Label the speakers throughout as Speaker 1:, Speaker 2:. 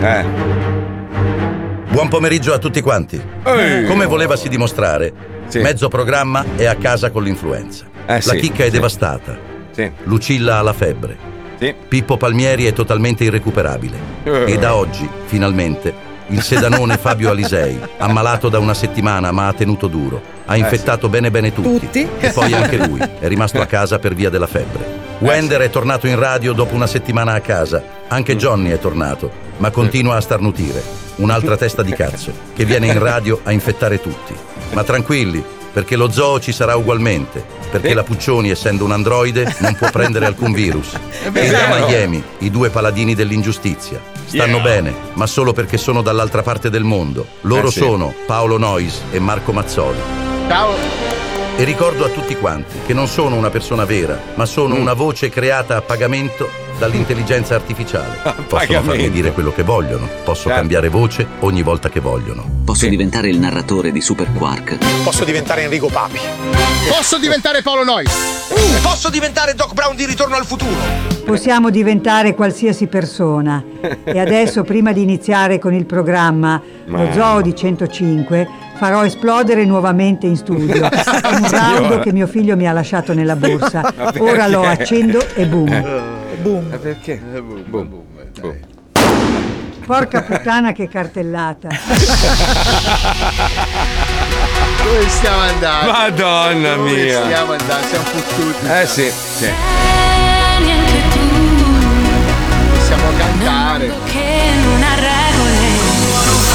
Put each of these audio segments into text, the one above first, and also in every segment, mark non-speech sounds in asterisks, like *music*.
Speaker 1: Eh.
Speaker 2: Buon pomeriggio a tutti quanti.
Speaker 1: Ehi.
Speaker 2: Come volevasi dimostrare,
Speaker 1: Sì.
Speaker 2: mezzo programma è a casa con l'influenza.
Speaker 1: Eh,
Speaker 2: La
Speaker 1: sì,
Speaker 2: chicca è
Speaker 1: sì.
Speaker 2: devastata.
Speaker 1: Sì.
Speaker 2: Lucilla ha la febbre.
Speaker 1: Sì. Eh.
Speaker 2: Pippo Palmieri è totalmente irrecuperabile. E da oggi, finalmente, il
Speaker 1: *laughs*
Speaker 2: sedanone Fabio Alisei, ammalato da una settimana ma ha tenuto duro,
Speaker 1: Eh,
Speaker 2: ha infettato bene bene tutti.
Speaker 3: Tutti?
Speaker 2: E poi anche
Speaker 1: *laughs*
Speaker 2: lui è rimasto a casa per via della febbre. Wender è tornato in radio dopo una settimana a casa. Anche
Speaker 1: Mm.
Speaker 2: Johnny è tornato, ma continua a starnutire.
Speaker 1: *laughs*
Speaker 2: Un'altra testa di cazzo che viene in radio a infettare tutti. Ma tranquilli, perché lo zoo ci sarà ugualmente, perché
Speaker 1: Sì.
Speaker 2: la Puccioni, essendo un androide, non può prendere alcun
Speaker 1: *laughs*
Speaker 2: virus. E da
Speaker 1: vero.
Speaker 2: Miami, i due paladini dell'ingiustizia. Stanno
Speaker 1: Yeah.
Speaker 2: bene, ma solo perché sono dall'altra parte del mondo. Loro
Speaker 1: Eh sì.
Speaker 2: sono Paolo Nois e Marco Mazzoli. E ricordo a tutti quanti che non sono una persona vera, ma sono una voce creata a pagamento dall'intelligenza artificiale. Possono farmi
Speaker 1: pagamento.
Speaker 2: dire quello che vogliono, posso
Speaker 1: Certo.
Speaker 2: cambiare voce ogni volta che vogliono.
Speaker 4: Posso diventare il narratore di Super Quark.
Speaker 5: Posso diventare Enrico Papi. Mm.
Speaker 6: Posso diventare Paolo Nois?
Speaker 5: Posso diventare Doc Brown di Ritorno al futuro.
Speaker 7: Possiamo diventare qualsiasi persona. E adesso, prima di iniziare con il programma Lo Zoo di 105, farò esplodere nuovamente in studio un raudo che mio figlio mi ha lasciato nella borsa. Ora lo accendo e
Speaker 6: *laughs*
Speaker 7: boom.
Speaker 5: Eh,
Speaker 1: Ma perché? Eh, Boom. Boom.
Speaker 7: Porca puttana
Speaker 8: *laughs*
Speaker 7: che cartellata.
Speaker 6: Dove stiamo andando?
Speaker 1: Madonna
Speaker 6: Dove
Speaker 1: mia.
Speaker 6: stiamo andando? Siamo fottuti.
Speaker 1: Eh sì, sì.
Speaker 9: Neanche tu,
Speaker 6: Possiamo cantare.
Speaker 9: che non ha regole.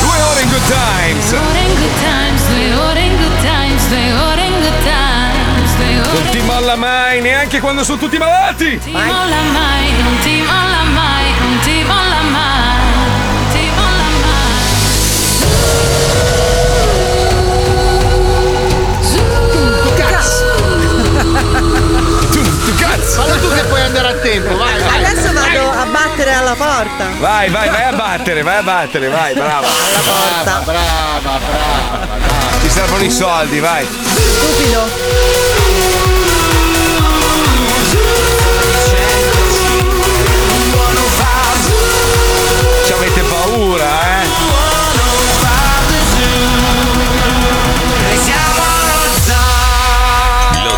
Speaker 1: Due ore in good times.
Speaker 9: Ore in good times, le ore in good times, le ore in good times, le
Speaker 1: Non
Speaker 9: ore
Speaker 1: ti molla mai, neanche quando sono tutti malati.
Speaker 9: Non ti molla mai, non ti molla mai, non ti molla mai, non ti molla mai. Su,
Speaker 1: Tu cazzo.
Speaker 6: Fallo tu che puoi andare a tempo, vai, vai.
Speaker 10: Adesso vado a battere alla porta.
Speaker 1: Vai, vai, vai a battere, vai a battere, vai, brava.
Speaker 6: Brava, brava, brava.
Speaker 1: Ti servono i soldi, vai.
Speaker 10: Stupido.
Speaker 1: Ci avete paura, eh?
Speaker 11: Lo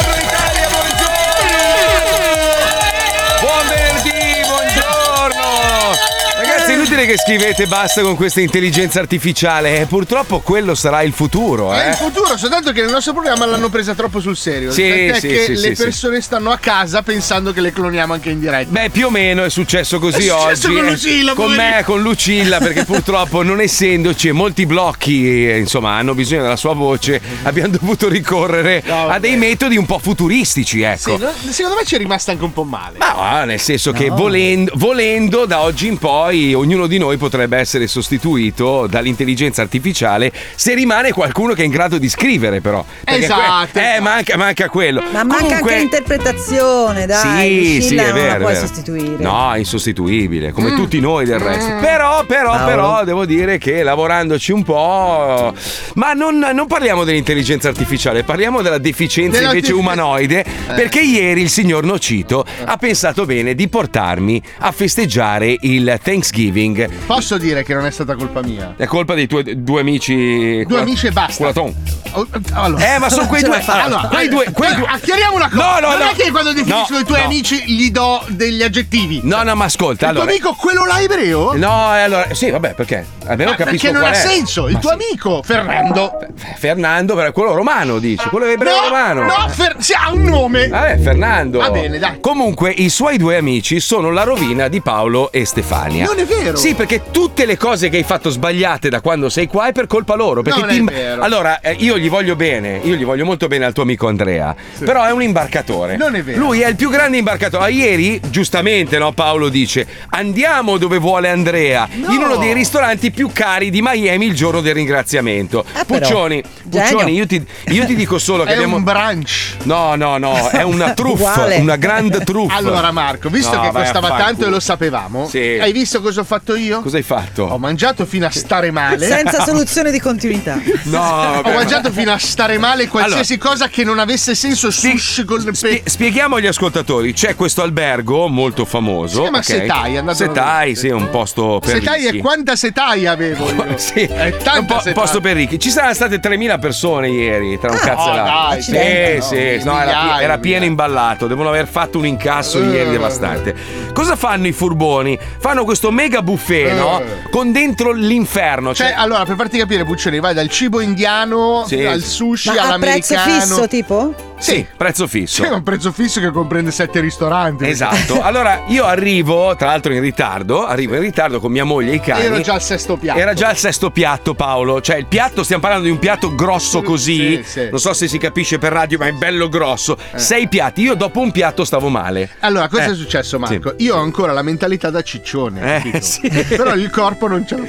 Speaker 1: Italia, buongiorno! Buon venerdì, buongiorno! Ragazzi, è inutile che scrivete basta con questa intelligenza artificiale, eh, purtroppo quello sarà il futuro,
Speaker 6: È il
Speaker 1: eh?
Speaker 6: futuro, soltanto che nel nostro programma l'hanno presa troppo sul serio.
Speaker 1: Sì,
Speaker 6: tant'è
Speaker 1: sì,
Speaker 6: che
Speaker 1: sì,
Speaker 6: le
Speaker 1: sì, sì.
Speaker 6: persone stanno a casa pensando che le cloniamo anche in diretta.
Speaker 1: Beh, più o meno è successo così
Speaker 6: È successo
Speaker 1: oggi.
Speaker 6: con
Speaker 1: eh,
Speaker 6: Lucilla,
Speaker 1: con
Speaker 6: poverina.
Speaker 1: me, con Lucilla, perché purtroppo non essendoci e molti blocchi, eh, insomma, hanno bisogno della sua voce,
Speaker 6: *laughs*
Speaker 1: abbiamo dovuto ricorrere
Speaker 6: No,
Speaker 1: a dei metodi un po' futuristici, ecco.
Speaker 6: Sì, no? secondo me ci è rimasta anche un po' male.
Speaker 1: Ma ah, nel senso che volendo, volendo, da oggi in poi ognuno di noi potrebbe essere sostituito dall'intelligenza artificiale se rimane qualcuno che è in grado di scrivere però. Perché
Speaker 6: Esatto,
Speaker 1: eh,
Speaker 6: esatto.
Speaker 1: manca, manca quello.
Speaker 10: Ma manca
Speaker 1: Comunque-
Speaker 10: anche l'interpretazione, dai.
Speaker 1: sì,
Speaker 10: Lucilla
Speaker 1: sì, è
Speaker 10: non
Speaker 1: vero.
Speaker 10: la
Speaker 1: è
Speaker 10: puoi
Speaker 1: vero.
Speaker 10: sostituire.
Speaker 1: No, è insostituibile, come tutti noi del resto. Però, però, però, devo dire che lavorandoci un po'. Ma non, non parliamo dell'intelligenza artificiale, parliamo della deficienza
Speaker 6: Della
Speaker 1: invece
Speaker 6: defi-
Speaker 1: umanoide. Perché ieri il signor Nocito ha pensato bene di portarmi a festeggiare il Thanksgiving.
Speaker 6: Posso dire che non è stata colpa mia?
Speaker 1: È colpa dei tuoi due amici.
Speaker 6: Due amici e basta.
Speaker 1: Culaton.
Speaker 6: Oh, Allora.
Speaker 1: Eh, ma sono
Speaker 6: *laughs*
Speaker 1: quei
Speaker 10: ce la
Speaker 1: due.
Speaker 10: fa.
Speaker 1: allora, quei
Speaker 6: allora,
Speaker 1: due. Quei due.
Speaker 6: Acchiariamo una
Speaker 1: No,
Speaker 6: cosa.
Speaker 1: no,
Speaker 6: non
Speaker 1: no.
Speaker 6: è che quando definisco
Speaker 1: No,
Speaker 6: i tuoi
Speaker 1: no.
Speaker 6: amici gli do degli aggettivi.
Speaker 1: No, no, ma ascolta.
Speaker 6: Il tuo
Speaker 1: allora,
Speaker 6: amico quello là ebreo?
Speaker 1: No, eh, allora, sì, vabbè, perché? Almeno
Speaker 6: Ah,
Speaker 1: capisco
Speaker 6: perché non
Speaker 1: qual
Speaker 6: ha
Speaker 1: è.
Speaker 6: senso. Il
Speaker 1: Ma
Speaker 6: tuo
Speaker 1: sì.
Speaker 6: amico Fernando.
Speaker 1: F- Fernando, però, quello romano, dici, quello ebreo romano.
Speaker 6: no, no, Fer- sì, ha un nome.
Speaker 1: Vabbè, Ah, Fernando.
Speaker 6: Va bene, dai.
Speaker 1: Comunque, i suoi due amici sono la rovina di Paolo e Stefania.
Speaker 6: Non è vero.
Speaker 1: Sì, perché tutte le cose che hai fatto sbagliate da quando sei qua è per colpa loro. Perché
Speaker 6: Non
Speaker 1: ti
Speaker 6: è
Speaker 1: im-
Speaker 6: vero.
Speaker 1: Allora, eh, io gli voglio bene, io gli voglio molto bene al tuo amico Andrea. Però è un imbarcatore.
Speaker 6: Non è vero.
Speaker 1: Lui è il più grande imbarcatore. Ah, Ieri, giustamente, no, Paolo dice: andiamo dove vuole Andrea.
Speaker 6: No.
Speaker 1: In uno dei ristoranti più cari di Miami il giorno del ringraziamento.
Speaker 10: Ah, però.
Speaker 1: Puccioni,
Speaker 10: Genio.
Speaker 1: Puccioni, io ti, io ti dico solo che
Speaker 6: È
Speaker 1: abbiamo.
Speaker 6: un brunch.
Speaker 1: No, no, no, è
Speaker 6: *laughs*
Speaker 10: *laughs*
Speaker 1: una truffa,
Speaker 10: Uguale. *laughs*
Speaker 1: una grande truffa.
Speaker 6: Allora Marco, visto
Speaker 1: No,
Speaker 6: che
Speaker 1: vai a
Speaker 6: costava
Speaker 1: fanculo.
Speaker 6: tanto e lo sapevamo,
Speaker 1: Sì.
Speaker 6: hai visto cosa ho fatto fatto io?
Speaker 1: Cosa hai fatto?
Speaker 6: Ho mangiato fino a stare male.
Speaker 10: Senza soluzione
Speaker 6: *laughs*
Speaker 10: di continuità.
Speaker 1: No,
Speaker 6: Ho
Speaker 1: vabbè,
Speaker 6: mangiato fino a stare male qualsiasi cosa che non avesse senso sushi col pe-
Speaker 1: Spie- spieghiamo agli ascoltatori, c'è questo albergo molto famoso.
Speaker 6: Si chiama
Speaker 1: ok?
Speaker 6: Setai, andate a
Speaker 1: Setai, sì, è un posto per
Speaker 6: Setai
Speaker 1: ricchi.
Speaker 6: e quanta setaia avevo
Speaker 1: *laughs*
Speaker 6: io?
Speaker 1: Sì,
Speaker 6: È
Speaker 1: è
Speaker 6: tanta
Speaker 1: un po-
Speaker 6: setaia.
Speaker 1: posto per ricchi. Ci saranno state 3.000 persone ieri tra un cazzo
Speaker 6: Eh, no,
Speaker 1: e l'altro.
Speaker 6: dai,
Speaker 1: sì,
Speaker 6: migliaia,
Speaker 1: sì,
Speaker 6: no,
Speaker 1: no, era, pi-
Speaker 6: migliaia,
Speaker 1: era pieno
Speaker 6: migliaia.
Speaker 1: imballato. Devono aver fatto un incasso
Speaker 6: Eh.
Speaker 1: ieri devastante. Cosa fanno i furboni? Fanno questo mega buffet,
Speaker 6: Eh.
Speaker 1: no? Con dentro l'inferno.
Speaker 6: Cioè,
Speaker 1: Cioè,
Speaker 6: allora, per farti capire, Puccioni, vai dal cibo indiano
Speaker 1: Sì.
Speaker 6: al sushi
Speaker 10: Ma a prezzo
Speaker 6: all'americano.
Speaker 10: fisso, tipo?
Speaker 1: sì, prezzo fisso.
Speaker 6: C'è un prezzo fisso che comprende sette ristoranti.
Speaker 1: Cioè,
Speaker 6: *laughs*
Speaker 1: Esatto. Allora, io arrivo, tra l'altro in ritardo, arrivo in ritardo con mia moglie e i cani.
Speaker 6: Ero già al sesto piano.
Speaker 1: Era già il sesto piatto, Paolo. Cioè, il piatto, stiamo parlando di un piatto grosso così.
Speaker 6: Mm, Sì, sì. Eh.
Speaker 1: Non so se si capisce per radio, ma è bello grosso. Sei piatti. Io dopo un piatto stavo male.
Speaker 6: Allora, cosa
Speaker 1: Eh,
Speaker 6: è successo, Marco?
Speaker 1: sì.
Speaker 6: Io ho ancora la mentalità da ciccione,
Speaker 1: Eh,
Speaker 6: capito?
Speaker 1: sì.
Speaker 6: però il corpo non ce la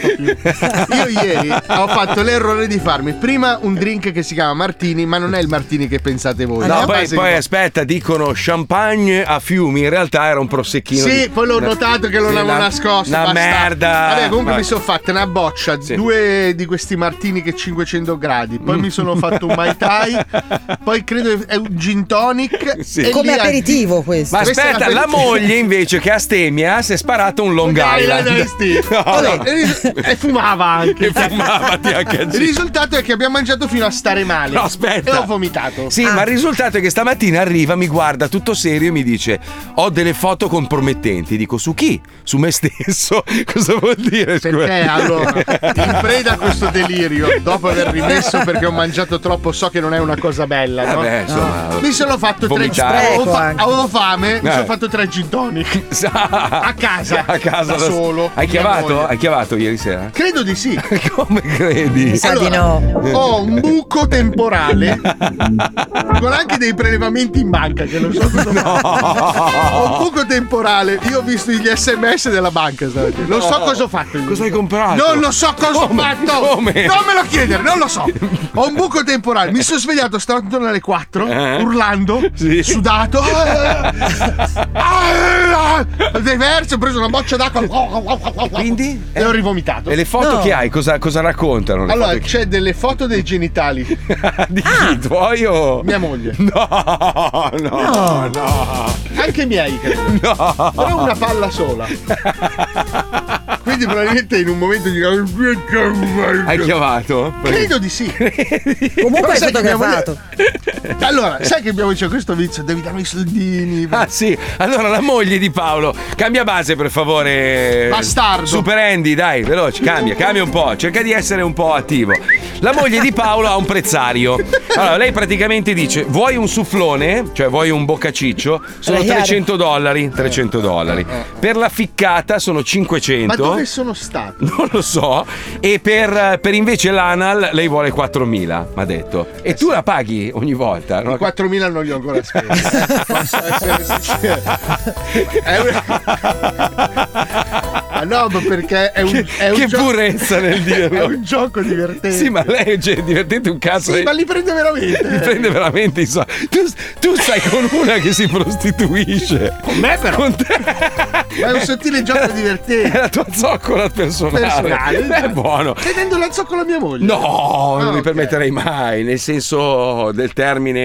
Speaker 6: fa più. Io ieri ho fatto l'errore di farmi prima un drink che si chiama Martini, ma non è il Martini che pensate voi.
Speaker 1: No,
Speaker 6: La
Speaker 1: poi,
Speaker 6: base
Speaker 1: poi
Speaker 6: che-
Speaker 1: aspetta, dicono champagne a fiumi. In realtà era un prosecchino.
Speaker 6: Sì,
Speaker 1: di-
Speaker 6: poi l'ho
Speaker 1: una-
Speaker 6: notato che lo
Speaker 1: sì,
Speaker 6: avevo
Speaker 1: una-
Speaker 6: nascosto.
Speaker 1: Una
Speaker 6: basta.
Speaker 1: merda.
Speaker 6: Vabbè, comunque
Speaker 1: Vai.
Speaker 6: mi sono fatta una boccia,
Speaker 1: Sì.
Speaker 6: due di questi martini che 500 gradi. Poi mi
Speaker 1: Mm.
Speaker 6: sono fatto un
Speaker 1: *laughs*
Speaker 6: Mai Tai. poi credo è un gin tonic.
Speaker 1: Sì.
Speaker 6: e
Speaker 10: Come
Speaker 6: lì a-
Speaker 10: aperitivo questo.
Speaker 1: Ma
Speaker 6: Questa è
Speaker 1: aspetta,
Speaker 6: una
Speaker 1: la
Speaker 6: pericolosa. *laughs*
Speaker 1: moglie invece che astemia si è sparato un Long
Speaker 6: Dai, dai,
Speaker 1: Island.
Speaker 6: dai, sti.
Speaker 1: *laughs* No,
Speaker 6: Vabbè,
Speaker 1: no.
Speaker 6: e- E fumava anche.
Speaker 1: Che fumava
Speaker 6: *laughs*
Speaker 1: THC.
Speaker 6: Il risultato è che abbiamo mangiato fino a stare male.
Speaker 1: No, aspetta.
Speaker 6: E ho vomitato.
Speaker 1: Sì,
Speaker 10: Ah.
Speaker 1: ma il risultato è che stamattina arriva, mi guarda tutto serio e mi dice: Ho delle foto compromettenti. Dico su chi? Su me stesso. *laughs* Cosa vuol dire? scusa?
Speaker 6: Perché Eh, allora,
Speaker 1: *laughs*
Speaker 6: in preda a questo delirio, dopo aver rimesso perché ho mangiato troppo, so che non è una cosa bella, no?
Speaker 1: Vabbè, Eh insomma,
Speaker 6: No. Mi sono fatto tre
Speaker 1: vomitare.
Speaker 6: avevo, fa-
Speaker 10: Spreco anche.
Speaker 6: avevo fame, mi
Speaker 1: Eh.
Speaker 6: sono fatto tre gin tonic.
Speaker 1: *laughs* a
Speaker 6: casa.
Speaker 1: A casa
Speaker 6: Da solo.
Speaker 1: Hai
Speaker 6: Mia
Speaker 1: chiamato?
Speaker 6: moglie.
Speaker 1: Hai chiamato ieri sera? *laughs*
Speaker 6: Credo di sì.
Speaker 1: Come credi?
Speaker 10: Sa di no.
Speaker 6: Ho un buco temporale
Speaker 1: *laughs*
Speaker 6: *laughs* con anche dei prelevamenti in banca che non so cosa fa. Ho un buco temporale. Io ho visto gli sms della banca. stamattina. Non so cosa ho fatto. io.
Speaker 1: Cosa hai comprato?
Speaker 6: Non lo so cosa
Speaker 1: Come?
Speaker 6: ho fatto.
Speaker 1: Come?
Speaker 6: Non me lo chiedere, non lo so. Ho un buco temporale. Mi sono svegliato stamattina alle 4,
Speaker 1: Eh?
Speaker 6: urlando,
Speaker 1: Sì.
Speaker 6: sudato.
Speaker 1: *laughs*
Speaker 6: Ah, Diverso, ho preso una boccia d'acqua.
Speaker 1: Quindi?
Speaker 6: E ho
Speaker 1: *laughs*
Speaker 6: rivomitato.
Speaker 1: E le foto
Speaker 10: No.
Speaker 1: che hai, cosa, cosa raccontano? Le
Speaker 6: Allora,
Speaker 1: foto
Speaker 6: c'è delle foto dei genitali.
Speaker 1: che- di
Speaker 10: Ah.
Speaker 1: chi? Tuoi o-
Speaker 6: Mia moglie.
Speaker 1: No, no, no,
Speaker 6: Anche i miei, credo.
Speaker 1: *laughs* no.
Speaker 6: Però una palla sola. Quindi probabilmente in un momento di...
Speaker 1: Hai chiamato?
Speaker 6: Credo di sì.
Speaker 10: Comunque
Speaker 6: Però
Speaker 10: è
Speaker 6: sai che
Speaker 10: fotografato.
Speaker 6: Allora, sai che abbiamo c'è questo vizio? Devi darmi i soldini.
Speaker 1: Ah sì, allora la moglie di Paolo, cambia base per favore.
Speaker 6: Bastardo.
Speaker 1: Super Andy, dai, veloce, cambia, cambia un po', cerca di essere un po' attivo. La moglie di Paolo ha un prezzario. Allora, lei praticamente dice, vuoi un sufflone, cioè vuoi un boccaciccio, sono
Speaker 10: Eh, chiaro.
Speaker 1: 300 dollari, 300 dollari. Per la ficcata sono 500.
Speaker 6: Eh, Ma dove sono stato?
Speaker 1: *laughs* Non lo so. E per, per invece l'anal lei vuole 4.000, mi ha detto. E tu la paghi ogni volta?
Speaker 6: I
Speaker 1: no?
Speaker 6: 4.000 non li ho ancora spesi.
Speaker 1: *laughs*
Speaker 6: Posso essere sincero. È una- Ma no, ma perché è un, è un
Speaker 1: che
Speaker 6: gioco-
Speaker 1: purezza nel
Speaker 6: *laughs* È
Speaker 1: dirlo.
Speaker 6: un gioco divertente.
Speaker 1: Sì, ma lei cioè, è divertente un cazzo.
Speaker 6: Sì,
Speaker 1: lei-
Speaker 6: ma li prende veramente.
Speaker 1: Ti prende veramente i soldi. Tu, tu stai con una che si prostituisce. Con me, però.
Speaker 6: Ma è un sottile gioco
Speaker 1: *laughs*
Speaker 6: divertente.
Speaker 1: È la tua zoccola personale.
Speaker 6: Personale.
Speaker 1: È buono.
Speaker 6: Stai dando l'alzo con la mia moglie?
Speaker 1: No, non mi
Speaker 6: ok.
Speaker 1: permetterei mai, nel senso del termine.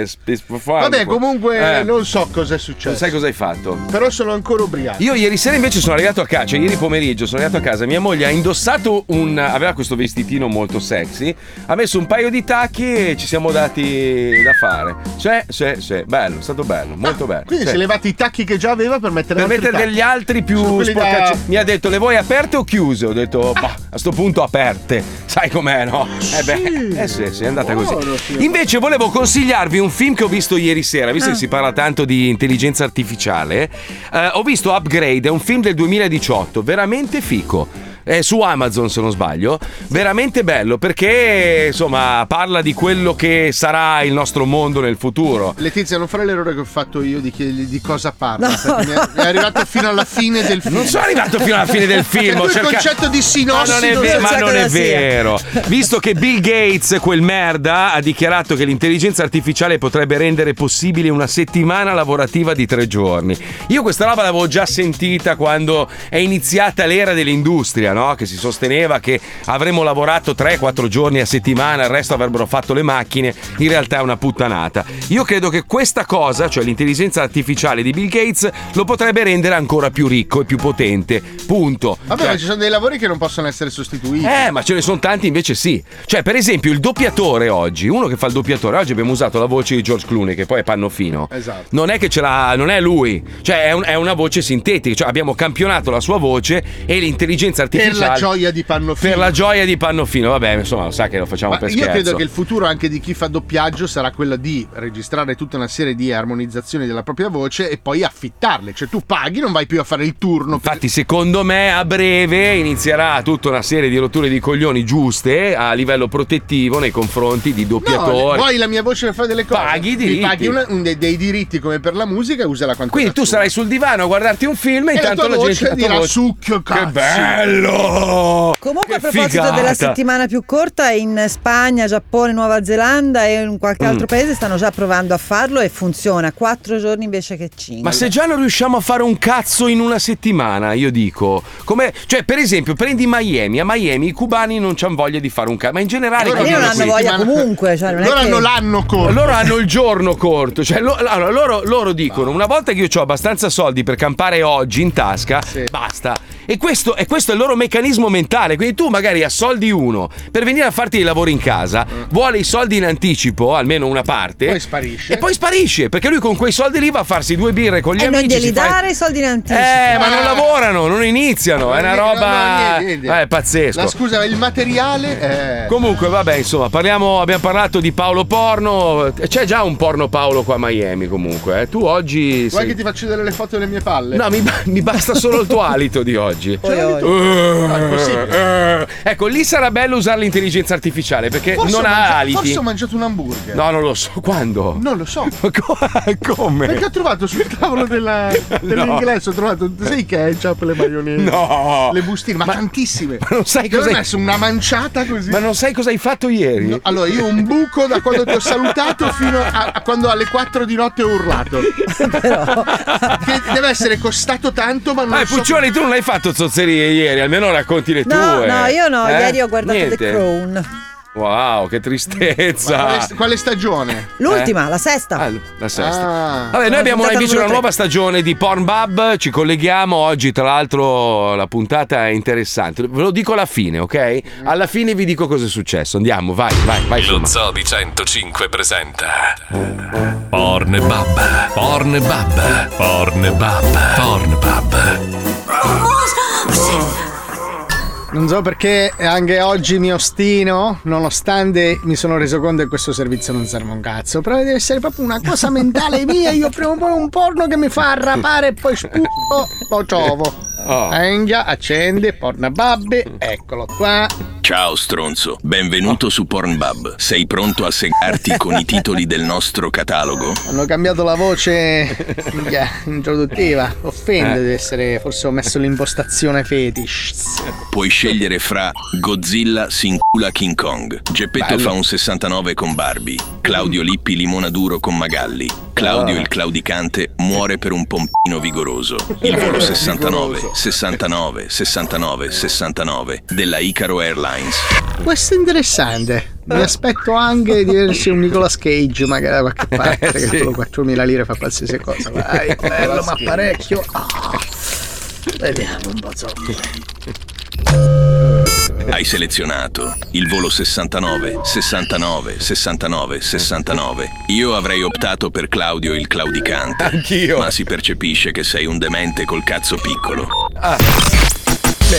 Speaker 6: Vabbè,
Speaker 1: Vabbè,
Speaker 6: comunque non so cosa è successo.
Speaker 1: Non eh. sai cosa hai fatto?
Speaker 6: Però sono ancora ubriaco.
Speaker 1: Io ieri sera invece sono arrivato a casa, cioè ieri pomeriggio sono arrivato a casa, mia moglie ha indossato un... aveva questo vestitino molto sexy, ha messo un paio di tacchi e ci siamo dati da fare. Cioè, sì, sì, bello, è stato bello, molto bello. Cioè,
Speaker 6: Quindi
Speaker 1: sì.
Speaker 6: si è levati i tacchi che già aveva per mettere
Speaker 1: Per
Speaker 6: altri
Speaker 1: mettere
Speaker 6: tacchi.
Speaker 1: degli altri
Speaker 6: Sono
Speaker 1: più
Speaker 6: quelli da-
Speaker 1: sporcacci. Mi ha detto le vuoi aperte o chiuse? Ho detto "Bah, a sto punto aperte. *laughs* Sai com'è, no? eh
Speaker 6: sì.
Speaker 1: beh, eh sì, sì, è andata
Speaker 6: Buono, Ah.
Speaker 1: così.
Speaker 6: sì.
Speaker 1: Invece volevo consigliarvi un film che ho visto ieri sera, visto che si parla tanto di intelligenza artificiale. eh, ho visto Upgrade, è un film del 2018, veramente fico. Eh, è su Amazon se non sbaglio, veramente bello perché insomma parla di quello che sarà il nostro mondo nel futuro.
Speaker 6: Letizia, non fare l'errore che ho fatto io di, chiedergli di cosa parla. perché mi È, è arrivato fino alla fine del film.
Speaker 1: *laughs* Non sono arrivato fino alla fine
Speaker 6: *laughs*
Speaker 1: del film.
Speaker 6: Cioè,
Speaker 1: ho
Speaker 6: tu il
Speaker 1: cercato-
Speaker 6: concetto di
Speaker 1: Ma
Speaker 6: sinossi
Speaker 1: non è,
Speaker 6: non
Speaker 1: ve-
Speaker 6: sai
Speaker 1: ma non
Speaker 6: cosa
Speaker 1: è
Speaker 6: sia.
Speaker 1: vero. Visto che Bill Gates, quel merda, ha dichiarato che l'intelligenza artificiale potrebbe rendere possibile una settimana lavorativa di tre giorni. Io questa roba l'avevo già sentita quando è iniziata l'era dell'industria, no? che si sosteneva che avremmo lavorato 3-4 giorni a settimana, il resto avrebbero fatto le macchine. In realtà è una puttanata. Io credo che questa cosa, cioè l'intelligenza artificiale di Bill Gates, lo potrebbe rendere ancora più ricco e più potente. Punto.
Speaker 6: Vabbè,
Speaker 1: Cioè-
Speaker 6: ma ci sono dei lavori che non possono essere sostituiti.
Speaker 1: eh, ma ce ne sono tanti invece sì. Cioè, per esempio, il doppiatore oggi, uno che fa il doppiatore, oggi abbiamo usato la voce di George Clooney, che poi è Pannofino.
Speaker 6: Esatto.
Speaker 1: Non è che ce l'ha, non è lui, cioè è, un- è una voce sintetica, cioè abbiamo campionato la sua voce e l'intelligenza
Speaker 6: Per
Speaker 1: artificiale.
Speaker 6: la gioia di Pannofino.
Speaker 1: Per la gioia di Pannofino, vabbè, insomma, lo sa che lo facciamo
Speaker 6: Ma
Speaker 1: per
Speaker 6: io
Speaker 1: scherzo.
Speaker 6: credo che il futuro anche di chi fa doppiaggio sarà quello di registrare tutta una serie di armonizzazioni della propria voce e poi affittarle. Cioè, tu paghi, non vai più a fare il turno. per-
Speaker 1: Infatti, secondo me, a breve inizierà tutta una serie di rotture di coglioni giuste a livello protettivo nei confronti di
Speaker 6: No,
Speaker 1: doppiatori.
Speaker 6: vuoi la mia voce per fare delle cose?
Speaker 1: Paghi i
Speaker 6: Ti
Speaker 1: diritti.
Speaker 6: Paghi una- un dei, dei diritti come per la musica e usala quanto
Speaker 1: Quindi tu
Speaker 6: cazzo
Speaker 1: sarai sul divano a guardarti un film e,
Speaker 6: vuoi. E la
Speaker 1: intanto
Speaker 6: tua
Speaker 1: la, gente
Speaker 6: voce
Speaker 1: la tua
Speaker 6: dirà
Speaker 1: voce-
Speaker 6: succhio cazzo.
Speaker 1: Che bello!
Speaker 10: Comunque,
Speaker 1: Oh, Che
Speaker 10: a proposito
Speaker 1: figata!
Speaker 10: della settimana più corta, in Spagna, Giappone, Nuova Zelanda e in
Speaker 1: Mm.
Speaker 10: qualche altro paese stanno già provando a farlo e funziona. Quattro giorni invece che cinque.
Speaker 1: Ma se già non riusciamo a fare un cazzo in una settimana, io dico. Come, cioè, per esempio, prendi Miami. A Miami i cubani non hanno voglia di fare un cazzo. Ma in generale,
Speaker 6: Loro
Speaker 10: Loro
Speaker 1: proprio
Speaker 10: non hanno
Speaker 1: così.
Speaker 10: voglia
Speaker 6: settimana-
Speaker 10: comunque, cioè, non è
Speaker 6: Loro
Speaker 10: che-
Speaker 6: hanno l'anno corto.
Speaker 1: Loro hanno il giorno corto, cioè lo- allora, loro, loro dicono una volta che io ho abbastanza soldi per campare oggi in tasca,
Speaker 6: Sì.
Speaker 1: basta. E questo, e questo è il loro meccanismo mentale, quindi tu magari a soldi uno per venire a farti i lavori in casa, vuole i soldi in anticipo, almeno una parte,
Speaker 6: Poi sparisce.
Speaker 1: e poi sparisce perché lui con quei soldi lì va a farsi due birre con gli
Speaker 10: E Eh, non
Speaker 1: amici.
Speaker 10: glieli
Speaker 1: si fa-
Speaker 10: dare i soldi in anticipo.
Speaker 1: Eh, ma non
Speaker 6: Ah.
Speaker 1: lavorano, non iniziano, è una
Speaker 6: No, no,
Speaker 1: roba...
Speaker 6: niente, niente.
Speaker 1: Eh, è pazzesco.
Speaker 6: La scusa, il materiale. eh,
Speaker 1: Comunque, vabbè, insomma, parliamo, abbiamo parlato di Paolo Porno. C'è già un Porno Paolo qua a Miami, comunque. eh. Tu oggi.
Speaker 6: Vuoi
Speaker 1: sei-
Speaker 6: che ti faccio vedere le foto delle mie palle?
Speaker 1: No, mi, ba- mi basta solo il
Speaker 6: *laughs*
Speaker 1: tuo alito di oggi.
Speaker 10: Poi, oh,
Speaker 1: Eh,
Speaker 6: Ah, possibile.
Speaker 1: eh. ecco, lì sarà bello usare l'intelligenza artificiale perché
Speaker 6: Forse
Speaker 1: non
Speaker 6: ho
Speaker 1: ha
Speaker 6: mangia-
Speaker 1: aliti.
Speaker 6: Forse ho mangiato un hamburger.
Speaker 1: No, non lo
Speaker 6: *laughs*
Speaker 1: so. Quando?
Speaker 6: Non lo so.
Speaker 1: Ma *laughs* co- Come?
Speaker 6: Perché ho trovato sul
Speaker 1: *laughs*
Speaker 6: tavolo della- dell'ingresso, ho trovato sei ketchup, le maionese,
Speaker 1: No.
Speaker 6: le bustine, ma, tantissime.
Speaker 1: ma non sai
Speaker 6: Ti avevo
Speaker 1: cosa-
Speaker 6: messo una manciata così.
Speaker 1: Ma non sai cosa hai fatto ieri?
Speaker 6: No, allora, io un buco da quando ti ho salutato fino a, a quando alle 4 di notte ho urlato. che deve essere costato tanto, ma non
Speaker 1: Ma
Speaker 6: so-
Speaker 1: Puccioli, tu non hai fatto zozzerie ieri, almeno racconti le
Speaker 10: No,
Speaker 1: tue.
Speaker 10: no, io no,
Speaker 1: Eh?
Speaker 10: ieri ho guardato
Speaker 1: Niente?
Speaker 10: The Crown.
Speaker 1: Wow, che
Speaker 6: Quale,
Speaker 10: *laughs*
Speaker 1: tristezza.
Speaker 6: quale stagione?
Speaker 10: L'ultima, la sesta.
Speaker 1: Ah, la sesta.
Speaker 6: Ah.
Speaker 1: Vabbè, noi abbiamo
Speaker 10: puntata
Speaker 1: invece
Speaker 10: numero
Speaker 1: una
Speaker 10: tre.
Speaker 1: nuova stagione di Pornbub, ci colleghiamo oggi, tra l'altro la puntata è interessante, ve lo dico alla fine, ok? Alla fine vi dico cosa è successo, andiamo, vai, vai, vai.
Speaker 11: Lo
Speaker 1: Suma.
Speaker 11: Zoo di 105 presenta Pornbub Pornbub Pornbub Pornbub
Speaker 3: Non so perché anche oggi mi ostino, nonostante mi sono reso conto che questo servizio non serve un cazzo. Però deve essere proprio una cosa mentale mia. Io prima o poi un porno che mi fa arrapare e poi sputo, lo trovo.
Speaker 1: Oh.
Speaker 3: Engia, accende, porna babbe, eccolo qua.
Speaker 12: Ciao stronzo, benvenuto su Pornbub. Sei pronto a segarti con i titoli del nostro catalogo?
Speaker 3: Hanno cambiato la voce minchia, introduttiva. Offende deve essere, forse ho messo l'impostazione fetish.
Speaker 12: Puoi scegliere fra Godzilla si incula King Kong, Geppetto fa un 69 con Barbie, Claudio Lippi limona duro con Magalli, Claudio il claudicante muore per un pompino vigoroso, il volo 69, 69, 69, 69 della Icaro Airlines.
Speaker 3: Questo è interessante. Mi aspetto anche di averci un Nicolas Cage, magari da qualche parte,
Speaker 1: Eh,
Speaker 3: che
Speaker 1: sì.
Speaker 3: con 4.000 lire fa qualsiasi cosa. Vai, bello, ma parecchio. Ah. Vediamo un po'. insomma.
Speaker 12: Hai selezionato il volo 69, 69, 69, 69. Io avrei optato per Claudio il claudicante.
Speaker 1: Anch'io.
Speaker 12: Ma si percepisce che sei un demente col cazzo piccolo.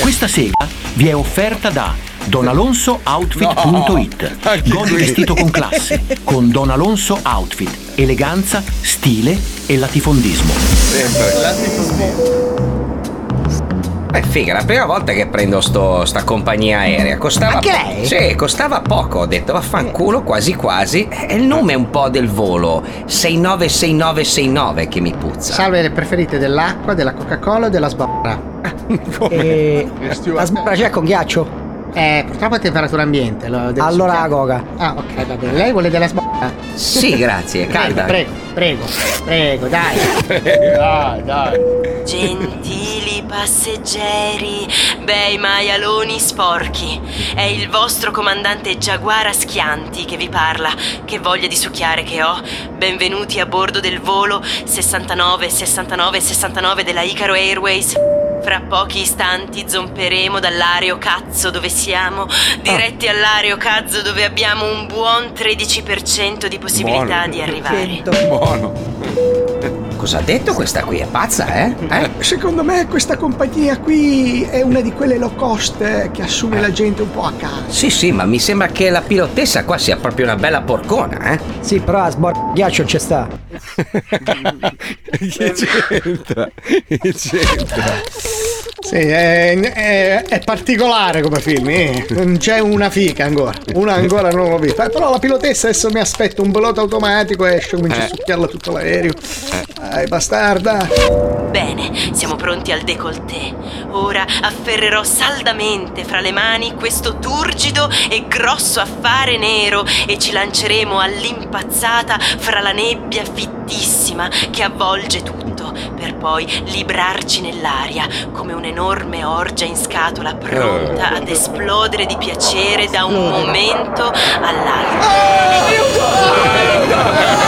Speaker 13: Questa sega vi è offerta da donalonsooutfit.it
Speaker 1: anche
Speaker 13: Godi
Speaker 1: qui.
Speaker 13: vestito con classe con Don Alonso Outfit eleganza, stile e latifondismo
Speaker 14: Beh, figa, la prima volta che prendo sto, sta compagnia aerea costava.
Speaker 15: Anche lei? Eh.
Speaker 14: Sì, costava poco. Ho detto vaffanculo, quasi quasi. È il nome un po' del volo 696969 che mi puzza.
Speaker 16: Salve le preferite dell'acqua, della Coca-Cola o
Speaker 17: *laughs*
Speaker 16: della sbarra?
Speaker 15: Eh, la sbarra c'è con ghiaccio?
Speaker 16: Eh, purtroppo è temperatura ambiente.
Speaker 15: Allora, Goga.
Speaker 16: Ah, ok, va bene. Lei vuole della sbarra?
Speaker 14: Sì, grazie, calda.
Speaker 16: Prego, prego, prego, dai.
Speaker 18: Dai, dai.
Speaker 19: Gentili passeggeri, bei maialoni sporchi. È il vostro comandante Giaguara Schianti che vi parla. Che voglia di succhiare che ho. Benvenuti a bordo del volo 69 69 69 della Icaro Airways. Fra pochi istanti zomperemo dall'areo cazzo dove siamo,
Speaker 18: Ah.
Speaker 19: diretti all'areo cazzo dove abbiamo un buon 13% di possibilità di arrivare.
Speaker 14: Buono. Cosa ha detto questa qui? È pazza, eh?
Speaker 20: *laughs*
Speaker 14: eh?
Speaker 17: Secondo me questa compagnia qui è una di quelle low cost eh, che assume la gente un po' a
Speaker 16: *laughs*
Speaker 17: caso.
Speaker 14: Sì, sì, ma mi sembra che la pilotessa qua sia proprio una bella porcona, eh?
Speaker 15: Sì, però la sbarra ghiaccio ci sta.
Speaker 20: Che c'entra? Che c'entra?
Speaker 16: Sì, è, è- è particolare come film. eh. Non c'è una fica ancora. Una ancora non l'ho vista. Eh, Però la pilotessa adesso mi aspetta un pilota automatico e esce comincia a
Speaker 17: Eh.
Speaker 16: succhiarla tutto l'aereo. Dai, bastarda.
Speaker 19: Bene, siamo pronti al décolleté. Ora afferrerò saldamente fra le mani questo turgido e grosso affare nero e ci lanceremo all'impazzata fra la nebbia fittissima che avvolge tutto, per poi librarci nell'aria come un'enorme orgia in scatola pronta ad esplodere di piacere da un momento all'altro.
Speaker 13: Ah,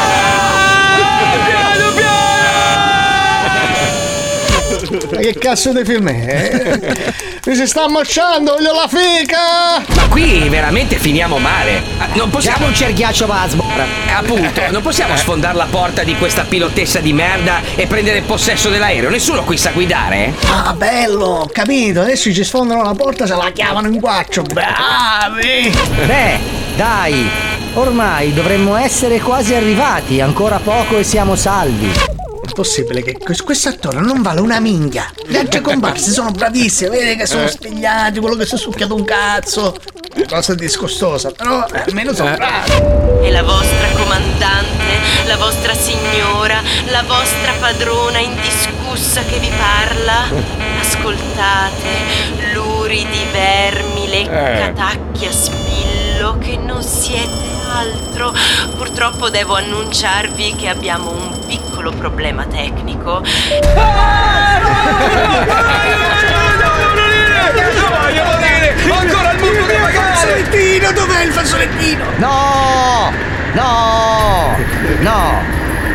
Speaker 16: Ma che cazzo di film è? Eh, Mi si sta ammacciando, voglio la fica!
Speaker 14: Ma qui veramente finiamo male. Ah, Non possiamo.
Speaker 15: un cerchiaccio va a sbarra.
Speaker 14: Eh,
Speaker 15: *laughs*
Speaker 14: Appunto, non possiamo sfondare la porta di questa pilotessa di merda e prendere possesso dell'aereo. Nessuno qui sa guidare, eh?
Speaker 16: Ah, bello, capito? Adesso ci sfondano la porta, se la chiamano in guaccio. Bravi!
Speaker 15: Beh, dai, ormai dovremmo essere quasi arrivati, ancora poco e siamo salvi.
Speaker 16: È possibile che questo attore non vale una minchia. Gli altri comparsi sono bravissimi, vedi che sono
Speaker 18: Eh.
Speaker 16: spigliati, quello che si è succhiato un cazzo. Una cosa discostosa, però eh, almeno sono
Speaker 18: Eh.
Speaker 16: bravi.
Speaker 19: E la vostra comandante, la vostra signora, la vostra padrona indiscussa che vi parla. Ascoltate, luridi vermi,
Speaker 21: Eh.
Speaker 19: leccatacchi a spillo, che non siete altro. Purtroppo devo annunciarvi che abbiamo un piccolo problema tecnico.
Speaker 14: Ancora il
Speaker 21: buco
Speaker 14: di
Speaker 21: Fazzolettino, dov'è il fazzolettino?
Speaker 15: No! No! No!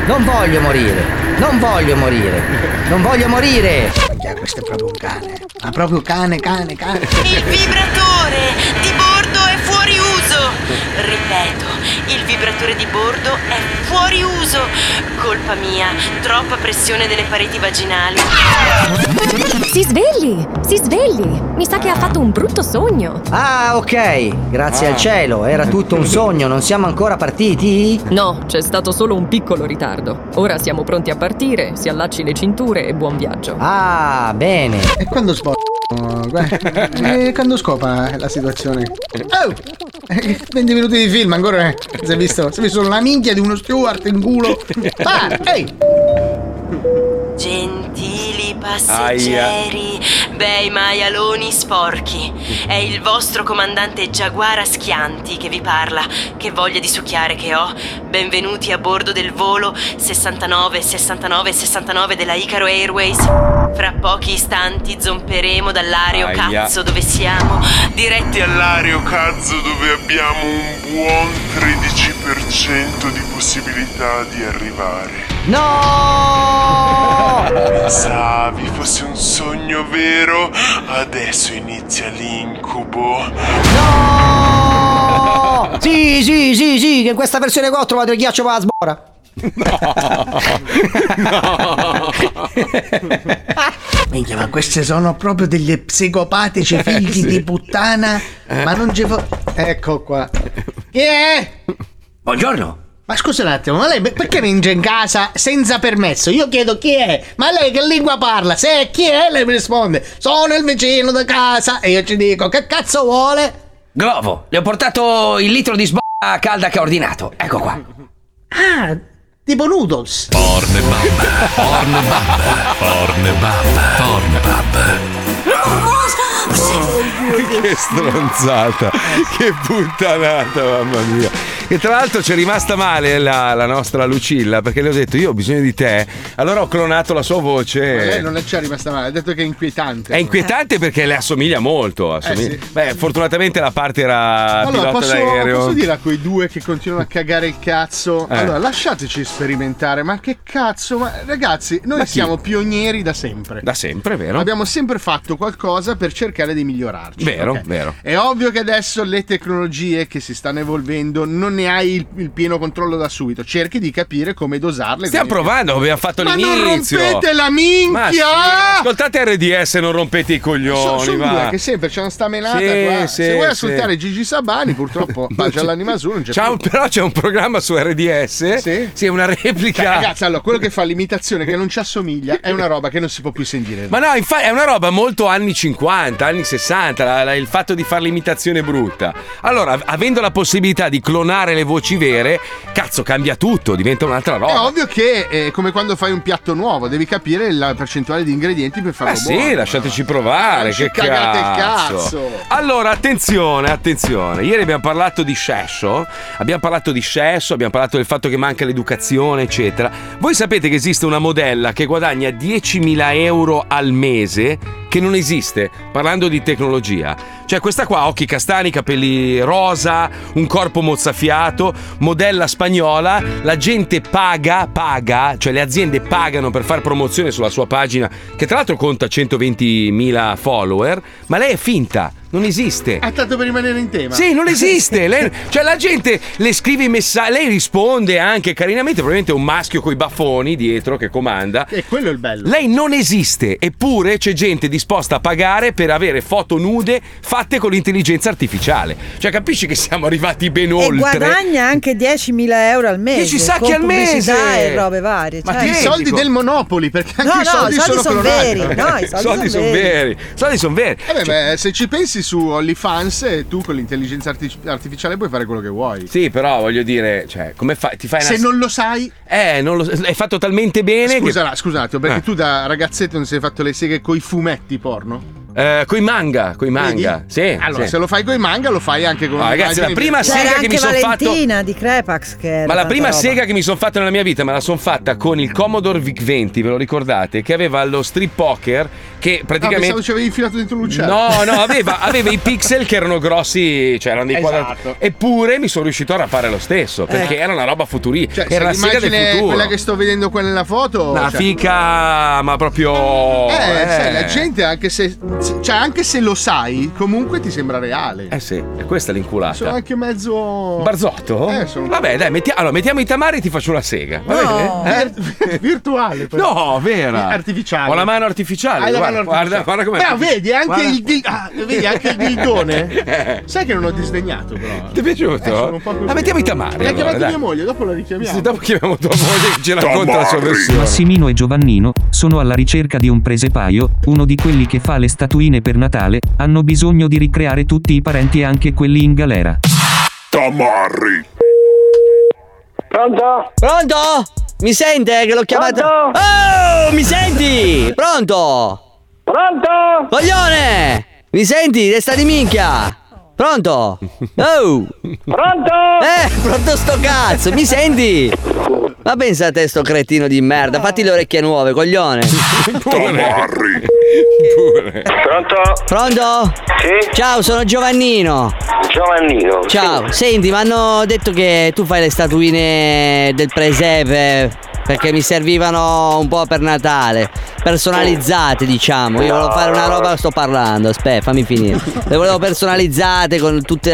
Speaker 15: Non voglio morire! Non voglio morire! Non voglio morire!
Speaker 16: Questo è proprio un cane. Ma proprio cane, cane, cane.
Speaker 19: Il vibratore di bordo è fuori uso. Ripeto, il vibratore di bordo è fuori uso. Colpa mia, troppa pressione delle pareti vaginali.
Speaker 22: Si svegli, si svegli. Mi sa che ha fatto un brutto sogno.
Speaker 15: Ah, ok! Grazie
Speaker 22: Ah.
Speaker 15: al cielo, era tutto un sogno, non siamo ancora partiti?
Speaker 23: No, c'è stato solo un piccolo ritardo. Ora siamo pronti a partire, si allacci le cinture e buon viaggio.
Speaker 15: Ah, bene.
Speaker 16: E quando sbo...
Speaker 18: Eh.
Speaker 16: E quando scopa la situazione? Oh! Eh, 20 minuti di film ancora. eh. Si è visto? Si è visto la minchia di uno steward in culo. Ah, ehi!
Speaker 19: Gentili passeggeri, bei maialoni sporchi. È il vostro comandante Giaguara Schianti che vi parla. Che voglia di succhiare che ho. Benvenuti a bordo del volo 69 69 69 della Icaro Airways. Fra pochi istanti zomperemo dall'areo
Speaker 21: Aia.
Speaker 19: cazzo dove siamo, diretti
Speaker 13: all'aereo cazzo dove abbiamo un buon 13% di possibilità di arrivare.
Speaker 15: No!
Speaker 13: Pensavi fosse un sogno vero? Adesso inizia l'incubo.
Speaker 15: Oh, sì, sì, sì, sì, che in questa versione qua ho trovato il ghiaccio per la sbora.
Speaker 16: Minchia, ma questi sono proprio degli
Speaker 18: *laughs*
Speaker 16: psicopatici figli di puttana. Ma non ci fa. Ecco qua. Chi è?
Speaker 14: Buongiorno.
Speaker 3: Ma scusa un attimo, ma lei be- perché entra in casa senza permesso? Io chiedo chi è, ma lei che lingua parla? Se è chi è, lei mi risponde: Sono il vicino da casa e io ci dico: Che cazzo vuole?
Speaker 14: Glovo, le ho portato il litro di sbocca calda che ho ordinato. Ecco qua.
Speaker 3: Ah, tipo noodles.
Speaker 11: Pornbub, Pornbub, Pornbub, Pornbub.
Speaker 1: che stronzata, che puttanata, mamma mia. E tra l'altro c'è rimasta male la, la nostra Lucilla perché le ho detto io ho bisogno di te, allora ho clonato la sua
Speaker 6: Ma Lei
Speaker 1: voce.
Speaker 6: non è ci è rimasta male, ha detto che è inquietante.
Speaker 1: È inquietante perché le assomiglia molto. assomiglia-
Speaker 6: Eh, sì.
Speaker 1: Beh, fortunatamente la parte era
Speaker 6: Allora,
Speaker 1: pilota
Speaker 6: posso,
Speaker 1: d'aereo.
Speaker 6: posso dire a quei due che continuano a cagare il cazzo?
Speaker 1: Eh.
Speaker 6: Allora, lasciateci sperimentare, ma che cazzo? Ma ragazzi, noi
Speaker 1: Ma chi?
Speaker 6: siamo pionieri da sempre.
Speaker 1: Da sempre, vero?
Speaker 6: Abbiamo sempre fatto qualcosa per cercare di migliorarci.
Speaker 1: Vero,
Speaker 6: ok?
Speaker 1: vero.
Speaker 6: È ovvio che adesso le tecnologie che si stanno evolvendo non ne hai il, il pieno controllo da subito. Cerchi di capire come dosarle.
Speaker 1: Stiamo
Speaker 6: come-
Speaker 1: provando come abbiamo fatto
Speaker 6: Ma non
Speaker 1: all'inizio.
Speaker 6: rompete la
Speaker 1: Ma sì,
Speaker 6: minchia!
Speaker 1: ascoltate RDS, non rompete i
Speaker 6: So-
Speaker 1: coglioni.
Speaker 6: sono
Speaker 1: va.
Speaker 6: due che sempre c'è una stamenata
Speaker 1: Sì,
Speaker 6: qua.
Speaker 1: sì,
Speaker 6: Se vuoi
Speaker 1: sì.
Speaker 6: ascoltare Gigi Sabani, purtroppo
Speaker 1: *laughs* Non
Speaker 6: Bacia
Speaker 1: c'è-
Speaker 6: all'anima sua non c'è
Speaker 1: C'è
Speaker 6: più.
Speaker 1: un- però c'è un programma su RDS. Sì. è una replica.
Speaker 6: Cioè, ragazzi, allora, quello che fa l'imitazione che non ci assomiglia è una roba che non si può più sentire.
Speaker 1: Ma no, infatti è una roba molto anni 50, anni 60, la- la- il fatto di fare l'imitazione brutta. Allora, av- avendo la possibilità di clonare le voci vere, cazzo, cambia tutto, diventa un'altra
Speaker 6: È
Speaker 1: roba.
Speaker 6: ovvio che è come quando fai un piatto nuovo, devi capire la percentuale di ingredienti per farlo
Speaker 1: Eh sì,
Speaker 6: buono.
Speaker 1: lasciateci provare. Che
Speaker 6: cagate il
Speaker 1: cazzo.
Speaker 6: cazzo.
Speaker 1: Allora, attenzione, attenzione. Ieri abbiamo parlato di sesso, abbiamo parlato di sesso, abbiamo parlato del fatto che manca l'educazione, eccetera. Voi sapete che esiste una modella che guadagna 10.000 euro al mese che non esiste, parlando di tecnologia. Cioè questa qua, occhi castani, capelli rosa, un corpo mozzafiato, modella spagnola, la gente paga, paga, cioè le aziende pagano per fare promozione sulla sua pagina, che tra l'altro conta 120.000 follower, ma lei è finta, non esiste.
Speaker 6: Ah, tanto per rimanere in tema.
Speaker 1: Sì, non esiste. Lei- cioè, la gente le scrive i messaggi, lei risponde anche carinamente. Probabilmente è un maschio coi baffoni dietro che comanda.
Speaker 6: E quello è il bello.
Speaker 1: Lei non esiste, eppure c'è gente disposta a pagare per avere foto nude fatte con l'intelligenza artificiale. Cioè, capisci che siamo arrivati ben
Speaker 10: E
Speaker 1: oltre.
Speaker 10: guadagna anche 10.000 euro al mese.
Speaker 1: 10 sacchi
Speaker 10: con
Speaker 1: al mese!
Speaker 10: pubblicità e robe varie.
Speaker 1: Ma
Speaker 10: cioè.
Speaker 1: ti
Speaker 6: I soldi del Monopoli, perché anche
Speaker 10: No,
Speaker 6: i
Speaker 10: no,
Speaker 6: soldi,
Speaker 10: i soldi
Speaker 6: sono
Speaker 10: son
Speaker 6: clonati.
Speaker 10: veri, no, i
Speaker 1: Eh, I soldi sono veri. I soldi sono veri.
Speaker 6: Eh beh,
Speaker 1: Cioè-
Speaker 6: beh, se ci pensi su OnlyFans, eh, tu con l'intelligenza arti- artificiale puoi fare quello che vuoi.
Speaker 1: Sì, però voglio dire, cioè, come fai? Ti fai una...
Speaker 6: Se non lo sai.
Speaker 1: Eh, non lo... è fatto talmente bene.
Speaker 6: Scusa,
Speaker 1: che... Eh.
Speaker 6: scusate, perché tu da ragazzetto non sei fatto le seghe coi fumetti porno?
Speaker 1: Eh, coi manga, coi manga.
Speaker 6: Vedi?
Speaker 1: Sì.
Speaker 6: Allora,
Speaker 1: sì.
Speaker 6: se lo fai coi manga, lo fai anche con
Speaker 1: No, ragazzi, la
Speaker 6: un'immagine
Speaker 1: prima
Speaker 6: virtuale.
Speaker 1: sega
Speaker 10: C'era
Speaker 1: che
Speaker 10: anche
Speaker 1: mi son fatto-
Speaker 10: Valentina di Crepax che era
Speaker 1: Ma la
Speaker 10: tanta
Speaker 1: prima
Speaker 10: roba.
Speaker 1: sega che mi sono fatta nella mia vita me la sono fatta con il Commodore VIC 20, ve lo ricordate? Che aveva lo strip poker che
Speaker 10: Cioè,
Speaker 6: Ah, pensavo
Speaker 1: praticamente...
Speaker 6: ci avevi infilato dentro l'uccello.
Speaker 1: No, no, aveva, aveva i pixel che erano grossi, cioè erano dei
Speaker 6: Esatto.
Speaker 1: quadrati. Eppure mi sono riuscito a rapare lo stesso, perché
Speaker 6: Eh.
Speaker 1: era una roba futuristica.
Speaker 6: Cioè, se
Speaker 1: era la sega del
Speaker 6: l'immagine è
Speaker 1: futuro.
Speaker 6: quella che sto vedendo qua nella foto.
Speaker 1: Una
Speaker 6: cioè-
Speaker 1: fica, ma proprio.
Speaker 6: Eh, sai, la
Speaker 1: eh.
Speaker 6: gente, anche se, cioè, anche se lo sai, comunque ti sembra reale.
Speaker 1: Eh sì, e questa è l'inculata.
Speaker 6: Sono anche mezzo.
Speaker 1: Barzotto?
Speaker 6: Eh, sono-
Speaker 1: Vabbè, dai, metti- allora, mettiamo i tamari e ti faccio una sega. Va
Speaker 6: No.
Speaker 1: bene? Eh?
Speaker 6: Vir- *laughs* virtuale. però.
Speaker 1: No, vera.
Speaker 6: Eh, Artificiale.
Speaker 1: Ho la mano artificiale.
Speaker 6: Hai la
Speaker 1: guarda,
Speaker 6: mano artificiale.
Speaker 1: Guarda, guarda come. *laughs*
Speaker 6: Però vedi anche il di- ah, vedi anche il dildone?
Speaker 1: Eh.
Speaker 6: Sai che non ho disdegnato, però.
Speaker 1: Ti è piaciuto?
Speaker 6: Eh, sono un po' così.
Speaker 1: Ah, mettiamo i tamari.
Speaker 6: L'ha
Speaker 1: allora,
Speaker 6: chiamata
Speaker 1: dai.
Speaker 6: mia moglie, dopo la richiamiamo.
Speaker 1: Sì, dopo chiamiamo tua moglie che ci racconta la sua versione.
Speaker 15: Massimino e Giovannino sono alla ricerca di un presepaio, uno di quelli che fa le statuine per Natale, hanno bisogno di ricreare tutti i parenti e anche quelli in galera.
Speaker 24: Tamarri.
Speaker 25: Pronto? Pronto? Mi sente che l'ho chiamato? Oh, mi senti? Pronto? Pronto? Coglione! Mi senti? Testa di minchia! Pronto? Oh! Pronto? Eh, pronto sto cazzo, mi senti? Ma pensa a te sto cretino di merda, fatti le orecchie nuove, coglione!
Speaker 24: Tamarri.
Speaker 25: Pronto? Pronto? Sì? Ciao, sono Giovannino.
Speaker 8: Giovannino.
Speaker 25: Ciao,
Speaker 2: Eh,
Speaker 25: senti, mi hanno detto che tu fai le statuine del presepe perché mi servivano un po' per Natale, personalizzate diciamo. Io volevo fare una roba, sto parlando, aspetta, fammi finire. Le volevo personalizzate con tutte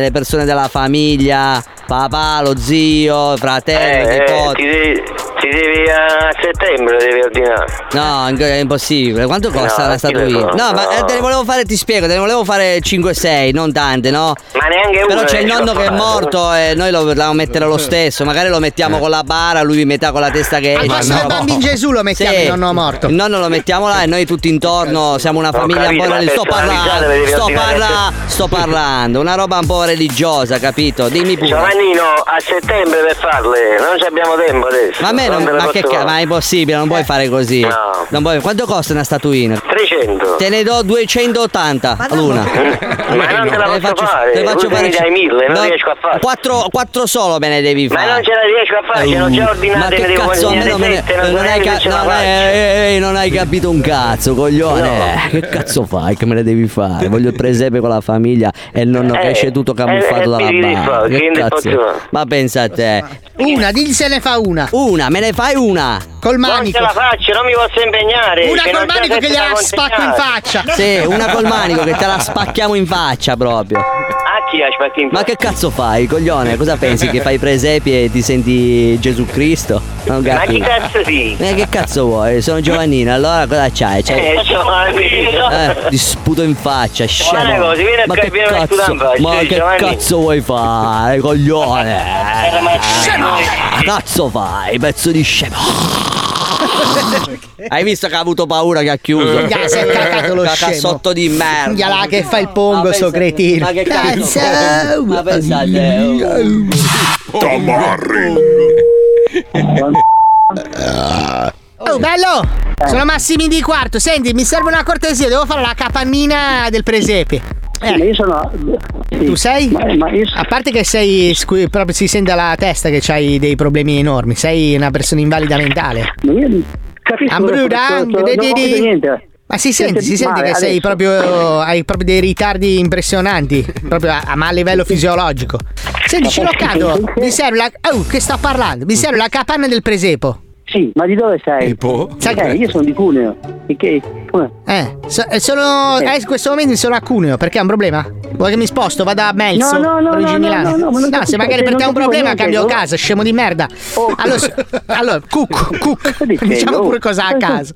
Speaker 25: le persone della famiglia, papà, lo zio, il fratello,
Speaker 8: Eh,
Speaker 25: che
Speaker 8: eh,
Speaker 25: cotto.
Speaker 8: ti, devi, ti
Speaker 2: devi a settembre, devi ordinare.
Speaker 25: No, è impossibile. Quanto costa
Speaker 2: No,
Speaker 25: la statuina?
Speaker 2: chi le fa?
Speaker 25: No, ma eh, te ne volevo fare, ti spiego, te ne volevo fare 5-6, non tante, no?
Speaker 2: Ma neanche una
Speaker 25: Però c'è il
Speaker 2: riesco
Speaker 25: nonno
Speaker 2: a
Speaker 25: che è
Speaker 2: fare.
Speaker 25: morto e noi lo volevamo mettere lo stesso. Magari lo mettiamo con la bara, lui metà con la testa che esce.
Speaker 16: Eh. Al posto del
Speaker 25: no?
Speaker 16: bambino Gesù lo mettiamo
Speaker 25: Sì.
Speaker 16: il nonno morto.
Speaker 25: Il nonno lo mettiamo là e noi tutti intorno siamo una
Speaker 16: Ho
Speaker 25: famiglia
Speaker 16: capito,
Speaker 25: un po'
Speaker 16: ma
Speaker 25: religiosa. Sto
Speaker 2: personalizzate,
Speaker 25: parlando,
Speaker 2: devi
Speaker 25: sto,
Speaker 2: ordinare
Speaker 25: parla- sto parlando, una roba un po' religiosa, capito? Dimmi pure.
Speaker 2: Giovannino, a settembre per farle, non ci abbiamo tempo adesso.
Speaker 25: Ma a me non,
Speaker 2: te le
Speaker 25: ma
Speaker 2: posso
Speaker 25: che ca-
Speaker 2: fare.
Speaker 25: ma è impossibile, non
Speaker 2: Eh,
Speaker 25: puoi fare così. Non puoi- quanto costa una statuina?
Speaker 2: 300.
Speaker 25: Te ne do 280 l'una.
Speaker 2: *laughs* Ma non te la posso fare,
Speaker 25: te
Speaker 2: tu mi dai 1000, non riesco a farlo.
Speaker 25: Quattro, quattro solo me ne devi
Speaker 2: Ma
Speaker 25: fare.
Speaker 2: non ce la riesco a fare, ce l'ho già
Speaker 25: Ma
Speaker 2: ordinate, ne
Speaker 25: che
Speaker 2: devo
Speaker 25: cazzo a me
Speaker 2: guadagnare
Speaker 25: non, me ne-
Speaker 2: sette, non so
Speaker 25: non hai
Speaker 2: neanche
Speaker 25: ca-
Speaker 2: se ce la
Speaker 25: no,
Speaker 2: faccio.
Speaker 25: eh, eh, non hai capito un cazzo, coglione. Eh, Che cazzo fai? Che me ne devi fare? Voglio il presepe con la famiglia e il nonno che
Speaker 16: Eh,
Speaker 25: esce tutto
Speaker 16: eh,
Speaker 25: camuffato
Speaker 16: eh,
Speaker 25: dalla
Speaker 16: mi devi
Speaker 25: barba.
Speaker 16: fare,
Speaker 25: Che
Speaker 16: che ne
Speaker 25: cazzo?
Speaker 16: faccio?
Speaker 25: Ma pensa a te.
Speaker 16: Una, digli se ne fa una.
Speaker 25: Una, me ne fai una.
Speaker 16: Col
Speaker 2: Non ce
Speaker 16: manico.
Speaker 2: la faccio, non mi posso impegnare.
Speaker 16: Una
Speaker 2: che
Speaker 16: col
Speaker 2: non c'è
Speaker 16: manico che
Speaker 2: sette da
Speaker 16: gliela spacco in
Speaker 2: consegnare.
Speaker 16: faccia.
Speaker 25: Sì, una col manico che te la spacchiamo in faccia proprio.
Speaker 2: A Ah, chi la spacchi in
Speaker 25: Ma che cazzo fai, coglione? Cosa pensi? Che fai i presepi e ti senti Gesù Cristo? Non
Speaker 2: Ma chi
Speaker 25: capisco.
Speaker 2: cazzo sì?
Speaker 25: Eh, che cazzo vuoi? Sono Giovannino, allora cosa c'hai? C'hai-
Speaker 2: Eh, Giovannino.
Speaker 25: Eh, ti sputo in faccia,
Speaker 2: Guarda
Speaker 25: scemo.
Speaker 2: così, vieni a
Speaker 25: Ma che
Speaker 2: scappare una
Speaker 25: cazzo,
Speaker 2: sputa in faccia,
Speaker 25: ma
Speaker 2: eh,
Speaker 25: che
Speaker 2: Giovanni.
Speaker 25: cazzo vuoi fare, coglione? Che Ah, cazzo fai, pezzo di scemo? Hai visto che ha avuto paura che ha chiuso?
Speaker 16: Minchia, si è cacato lo scemo.
Speaker 25: Cacassotto di merda.
Speaker 16: Minchia là che fa il pongo, sto cretino.
Speaker 25: Ma che cazzo? Ma pensate.
Speaker 16: Oh, bello!
Speaker 8: Eh.
Speaker 16: Sono Massimi di quarto, senti, mi serve una cortesia, devo fare la capannina del presepe. Io sono. Tu sei? A parte che sei. squi- proprio si sente alla testa che hai dei problemi enormi, sei una persona invalida mentale.
Speaker 8: capisco
Speaker 16: Ambruda,
Speaker 8: questo,
Speaker 16: anche-
Speaker 8: non
Speaker 16: di- di-
Speaker 8: ho capito
Speaker 16: di-
Speaker 8: niente.
Speaker 16: Ma si sente, si
Speaker 8: Senti
Speaker 16: sente
Speaker 8: male
Speaker 16: che sei
Speaker 8: adesso.
Speaker 16: proprio. hai proprio dei ritardi impressionanti. proprio a, a- ma a livello fisiologico. Senti, Ciloccato, mi serve la. Oh, che sta parlando? Mi serve la capanna del presepo.
Speaker 8: Sì, ma di dove sei?
Speaker 16: Sai
Speaker 8: Eh, io sono di Cuneo. E che? come-
Speaker 16: Ecco. Eh, so- eh, sono. eh, in questo momento sono a Cuneo, perché è un problema? Vuoi che mi sposto? Vado a Melzo?
Speaker 8: No, no, no,
Speaker 16: origini
Speaker 8: no, no,
Speaker 16: Milano?
Speaker 8: no, no, ma non capisco,
Speaker 16: se magari per
Speaker 8: non oh.
Speaker 16: te è
Speaker 8: capisco
Speaker 16: un problema,
Speaker 8: niente,
Speaker 16: cambio
Speaker 8: no?
Speaker 16: casa, scemo di merda. Allora, s- allora
Speaker 8: *laughs*
Speaker 16: cuc, cuc.
Speaker 8: dicendo?
Speaker 16: Diciamo pure cosa a
Speaker 8: Oh. Oh.
Speaker 16: caso.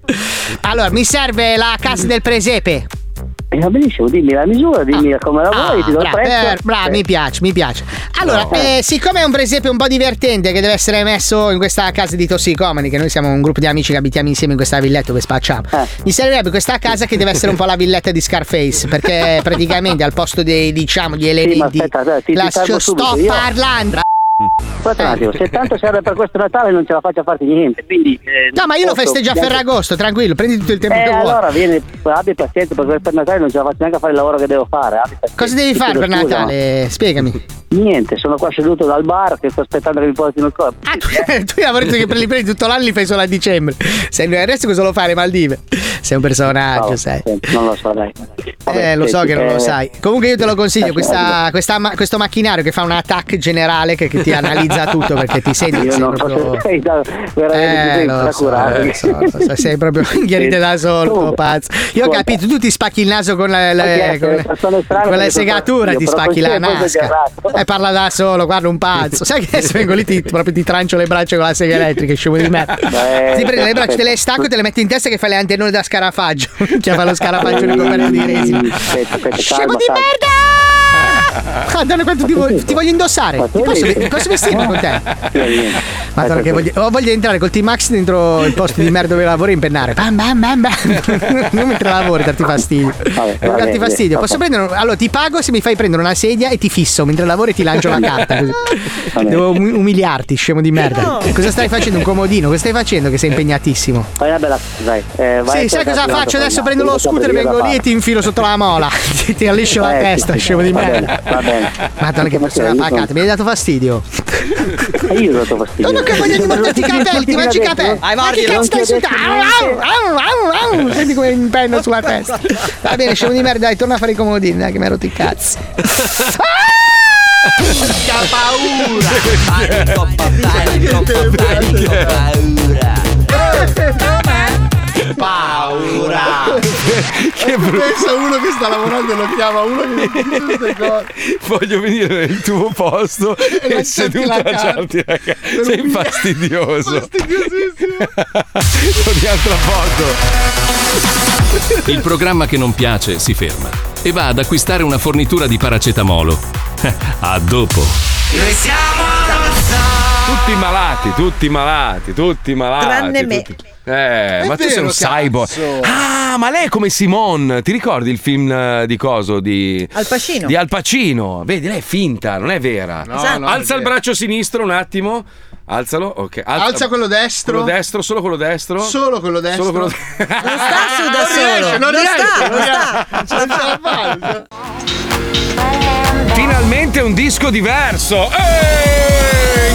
Speaker 16: Allora, mi serve la casa del presepe. Ah.
Speaker 8: Eh, va benissimo, dimmi la misura, dimmi come la vuoi, ti do il
Speaker 16: bravo,
Speaker 8: prezzo.
Speaker 16: eh, bravo,
Speaker 8: Eh,
Speaker 16: mi piace, mi piace. Allora,
Speaker 8: No.
Speaker 16: eh, siccome è un presepe un po' divertente che deve essere messo in questa casa di tossicomani, che noi siamo un gruppo di amici che abitiamo insieme in questa villetta dove spacciamo,
Speaker 8: Eh.
Speaker 16: mi servirebbe questa casa che deve essere un po' la villetta di Scarface, perché praticamente al posto dei, diciamo, gli elementi...
Speaker 8: aspetta, aspetta, ti- ti
Speaker 16: la-
Speaker 8: fermo
Speaker 16: sto Eh.
Speaker 8: subito, io-
Speaker 16: parlando!
Speaker 8: Aspetta un attimo, se tanto serve per questo Natale non ce la faccio a farti niente, quindi... eh,
Speaker 16: No, ma io lo
Speaker 8: posso-
Speaker 16: festeggio a
Speaker 8: neanche-
Speaker 16: Ferragosto, tranquillo, prendi tutto il tempo
Speaker 8: Eh,
Speaker 16: che vuoi.
Speaker 8: allora vieni, abbi pazienza, perché per Natale non ce la faccio neanche a fare il lavoro che devo fare. abbi pazienza. *laughs*
Speaker 16: Cosa devi
Speaker 8: Ti
Speaker 16: fare
Speaker 8: chiedo
Speaker 16: per
Speaker 8: scusa,
Speaker 16: Natale? Spiegami.
Speaker 8: ma- Niente, sono qua seduto dal bar che sto aspettando che mi portino il corpo.
Speaker 16: Ah, *laughs* tu, tu hai detto che per li prendi tutto l'anno li fai solo a dicembre. Se no, adesso cosa lo fai alle Maldive? Sei un personaggio, sai.
Speaker 8: Non lo so, dai. Vabbè,
Speaker 16: eh, lo so
Speaker 8: senti,
Speaker 16: che non
Speaker 8: eh,
Speaker 16: lo sai. Comunque io te lo consiglio,
Speaker 8: eh,
Speaker 16: questa, questa ma- questo macchinario che fa un attack generale che, che ti analizza tutto perché ti senti che
Speaker 8: Io
Speaker 16: sei
Speaker 8: non so
Speaker 16: proprio...
Speaker 8: se sei da, veramente
Speaker 16: Eh,
Speaker 8: sei
Speaker 16: lo
Speaker 8: da
Speaker 16: so,
Speaker 8: curare.
Speaker 16: lo so, lo so, sei
Speaker 8: *laughs*
Speaker 16: proprio inghiarito da solo, tuo pazzo. Io ho capito, tu ti spacchi il naso con la, la-
Speaker 8: Ok,
Speaker 16: con,
Speaker 8: le persone strane
Speaker 16: con la
Speaker 8: Ah, perché sono
Speaker 16: segatura,
Speaker 8: io,
Speaker 16: ti
Speaker 8: però
Speaker 16: spacchi la
Speaker 8: qualsiasi cosa
Speaker 16: nasca. E parla da solo, guarda
Speaker 8: *laughs*
Speaker 16: un pazzo. Sai che adesso vengo lì, ti, proprio ti trancio le braccia con la sega elettrica, scemo di
Speaker 6: *laughs*
Speaker 16: merda.
Speaker 8: Beh,
Speaker 16: Ti prendo le braccia, te le stacco, te le metti in testa che fai le antennone da scarafaggio. *laughs* Cioè fa lo scarafaggio di coperta di resina.
Speaker 8: Aspetta, aspetta,
Speaker 16: *laughs* Scemo
Speaker 8: calma,
Speaker 16: di
Speaker 8: calma.
Speaker 16: merda!
Speaker 8: *laughs*
Speaker 16: Madonna, quanto Ah, ti, voglio, ti voglio indossare? Ti posso, posso vestirmi con
Speaker 8: *laughs*
Speaker 16: te? Madonna, che voglio, oh, voglio entrare col T-Max dentro il posto di merda dove lavoro e impennare. Bam, bam, bam, bam. *laughs*
Speaker 12: *laughs*
Speaker 16: non mentre lavori, darti fastidio.
Speaker 12: Eh,
Speaker 16: non darti
Speaker 8: bene,
Speaker 16: Eh, fastidio.
Speaker 8: va
Speaker 16: Posso
Speaker 8: bene.
Speaker 16: prendere. un- Allora, ti pago se mi fai prendere una sedia e ti fisso mentre lavori e ti lancio
Speaker 8: *laughs*
Speaker 16: la carta. così.
Speaker 8: bene.
Speaker 16: Devo um- umiliarti, scemo di merda. Cosa stai facendo? Un comodino? Cosa stai facendo? Che sei impegnatissimo.
Speaker 8: Fai una bella cosa, dai. Eh, vai
Speaker 16: Sì,
Speaker 8: a
Speaker 16: sai
Speaker 8: cercarti
Speaker 16: cosa
Speaker 8: un altro
Speaker 16: faccio? Adesso
Speaker 8: formato,
Speaker 16: prendo lo
Speaker 8: lo so
Speaker 16: scooter,
Speaker 8: perché io
Speaker 16: vengo
Speaker 8: la
Speaker 16: lì e ti infilo sotto
Speaker 8: *laughs*
Speaker 16: la mola. ti, ti alliscio la
Speaker 8: Eh, sì,
Speaker 16: testa,
Speaker 8: sì,
Speaker 16: scemo di
Speaker 8: va bene,
Speaker 16: merda.
Speaker 8: va bene.
Speaker 16: Madonna, che
Speaker 8: Io
Speaker 16: persona
Speaker 8: sono-
Speaker 16: pacata, mi hai dato fastidio.
Speaker 8: faccio. Eh, Io ho dato fastidio.
Speaker 16: No, ma che
Speaker 8: *laughs*
Speaker 16: voglio morderti i capelli, ti mangi i capelli.
Speaker 8: Hai
Speaker 16: Ma che cazzo Ah, stai sudando? Au, au, au, au. Senti come mi impenno sulla testa. Va bene, scemo di merda, dai, torna a fare i comodini, dai, che mi hai rotto i cazzi.
Speaker 25: paura! Panico, panico, panico, paura! Paura!
Speaker 1: Che
Speaker 6: Pensa uno che sta lavorando e lo chiama uno che non dice queste
Speaker 1: *laughs*
Speaker 6: cose.
Speaker 1: Voglio venire nel tuo posto
Speaker 6: E
Speaker 1: e
Speaker 6: lanciarti
Speaker 1: seduto
Speaker 6: la
Speaker 1: a
Speaker 6: carta.
Speaker 1: ciarti la ca- Sei fastidioso. Torniamo tra poco.
Speaker 4: Il programma che non piace si ferma e va ad acquistare una fornitura di paracetamolo. *laughs* A dopo.
Speaker 1: Noi siamo tutti malati, tutti malati, tutti malati.
Speaker 10: Tranne me.
Speaker 1: tutti- Eh, ma tu sei un
Speaker 10: vero,
Speaker 1: cyborg.
Speaker 10: cazzo.
Speaker 1: Ah, ma lei è come Simone. Ti ricordi il film eh, di coso di
Speaker 10: Al Pacino.
Speaker 1: Di Al Pacino. Vedi, lei è finta, non è vera.
Speaker 6: No, Esatto. no,
Speaker 1: Alza
Speaker 6: è
Speaker 1: il braccio sinistro un attimo. Alzalo, ok.
Speaker 6: Alza quello destro.
Speaker 1: Quello destro, solo quello destro.
Speaker 6: Solo quello destro.
Speaker 1: Solo quello
Speaker 10: sta su da
Speaker 6: Non
Speaker 10: solo.
Speaker 6: riesce, non
Speaker 10: Lo
Speaker 6: riesce,
Speaker 10: sta,
Speaker 6: non
Speaker 10: lo
Speaker 6: riesce.
Speaker 10: sta.
Speaker 6: Non ce la fa.
Speaker 1: Finalmente un disco diverso. Eh,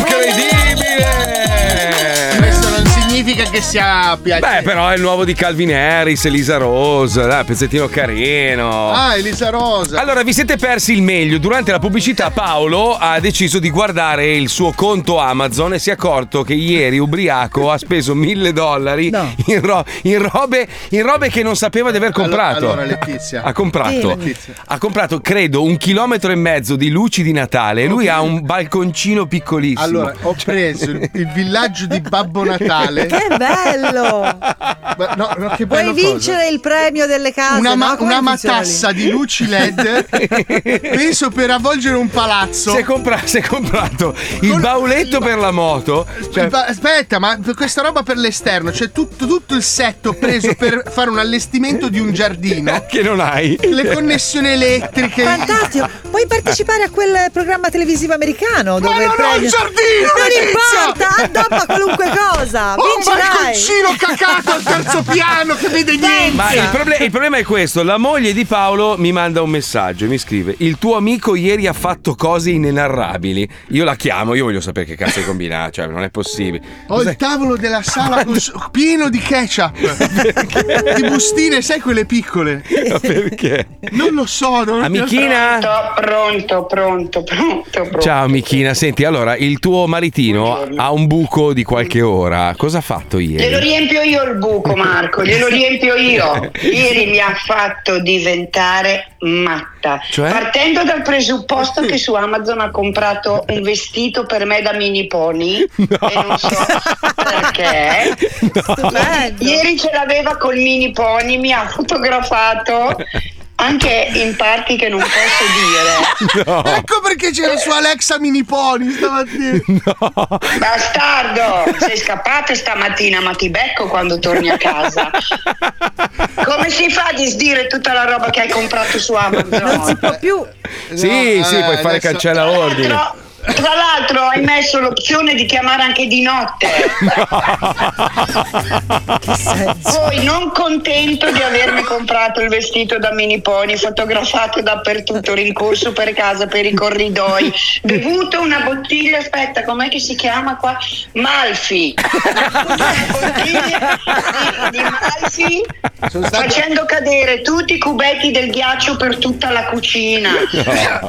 Speaker 1: incredibile.
Speaker 6: Questo non significa che sia piacevole.
Speaker 1: Beh, Eh, però è il nuovo di Calvin Harris, Elisa Rose, dai, pezzettino carino.
Speaker 6: Ah, Elisa Rosa.
Speaker 1: Allora, Eh, vi siete persi il meglio. Durante la pubblicità Paolo ha deciso di guardare il suo conto Amazon e si è accorto che ieri ubriaco ha speso mille dollari in, ro- in robe, in robe che non sapeva di aver comprato.
Speaker 6: Allora, Letizia.
Speaker 1: Ha comprato,
Speaker 6: Sì.
Speaker 1: ha comprato, credo, un chilometro e mezzo di luci di Natale. Lui ha un balconcino piccolissimo.
Speaker 6: Allora, ho
Speaker 1: Cioè.
Speaker 6: preso il, il villaggio di Babbo Natale.
Speaker 10: Che bello!
Speaker 6: Ma no, no, che
Speaker 10: Puoi
Speaker 6: bello
Speaker 10: vincere il premio delle case.
Speaker 6: Una, ma-
Speaker 10: no? Come
Speaker 6: una
Speaker 10: funziona lì?
Speaker 6: matassa di luci LED.
Speaker 1: *laughs*
Speaker 6: penso per avvolgere un palazzo.
Speaker 1: Si è, compra- si è comprato il bauletto per la moto. Cioè,
Speaker 6: Ma Aspetta, ma questa roba per l'esterno, c'è tutto, tutto il set ho preso per fare un allestimento di un giardino.
Speaker 1: *laughs* Che non hai.
Speaker 6: Le connessioni elettriche.
Speaker 10: Fantastico! Puoi partecipare a quel programma televisivo americano dove
Speaker 6: Eh. non ho
Speaker 10: premio-
Speaker 6: un giardino,
Speaker 10: Non
Speaker 6: Letizia!
Speaker 10: importa, addobba qualunque cosa!
Speaker 6: Ho un
Speaker 10: vincerai!
Speaker 6: balconcino cacato al
Speaker 10: *laughs*
Speaker 6: terzo piano che vede niente.
Speaker 1: Ma il, proble- il problema è questo: la moglie di Paolo mi manda un messaggio e mi scrive: Il tuo amico ieri ha fatto cose inenarrabili. Io la chiamo, io voglio sapere che cazzo hai combinato, cioè non è possibile.
Speaker 6: Ho il tavolo della sala cos- pieno di ketchup, di bustine, sai quelle piccole?
Speaker 1: *laughs* Ma perché?
Speaker 6: Non lo so. Non
Speaker 1: Amichina?
Speaker 6: Ah.
Speaker 5: Pronto, pronto, pronto, pronto.
Speaker 1: Ciao Michina, senti, allora il tuo maritino ha un buco di qualche ora. Cosa ha fatto
Speaker 5: Glielo
Speaker 1: ieri?
Speaker 5: riempio io il buco, Marco, glielo riempio io. Ieri mi ha fatto diventare matta.
Speaker 1: Cioè?
Speaker 5: Partendo dal presupposto che su Amazon ha comprato un vestito per me da mini pony e non so perché. Ma Ieri ce l'aveva col mini pony, mi ha fotografato anche in parti che
Speaker 13: *laughs*
Speaker 5: non posso dire.
Speaker 1: No.
Speaker 6: Ecco perché c'era su Alexa Mini Pony stamattina.
Speaker 5: Bastardo, sei scappato stamattina, ma ti becco quando torni a casa. Come si fa a disdire tutta la roba che hai comprato su Amazon? Eh, Non si può più.
Speaker 1: *laughs* sì,
Speaker 5: no,
Speaker 1: sì,
Speaker 5: eh,
Speaker 1: puoi fare
Speaker 5: adesso-
Speaker 1: cancella ordine.
Speaker 5: Tra l'altro hai messo l'opzione di chiamare anche di notte.
Speaker 1: *laughs*
Speaker 5: Poi non contento di avermi comprato il vestito da mini pony, fotografato dappertutto, rincorso per casa, per i corridoi, bevuto una bottiglia, aspetta, com'è che si chiama qua? Malfi. Una bottiglia di, di Malfi facendo cadere tutti i cubetti del ghiaccio per tutta la cucina.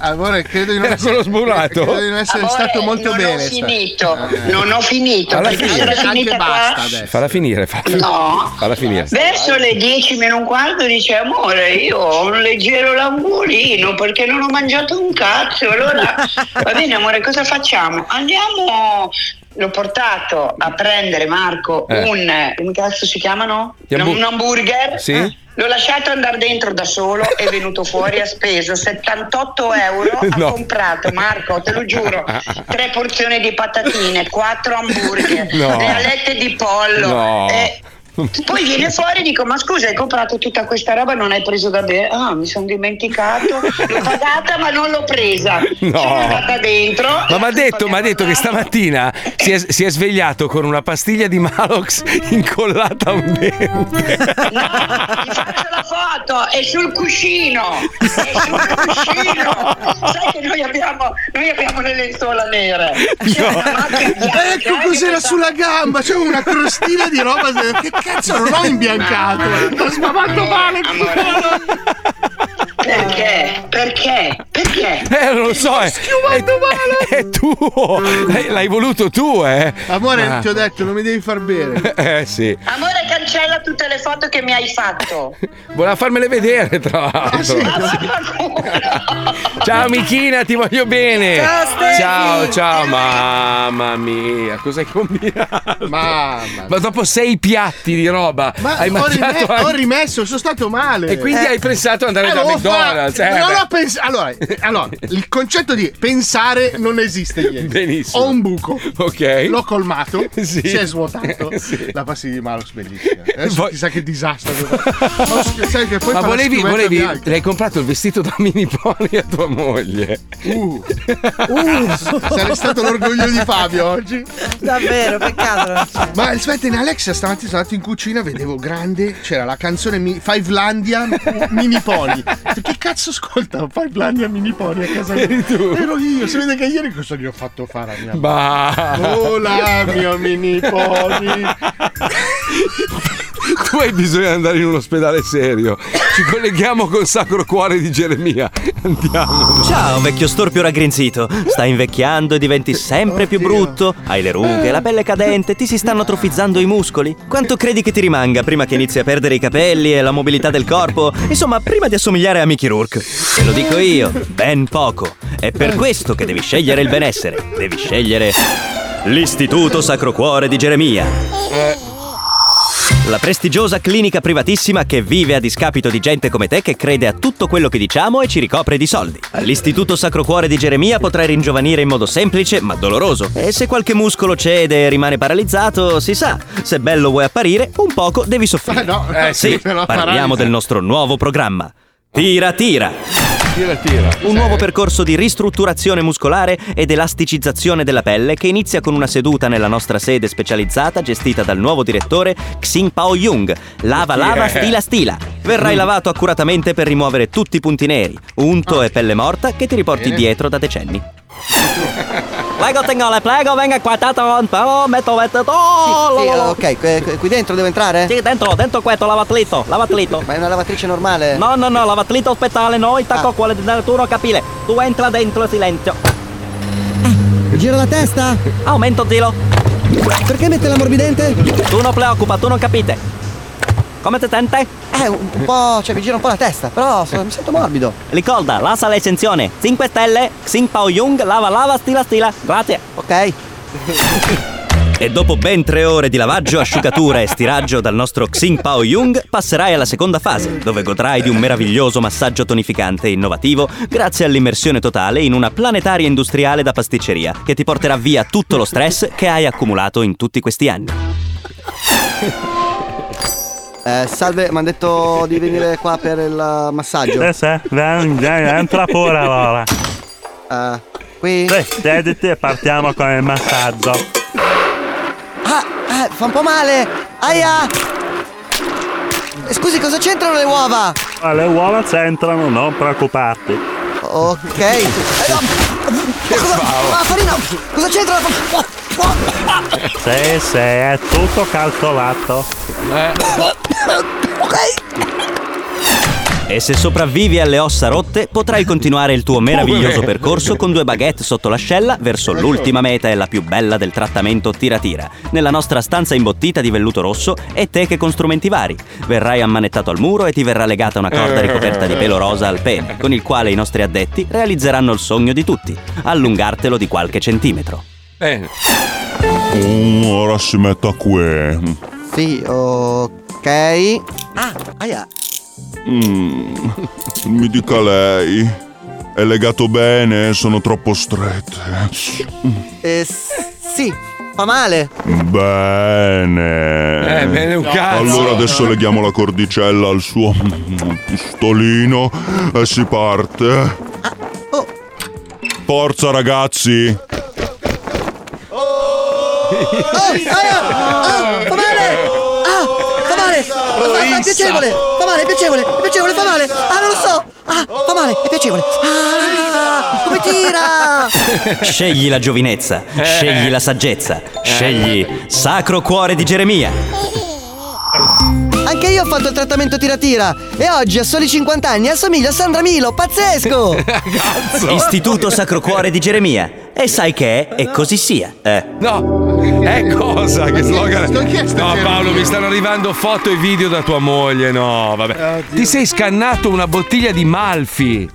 Speaker 6: Amore, credo di non
Speaker 1: Era quello sburlato.
Speaker 6: credo di non essere
Speaker 5: Amore,
Speaker 6: stato molto
Speaker 5: non
Speaker 6: bene. Eh.
Speaker 5: ho
Speaker 6: sta-
Speaker 5: finito, non ho finito,
Speaker 1: Alla
Speaker 5: perché
Speaker 1: fine.
Speaker 5: sarà
Speaker 1: Anche
Speaker 5: finita qua.
Speaker 6: basta adesso.
Speaker 1: Falla finire, falla,
Speaker 5: No.
Speaker 1: falla finire.
Speaker 5: Verso le 10 meno un quarto dice amore io ho un leggero languolino perché non ho mangiato un cazzo
Speaker 1: *laughs*
Speaker 5: allora va bene amore cosa facciamo? Andiamo l'ho portato a prendere Marco
Speaker 1: Eh.
Speaker 5: un come cazzo si chiamano?
Speaker 1: Gli hambu-
Speaker 5: un hamburger
Speaker 1: Sì.
Speaker 5: Eh. L'ho lasciato andare dentro da solo, è venuto fuori, ha speso 78 euro,
Speaker 1: *laughs* No.
Speaker 5: ha comprato, Marco, te lo giuro,
Speaker 16: *laughs*
Speaker 5: tre porzioni di patatine, quattro hamburger,
Speaker 1: No.
Speaker 5: le alette di pollo.
Speaker 1: No.
Speaker 5: e- eh, poi viene
Speaker 6: *laughs*
Speaker 5: fuori e dico: Ma scusa, hai comprato tutta questa roba, non hai preso da bere? Ah, mi sono dimenticato, l'ho pagata, ma non l'ho presa.
Speaker 1: No.
Speaker 5: Sono andata dentro.
Speaker 1: Ma mi ha detto, m'ha detto che stamattina si è, si è svegliato con una pastiglia di Malox incollata a un dente.
Speaker 5: la foto è sul cuscino è sul cuscino sai che noi abbiamo noi abbiamo le lenzuola nere C'è una macchia bianca,
Speaker 6: Ecco
Speaker 5: eh,
Speaker 6: cos'era sulla gamba, c'è una crostina di roba. Che cazzo, non l'ho imbiancato. Ho sbavato male.
Speaker 5: perché perché perché
Speaker 1: Eh, non lo so, è,
Speaker 5: schiumato male
Speaker 1: è tuo. L'hai, l'hai voluto tu, eh.
Speaker 6: Amore,
Speaker 1: Ma-
Speaker 6: ti ho detto, non mi devi far bere.
Speaker 1: Eh sì.
Speaker 5: amore cancella tutte le foto che mi hai fatto.
Speaker 1: Voleva farmele vedere, tra
Speaker 6: Eh,
Speaker 1: l'altro. Ciao Michina, ti voglio bene.
Speaker 5: Ciao, Steffi.
Speaker 1: Ciao, ciao, mamma mia, cos'hai combinato? Mamma. Ma dopo sei piatti di roba
Speaker 6: Ma
Speaker 1: hai
Speaker 6: ho, rime-
Speaker 1: mangiato
Speaker 6: ho
Speaker 1: anche-
Speaker 6: rimesso, sono stato male.
Speaker 1: E quindi hai pensato ad andare da
Speaker 6: lo fa-
Speaker 1: McDonald's, eh,
Speaker 6: non
Speaker 1: beh.
Speaker 6: ho pens- allora, allora, il concetto di pensare non esiste ieri.
Speaker 1: Benissimo.
Speaker 6: Ho un buco.
Speaker 1: Ok.
Speaker 6: L'ho colmato,
Speaker 1: *laughs* Sì.
Speaker 6: si è svuotato.
Speaker 1: *laughs* Sì.
Speaker 6: La passi di Malos bellissima. Adesso
Speaker 1: Poi-
Speaker 6: chissà che disastro. Ma sai che poi
Speaker 1: Ma
Speaker 6: fa la
Speaker 1: volevi,
Speaker 6: schiumetta
Speaker 1: volevi
Speaker 6: bianca.
Speaker 1: l'hai comprato il vestito da mini pony a tua moglie.
Speaker 6: Uh. Uh, sarei stato l'orgoglio di Fabio oggi.
Speaker 10: Davvero, peccato.
Speaker 6: *laughs* Ma aspetta, in Alexa stamattina sono andato in cucina, vedevo grande, c'era la canzone Mi- Fivelandia Mini Pony. Che cazzo ascolta Fivelandia Mini Pony a casa mia?
Speaker 1: Eri tu.
Speaker 6: Ero io, si vede che ieri cosa gli ho fatto fare a mia
Speaker 1: Bah.
Speaker 6: Vola mio Mini Pony.
Speaker 1: *laughs* Tu hai bisogno di andare in un ospedale serio. Ci colleghiamo col Sacro Cuore di Geremia. Andiamo.
Speaker 7: Ciao vecchio storpio raggrinzito, stai invecchiando e diventi sempre più brutto, hai le rughe, la pelle cadente, ti si stanno atrofizzando i muscoli. Quanto credi che ti rimanga prima che inizi a perdere i capelli e la mobilità del corpo? Insomma, prima di assomigliare a Mickey Rourke. Te lo dico io, ben poco. È per questo che devi scegliere il benessere, devi scegliere l'Istituto Sacro Cuore di Geremia.
Speaker 6: Eh,
Speaker 7: La prestigiosa clinica privatissima che vive a discapito di gente come te che crede a tutto quello che diciamo e ci ricopre di soldi. All'Istituto Sacro Cuore di Geremia potrai ringiovanire in modo semplice ma doloroso. E se qualche muscolo cede e rimane paralizzato, si sa, se bello vuoi apparire, un poco devi soffrire.
Speaker 1: eh sì,
Speaker 7: sì,
Speaker 1: però
Speaker 7: parliamo
Speaker 1: paralizza.
Speaker 7: del nostro nuovo programma. Tira, tira!
Speaker 1: Tira, tira.
Speaker 7: Un nuovo percorso di ristrutturazione muscolare ed elasticizzazione della pelle che inizia con una seduta nella nostra sede specializzata gestita dal nuovo direttore Xing Pao Jung. Lava lava,
Speaker 12: Eh.
Speaker 7: stila stila. Verrai
Speaker 12: Mm.
Speaker 7: lavato accuratamente per rimuovere tutti i punti neri, unto
Speaker 1: Ah.
Speaker 7: e pelle morta che ti riporti
Speaker 12: Bene.
Speaker 7: dietro da decenni. Prego, tengo le prego, venga qua, tato, però metto, metto,
Speaker 12: Sì, ok, qui- qui dentro devo entrare?
Speaker 7: Sì, dentro, dentro questo lavatlito, lavatlito.
Speaker 12: Ma è una lavatrice normale? Ah.
Speaker 7: No, no, no, lavatlito ospedale, noi tacco quale del turno capire. Tu entra dentro, silenzio.
Speaker 12: Giro la testa?
Speaker 7: Aumento zilo.
Speaker 12: Perché mette l'ammorbidente?
Speaker 7: Tu non preoccupa, tu non capite. Come ti sente?
Speaker 12: Eh, un un po', cioè mi gira un po' la testa, però so- mi sento morbido.
Speaker 7: Ricorda, lascia l'esenzione. 5 stelle, Xing Pao Jung, lava lava, stila stila. Grazie.
Speaker 12: Ok.
Speaker 7: E dopo ben tre ore di lavaggio, asciugatura e stiraggio dal nostro Xing Pao Jung, passerai alla seconda fase, dove godrai di un meraviglioso massaggio tonificante e innovativo grazie all'immersione totale in una planetaria industriale da pasticceria, che ti porterà via tutto lo stress che hai accumulato in tutti questi anni.
Speaker 12: Eh, salve, mi hanno detto di venire qua per il massaggio.
Speaker 26: Eh, Sì, sì, ven- ven- entra pure allora.
Speaker 12: Eh, qui?
Speaker 26: Sì, sediti e partiamo con il massaggio.
Speaker 12: Ah, eh, fa un po' male! Aia! Eh, Scusi, cosa c'entrano le uova?
Speaker 8: Oh.
Speaker 26: Ah, Le uova c'entrano, non preoccuparti.
Speaker 12: Ok. Eh, no. Ma cosa- ma Ah, Farina, cosa c'entra la fa- oh,
Speaker 26: Sì, sì, è tutto calcolato.
Speaker 7: E se sopravvivi alle ossa rotte, potrai continuare il tuo meraviglioso
Speaker 12: Come?
Speaker 7: percorso con due baguette sotto l'ascella verso l'ultima meta e la più bella del trattamento tira-tira, nella nostra stanza imbottita di velluto rosso e te che con strumenti vari. Verrai ammanettato al muro e ti verrà legata una corda ricoperta di pelo rosa al pene, con il quale i nostri addetti realizzeranno il sogno di tutti, allungartelo di qualche centimetro.
Speaker 1: Bene.
Speaker 24: Um, ora si metta qui. Mm.
Speaker 12: oh. Sì, ok. Ah, aia.
Speaker 24: Mm, mi dica lei. È legato bene, sono troppo strette.
Speaker 12: Eh, s- sì, fa male.
Speaker 24: Bene.
Speaker 12: Eh, bene un cazzo.
Speaker 24: Allora adesso leghiamo la cordicella al suo pistolino e si parte. Forza ragazzi!
Speaker 12: Ah,
Speaker 10: oh,
Speaker 12: ah, fa male! Ah, fa male! Fa, fa- è piacevole! Fa male, è piacevole, è piacevole, fa male! Ah, non lo so! Ah, fa male, è piacevole! Ah, come tira!
Speaker 7: Scegli la giovinezza, scegli la saggezza, scegli Sacro Cuore di Geremia.
Speaker 12: Anche io ho fatto il trattamento tira-tira e oggi a soli 50
Speaker 7: Eh
Speaker 12: anni assomiglio a Sandra Milo, pazzesco!
Speaker 7: Istituto Sacro Cuore di Geremia. E sai che è? E così sia. Eh.
Speaker 1: No, è cosa? Che slogan? No, Paolo, mi stanno arrivando foto e video da tua moglie. No,
Speaker 6: Ah,
Speaker 1: vabbè. Ti sei scannato una bottiglia di Malfi,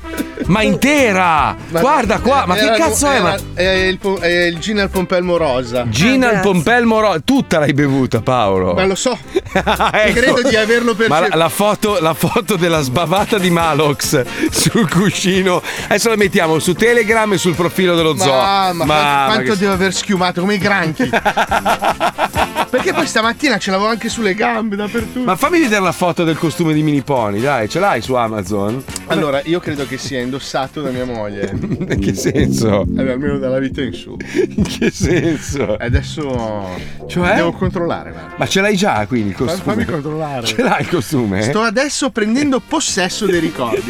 Speaker 1: ma intera. *laughs* Guarda qua, ma che
Speaker 6: Era-
Speaker 1: cazzo è?
Speaker 6: era-
Speaker 1: Ma...
Speaker 6: È il, po- è il gin al pompelmo rosa.
Speaker 1: Gin al pompelmo rosa, tutta l'hai bevuta, Paolo.
Speaker 6: Ma lo so.
Speaker 1: *laughs* Ecco.
Speaker 6: Credo di averlo
Speaker 1: Ma
Speaker 6: percepito.
Speaker 1: la, la foto, la foto della sbavata di Malox sul cuscino. Adesso la mettiamo su Telegram e sul profilo dello zoo.
Speaker 6: Mamma, quanto,
Speaker 1: Mamma,
Speaker 6: quanto
Speaker 1: che-
Speaker 6: devo aver schiumato come
Speaker 1: *laughs*
Speaker 6: i granchi. Perché poi stamattina ce l'avevo anche sulle gambe dappertutto.
Speaker 1: Ma fammi vedere la foto del costume di Mini Pony, dai, ce l'hai su Amazon? *laughs*
Speaker 6: Allora, io credo che sia indossato da mia moglie.
Speaker 1: In che senso?
Speaker 6: Eh beh, almeno dalla vita in su. In
Speaker 1: che senso?
Speaker 6: Adesso
Speaker 1: Cioè?
Speaker 6: devo controllare. guarda.
Speaker 1: Ma ce l'hai già quindi il
Speaker 6: Fammi-
Speaker 1: costume?
Speaker 6: Fammi controllare.
Speaker 1: Ce l'hai il costume?
Speaker 6: Sto adesso prendendo possesso dei ricordi.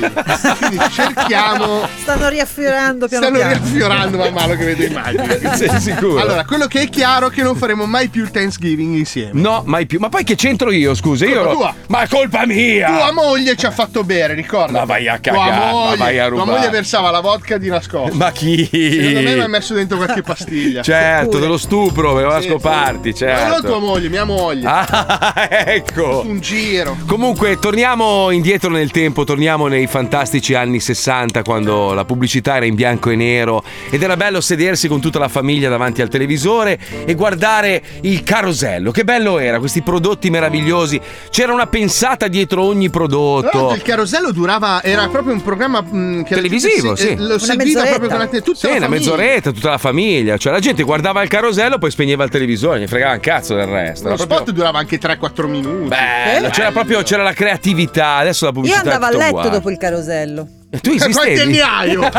Speaker 6: Quindi cerchiamo.
Speaker 10: Stanno riaffiorando piano
Speaker 6: Stanno
Speaker 10: piano.
Speaker 6: riaffiorando man mano che vedo immagini.
Speaker 1: Sei sicuro?
Speaker 6: Allora, quello che è chiaro è che non faremo mai più il Thanksgiving insieme.
Speaker 1: No, mai più. Ma poi che c'entro io, scusa? Io
Speaker 6: Colpa
Speaker 1: ero-
Speaker 6: tua.
Speaker 1: Ma è colpa mia!
Speaker 6: Tua moglie ci ha fatto bere, ricorda?
Speaker 1: Ma vai a
Speaker 6: Tua
Speaker 1: cagare, ma
Speaker 6: moglie,
Speaker 1: vai a
Speaker 6: tua
Speaker 1: rubare.
Speaker 6: moglie versava la vodka di nascosto.
Speaker 1: Ma chi?
Speaker 6: Secondo me mi ha messo dentro qualche pastiglia.
Speaker 1: Certo,
Speaker 6: Pure.
Speaker 1: dello stupro, voleva
Speaker 6: Sì,
Speaker 1: scoparti,
Speaker 6: Ma non
Speaker 1: certo.
Speaker 6: tua moglie, mia moglie.
Speaker 1: Ah, *laughs* ecco.
Speaker 6: Un giro.
Speaker 1: Comunque, torniamo indietro nel tempo, torniamo nei fantastici anni 60, quando la pubblicità era in bianco e nero ed era bello sedersi con tutta la famiglia davanti al televisore e guardare il carosello. Che bello era, questi prodotti meravigliosi. C'era una pensata dietro ogni
Speaker 6: Tra
Speaker 10: Ah,
Speaker 6: l'altro
Speaker 1: prodotto.
Speaker 6: il carosello durava,
Speaker 1: Oh.
Speaker 6: era proprio un programma mh, che
Speaker 1: Televisivo,
Speaker 6: si- eh,
Speaker 1: sì.
Speaker 6: Lo
Speaker 1: Una
Speaker 6: seguiva
Speaker 1: mezz'oretta.
Speaker 6: proprio con la tutta
Speaker 1: Sì,
Speaker 6: la
Speaker 1: una
Speaker 6: famiglia.
Speaker 1: mezz'oretta, tutta la famiglia. Cioè, la gente guardava il carosello, poi spegneva il televisore, gli fregava un cazzo del resto.
Speaker 6: Lo
Speaker 1: Era proprio
Speaker 6: spot durava anche 3-4 minuti.
Speaker 1: bello, C'era proprio c'era la creatività, adesso la
Speaker 10: eh? Io
Speaker 1: pubblicità.
Speaker 10: andavo a
Speaker 1: è tutta
Speaker 10: letto
Speaker 1: uguale.
Speaker 10: dopo il carosello.
Speaker 1: E tu esistevi?
Speaker 6: Quanti anni
Speaker 1: *laughs*
Speaker 6: hai? io?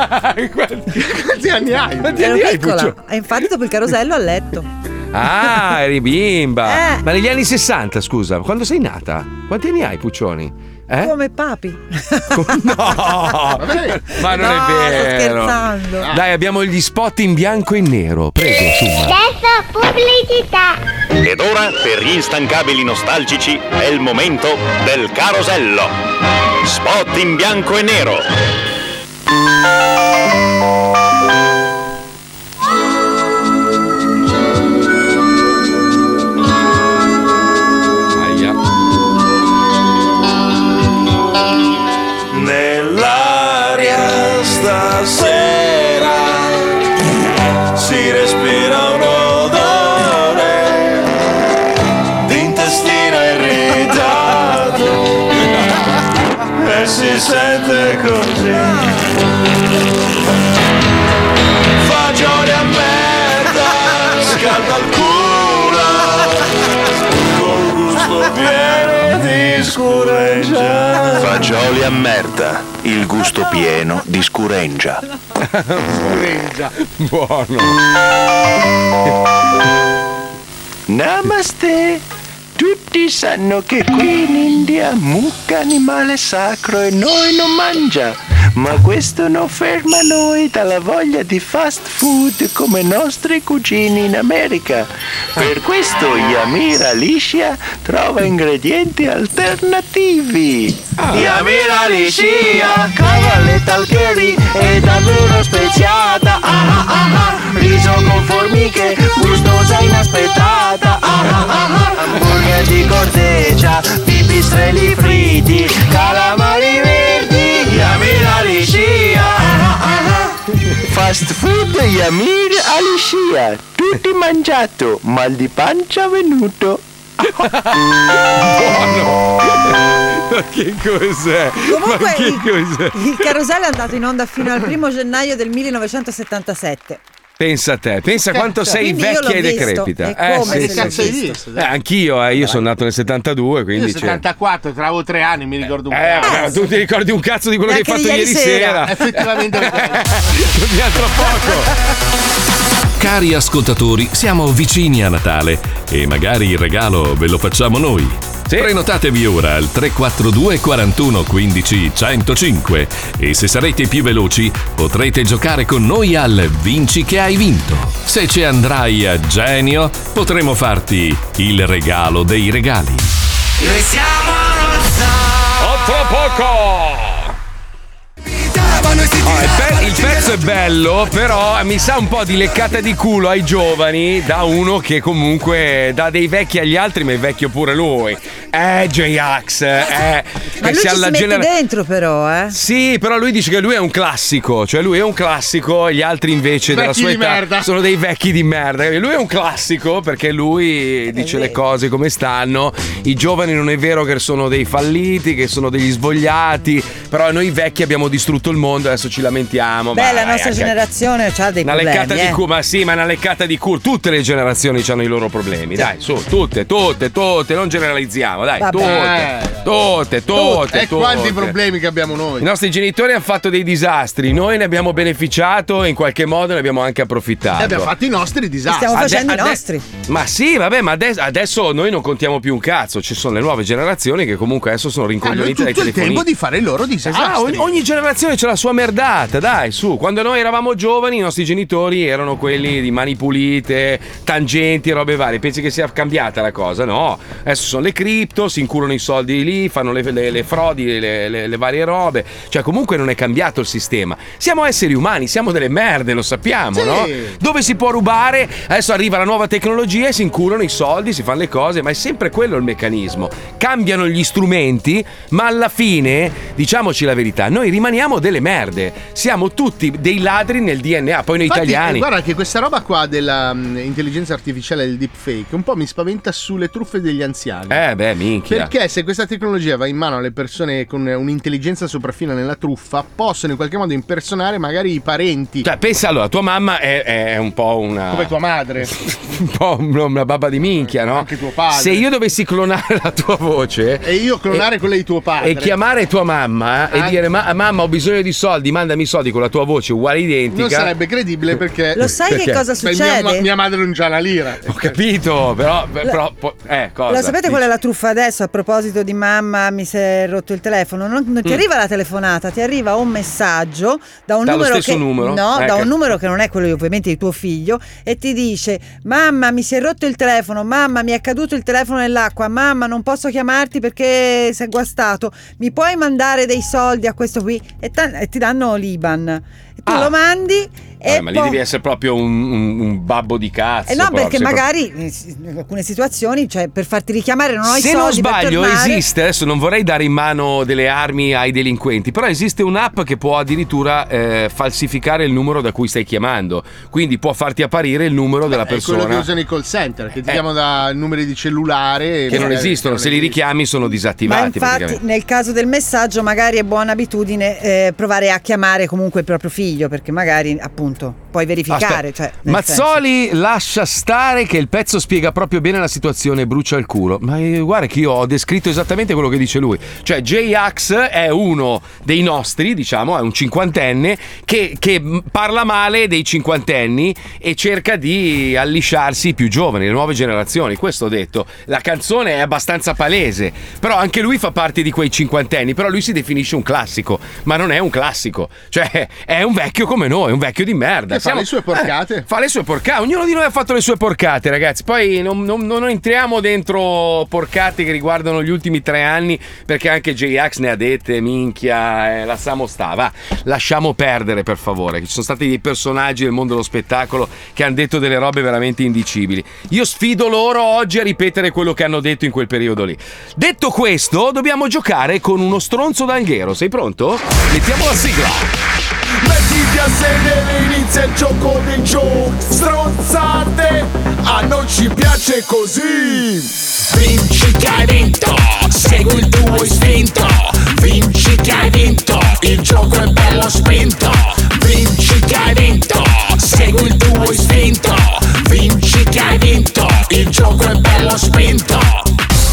Speaker 6: *laughs* Quanti anni hai?
Speaker 1: Quanti
Speaker 10: Ero
Speaker 1: anni hai,
Speaker 10: piccola.
Speaker 1: Puccio?
Speaker 10: E infatti dopo il carosello a letto.
Speaker 1: Ah, eri bimba.
Speaker 10: Eh.
Speaker 1: Ma negli anni 60, scusa, quando sei nata? Quanti anni hai, Puccioni? Eh?
Speaker 10: Come papi. *laughs*
Speaker 1: No! Ma non
Speaker 10: No, sto
Speaker 1: è vero.
Speaker 10: scherzando.
Speaker 1: Dai, abbiamo gli spot in bianco e nero. Prego, insomma.
Speaker 27: pubblicità.
Speaker 11: Ed ora, per gli instancabili nostalgici, è il momento del carosello. Spot in bianco e nero.
Speaker 13: Nell'aria stasera si respira un odore di intestino irritato e si sente così. Fagioli a merda, scalda il culo, col gusto pieno di scureggia.
Speaker 11: Fagioli a merda, il gusto pieno di scurengia.
Speaker 13: Buono. Namaste. Tutti sanno che qui in India mucca animale sacro e noi non mangia. Ma questo non ferma noi dalla voglia di fast food come i nostri cugini in America. Per questo Yamira Liscia trova ingredienti alternativi.
Speaker 11: Ah.
Speaker 13: Yamira Liscia, cavale talcheri, è davvero speziata. Ah, ah, ah, ah. Riso con formiche, gustosa inaspettata. Ah, ah, ah, ah. Hamburger di corteccia, pipistrelli fritti, calamari verdi. Yamira Liscia. Ah, ah, ah. Fast food Yamir Alishia, tutti mangiato, mal di pancia venuto.
Speaker 1: Ma che cos'è?
Speaker 10: Comunque
Speaker 1: Ma che
Speaker 10: il-
Speaker 1: cos'è?
Speaker 10: Il carosello è andato in onda fino al primo gennaio del 1977.
Speaker 1: Pensa a te, pensa
Speaker 10: Cazzo.
Speaker 1: quanto sei
Speaker 10: Quindi io
Speaker 1: vecchia
Speaker 10: l'ho
Speaker 1: e
Speaker 10: visto.
Speaker 1: decrepita.
Speaker 10: E
Speaker 1: sì,
Speaker 10: come se
Speaker 1: sì,
Speaker 10: l'ho
Speaker 1: sì.
Speaker 10: visto?
Speaker 1: Eh, anch'io, eh, io sono nato nel 72,
Speaker 6: Io
Speaker 1: quindi. c'è-
Speaker 6: 74, tra avevo 3 anni, mi ricordo un po'.
Speaker 1: Eh, ma tu ti ricordi un cazzo di quello che hai fatto ieri sera? *laughs*
Speaker 6: Effettivamente.
Speaker 1: Dobbiamo tra poco.
Speaker 4: Cari ascoltatori, siamo vicini a Natale e magari il regalo ve lo facciamo noi. Prenotatevi ora al 342 41 15 105 e se sarete i più veloci potrete giocare con noi al Vinci che hai vinto. Se ci andrai a genio potremo farti il regalo dei regali.
Speaker 13: Noi siamo lo zoo.
Speaker 1: O tra poco!
Speaker 13: Davano si
Speaker 1: No, il, pe- il pezzo Ah, è bello, però mi sa un po' di leccata di culo ai giovani da uno che comunque dà dei vecchi agli altri, ma è vecchio pure lui. Eh, J-Ax, eh,
Speaker 10: Ma
Speaker 1: che
Speaker 10: lui ci
Speaker 1: sia
Speaker 10: si
Speaker 1: alla
Speaker 10: mette
Speaker 1: genera-
Speaker 10: dentro però, eh.
Speaker 1: Sì, però lui dice che lui è un classico, cioè lui è un classico, gli altri invece della
Speaker 10: Vecchi
Speaker 1: sua
Speaker 10: di
Speaker 1: età
Speaker 10: merda.
Speaker 1: sono dei vecchi di merda. capito? Lui è un classico perché lui dice le cose come stanno, i giovani non è vero che sono dei falliti, che sono degli svogliati, però noi vecchi abbiamo distrutto il mondo, adesso ci lamentiamo. ma
Speaker 10: Beh, la
Speaker 1: dai,
Speaker 10: nostra
Speaker 1: anche-
Speaker 10: generazione ha dei
Speaker 1: Una leccata
Speaker 10: problemi.
Speaker 1: di
Speaker 10: eh.
Speaker 1: culo, ma sì, ma una leccata di culo. Tutte le generazioni hanno i loro problemi, dai, su, tutte, tutte, tutte, non generalizziamo, dai,
Speaker 6: Vabbè.
Speaker 1: tutte, tutte, tutte,
Speaker 6: e
Speaker 1: tutte.
Speaker 6: quanti problemi che abbiamo noi.
Speaker 1: I nostri genitori hanno fatto dei disastri, noi ne abbiamo beneficiato e in qualche modo ne abbiamo anche approfittato.
Speaker 6: E abbiamo fatto i nostri disastri.
Speaker 1: Ade- ade- Ma sì, vabbè, ma ades- adesso noi non contiamo più un cazzo. Ci sono le nuove generazioni che comunque adesso sono
Speaker 6: Hanno
Speaker 1: rincoglionite dai
Speaker 6: Ah, tutto il
Speaker 1: telefonini.
Speaker 6: tempo di fare i loro disastri.
Speaker 1: Ah, ogni, ogni generazione c'ha la sua merdata, dai, su. Quando noi eravamo giovani, i nostri genitori erano quelli di mani pulite, tangenti, robe varie. Pensi che sia cambiata la cosa? No. Adesso sono le cripto, si incurano i soldi lì, fanno le, le- le frodi, le, le- le varie robe. Cioè, comunque non è cambiato il sistema. Siamo esseri umani, siamo delle merde, lo sappiamo,
Speaker 6: Sì.
Speaker 1: no? Dove si può rubare? Adesso arriva la nuova tecnologia e si incurano i soldi, si fanno le cose, ma è sempre quello il meccanismo. Cambiano gli strumenti, ma alla fine, diciamoci la verità, noi rimaniamo delle merde. Siamo tutti dei ladri nel DNA, poi noi
Speaker 6: Infatti, eh,
Speaker 1: italiani.
Speaker 6: Guarda che questa roba qua dell'intelligenza artificiale e del deepfake un po' mi spaventa sulle truffe degli anziani.
Speaker 1: Eh beh, minchia.
Speaker 6: Perché se questa tecnologia va in mano alle persone con un'intelligenza sopraffina nella truffa, possono in qualche modo impersonare magari i parenti.
Speaker 1: Cioè, pensa allora, tua mamma è, è un po' una.
Speaker 6: Come tua madre.
Speaker 1: un po' un- una babba di minchia, no? Anche
Speaker 6: tuo padre.
Speaker 1: Ah. Se io dovessi clonare la tua voce. eh,
Speaker 6: E io clonare quella di tuo padre.
Speaker 1: E chiamare tua mamma eh, e
Speaker 6: Anche.
Speaker 1: dire: "Ma- Mamma, ho bisogno di soldi, mandami i soldi con la tua voce uguale identica.
Speaker 6: Non sarebbe credibile perché.
Speaker 1: Lo sai che Perché? cosa
Speaker 6: Beh,
Speaker 1: succede?
Speaker 6: Mia, ma- mia madre non c'ha la lira.
Speaker 1: Ho capito, però. però po- eh, cosa?
Speaker 10: Lo sapete qual è la truffa adesso? A proposito di mamma, mi si è rotto il telefono. Non, non ti
Speaker 1: Mm.
Speaker 10: arriva la telefonata, ti arriva un messaggio da un
Speaker 1: Dallo
Speaker 10: numero
Speaker 1: stesso
Speaker 10: che,
Speaker 1: numero?
Speaker 10: No,
Speaker 1: Eh,
Speaker 10: da
Speaker 1: che-
Speaker 10: un numero che non è quello ovviamente di tuo figlio e ti dice: Mamma, mi si è rotto il telefono, mamma, mi è caduto il telefono nell'acqua, mamma, non posso chiamarti perché sei guastato. Mi puoi mandare dei soldi a questo qui? E, ta- e ti danno l'Iban. E tu lo mandi e
Speaker 1: Eh, Ah. ma lì
Speaker 10: poi-
Speaker 1: devi essere proprio un, un- un babbo di cazzo.
Speaker 10: eh no,
Speaker 1: proprio,
Speaker 10: perché
Speaker 1: sei proprio-
Speaker 10: magari in s- in alcune situazioni, cioè per farti richiamare, non hai
Speaker 1: Se non
Speaker 10: soldi per
Speaker 1: sbaglio,
Speaker 10: tornare.
Speaker 1: esiste, adesso non vorrei dare in mano delle armi ai delinquenti, però esiste un'app che può addirittura eh, falsificare il numero da cui stai chiamando, quindi può farti apparire il numero della
Speaker 6: È quello che
Speaker 1: persona. Eh.
Speaker 6: usano i call center, che ti chiamano da numeri di cellulare. e
Speaker 1: Che non
Speaker 6: magari-
Speaker 1: esistono, se li richiami sono
Speaker 10: Ma
Speaker 1: disattivati.
Speaker 10: infatti,
Speaker 1: praticamente.
Speaker 10: nel caso del messaggio, magari è buona abitudine eh, provare a chiamare comunque il proprio figlio, perché magari appunto puoi verificare.
Speaker 1: Aspetta.
Speaker 10: Cioè, nel
Speaker 1: Mazzoli lascia stare che il pezzo spiega proprio bene la situazione, brucia il culo. Ma eh, guarda che io ho descritto esattamente quello che dice lui. Cioè J-Ax è uno dei nostri, diciamo, è un cinquantenne che, che mh, parla male dei cinquantenni e cerca di allisciarsi i più giovani, le nuove generazioni. Questo ho detto. La canzone è abbastanza palese, però anche lui fa parte di quei cinquantenni, però lui si definisce un classico, ma non è un classico. Cioè è un vecchio come noi, un vecchio di merda.
Speaker 6: Che fa le sue porcate.
Speaker 1: Eh, fa le sue porcate. Ognuno di noi ha fatto le sue porcate, ragazzi. Poi non, non- non entriamo dentro porcate che riguardano gli ultimi tre anni, perché anche J-Ax ne ha dette, minchia, eh, la Samo sta. Va, lasciamo perdere, per favore. che Ci sono stati dei personaggi del mondo dello spettacolo che hanno detto delle robe veramente indicibili. Io sfido loro oggi a ripetere quello che hanno detto in quel periodo lì. Detto questo, dobbiamo giocare con uno stronzo d'anghero. Sei pronto? Mettiamo la sigla.
Speaker 9: Mettiti a sedere, inizia il gioco dei giochi Stronzate, a noi ci piace così Vinci che hai vinto, segui il tuo istinto Vinci che hai vinto, il gioco è bello spinto Vinci che hai vinto, segui il tuo istinto Vinci che hai vinto, il gioco è bello spinto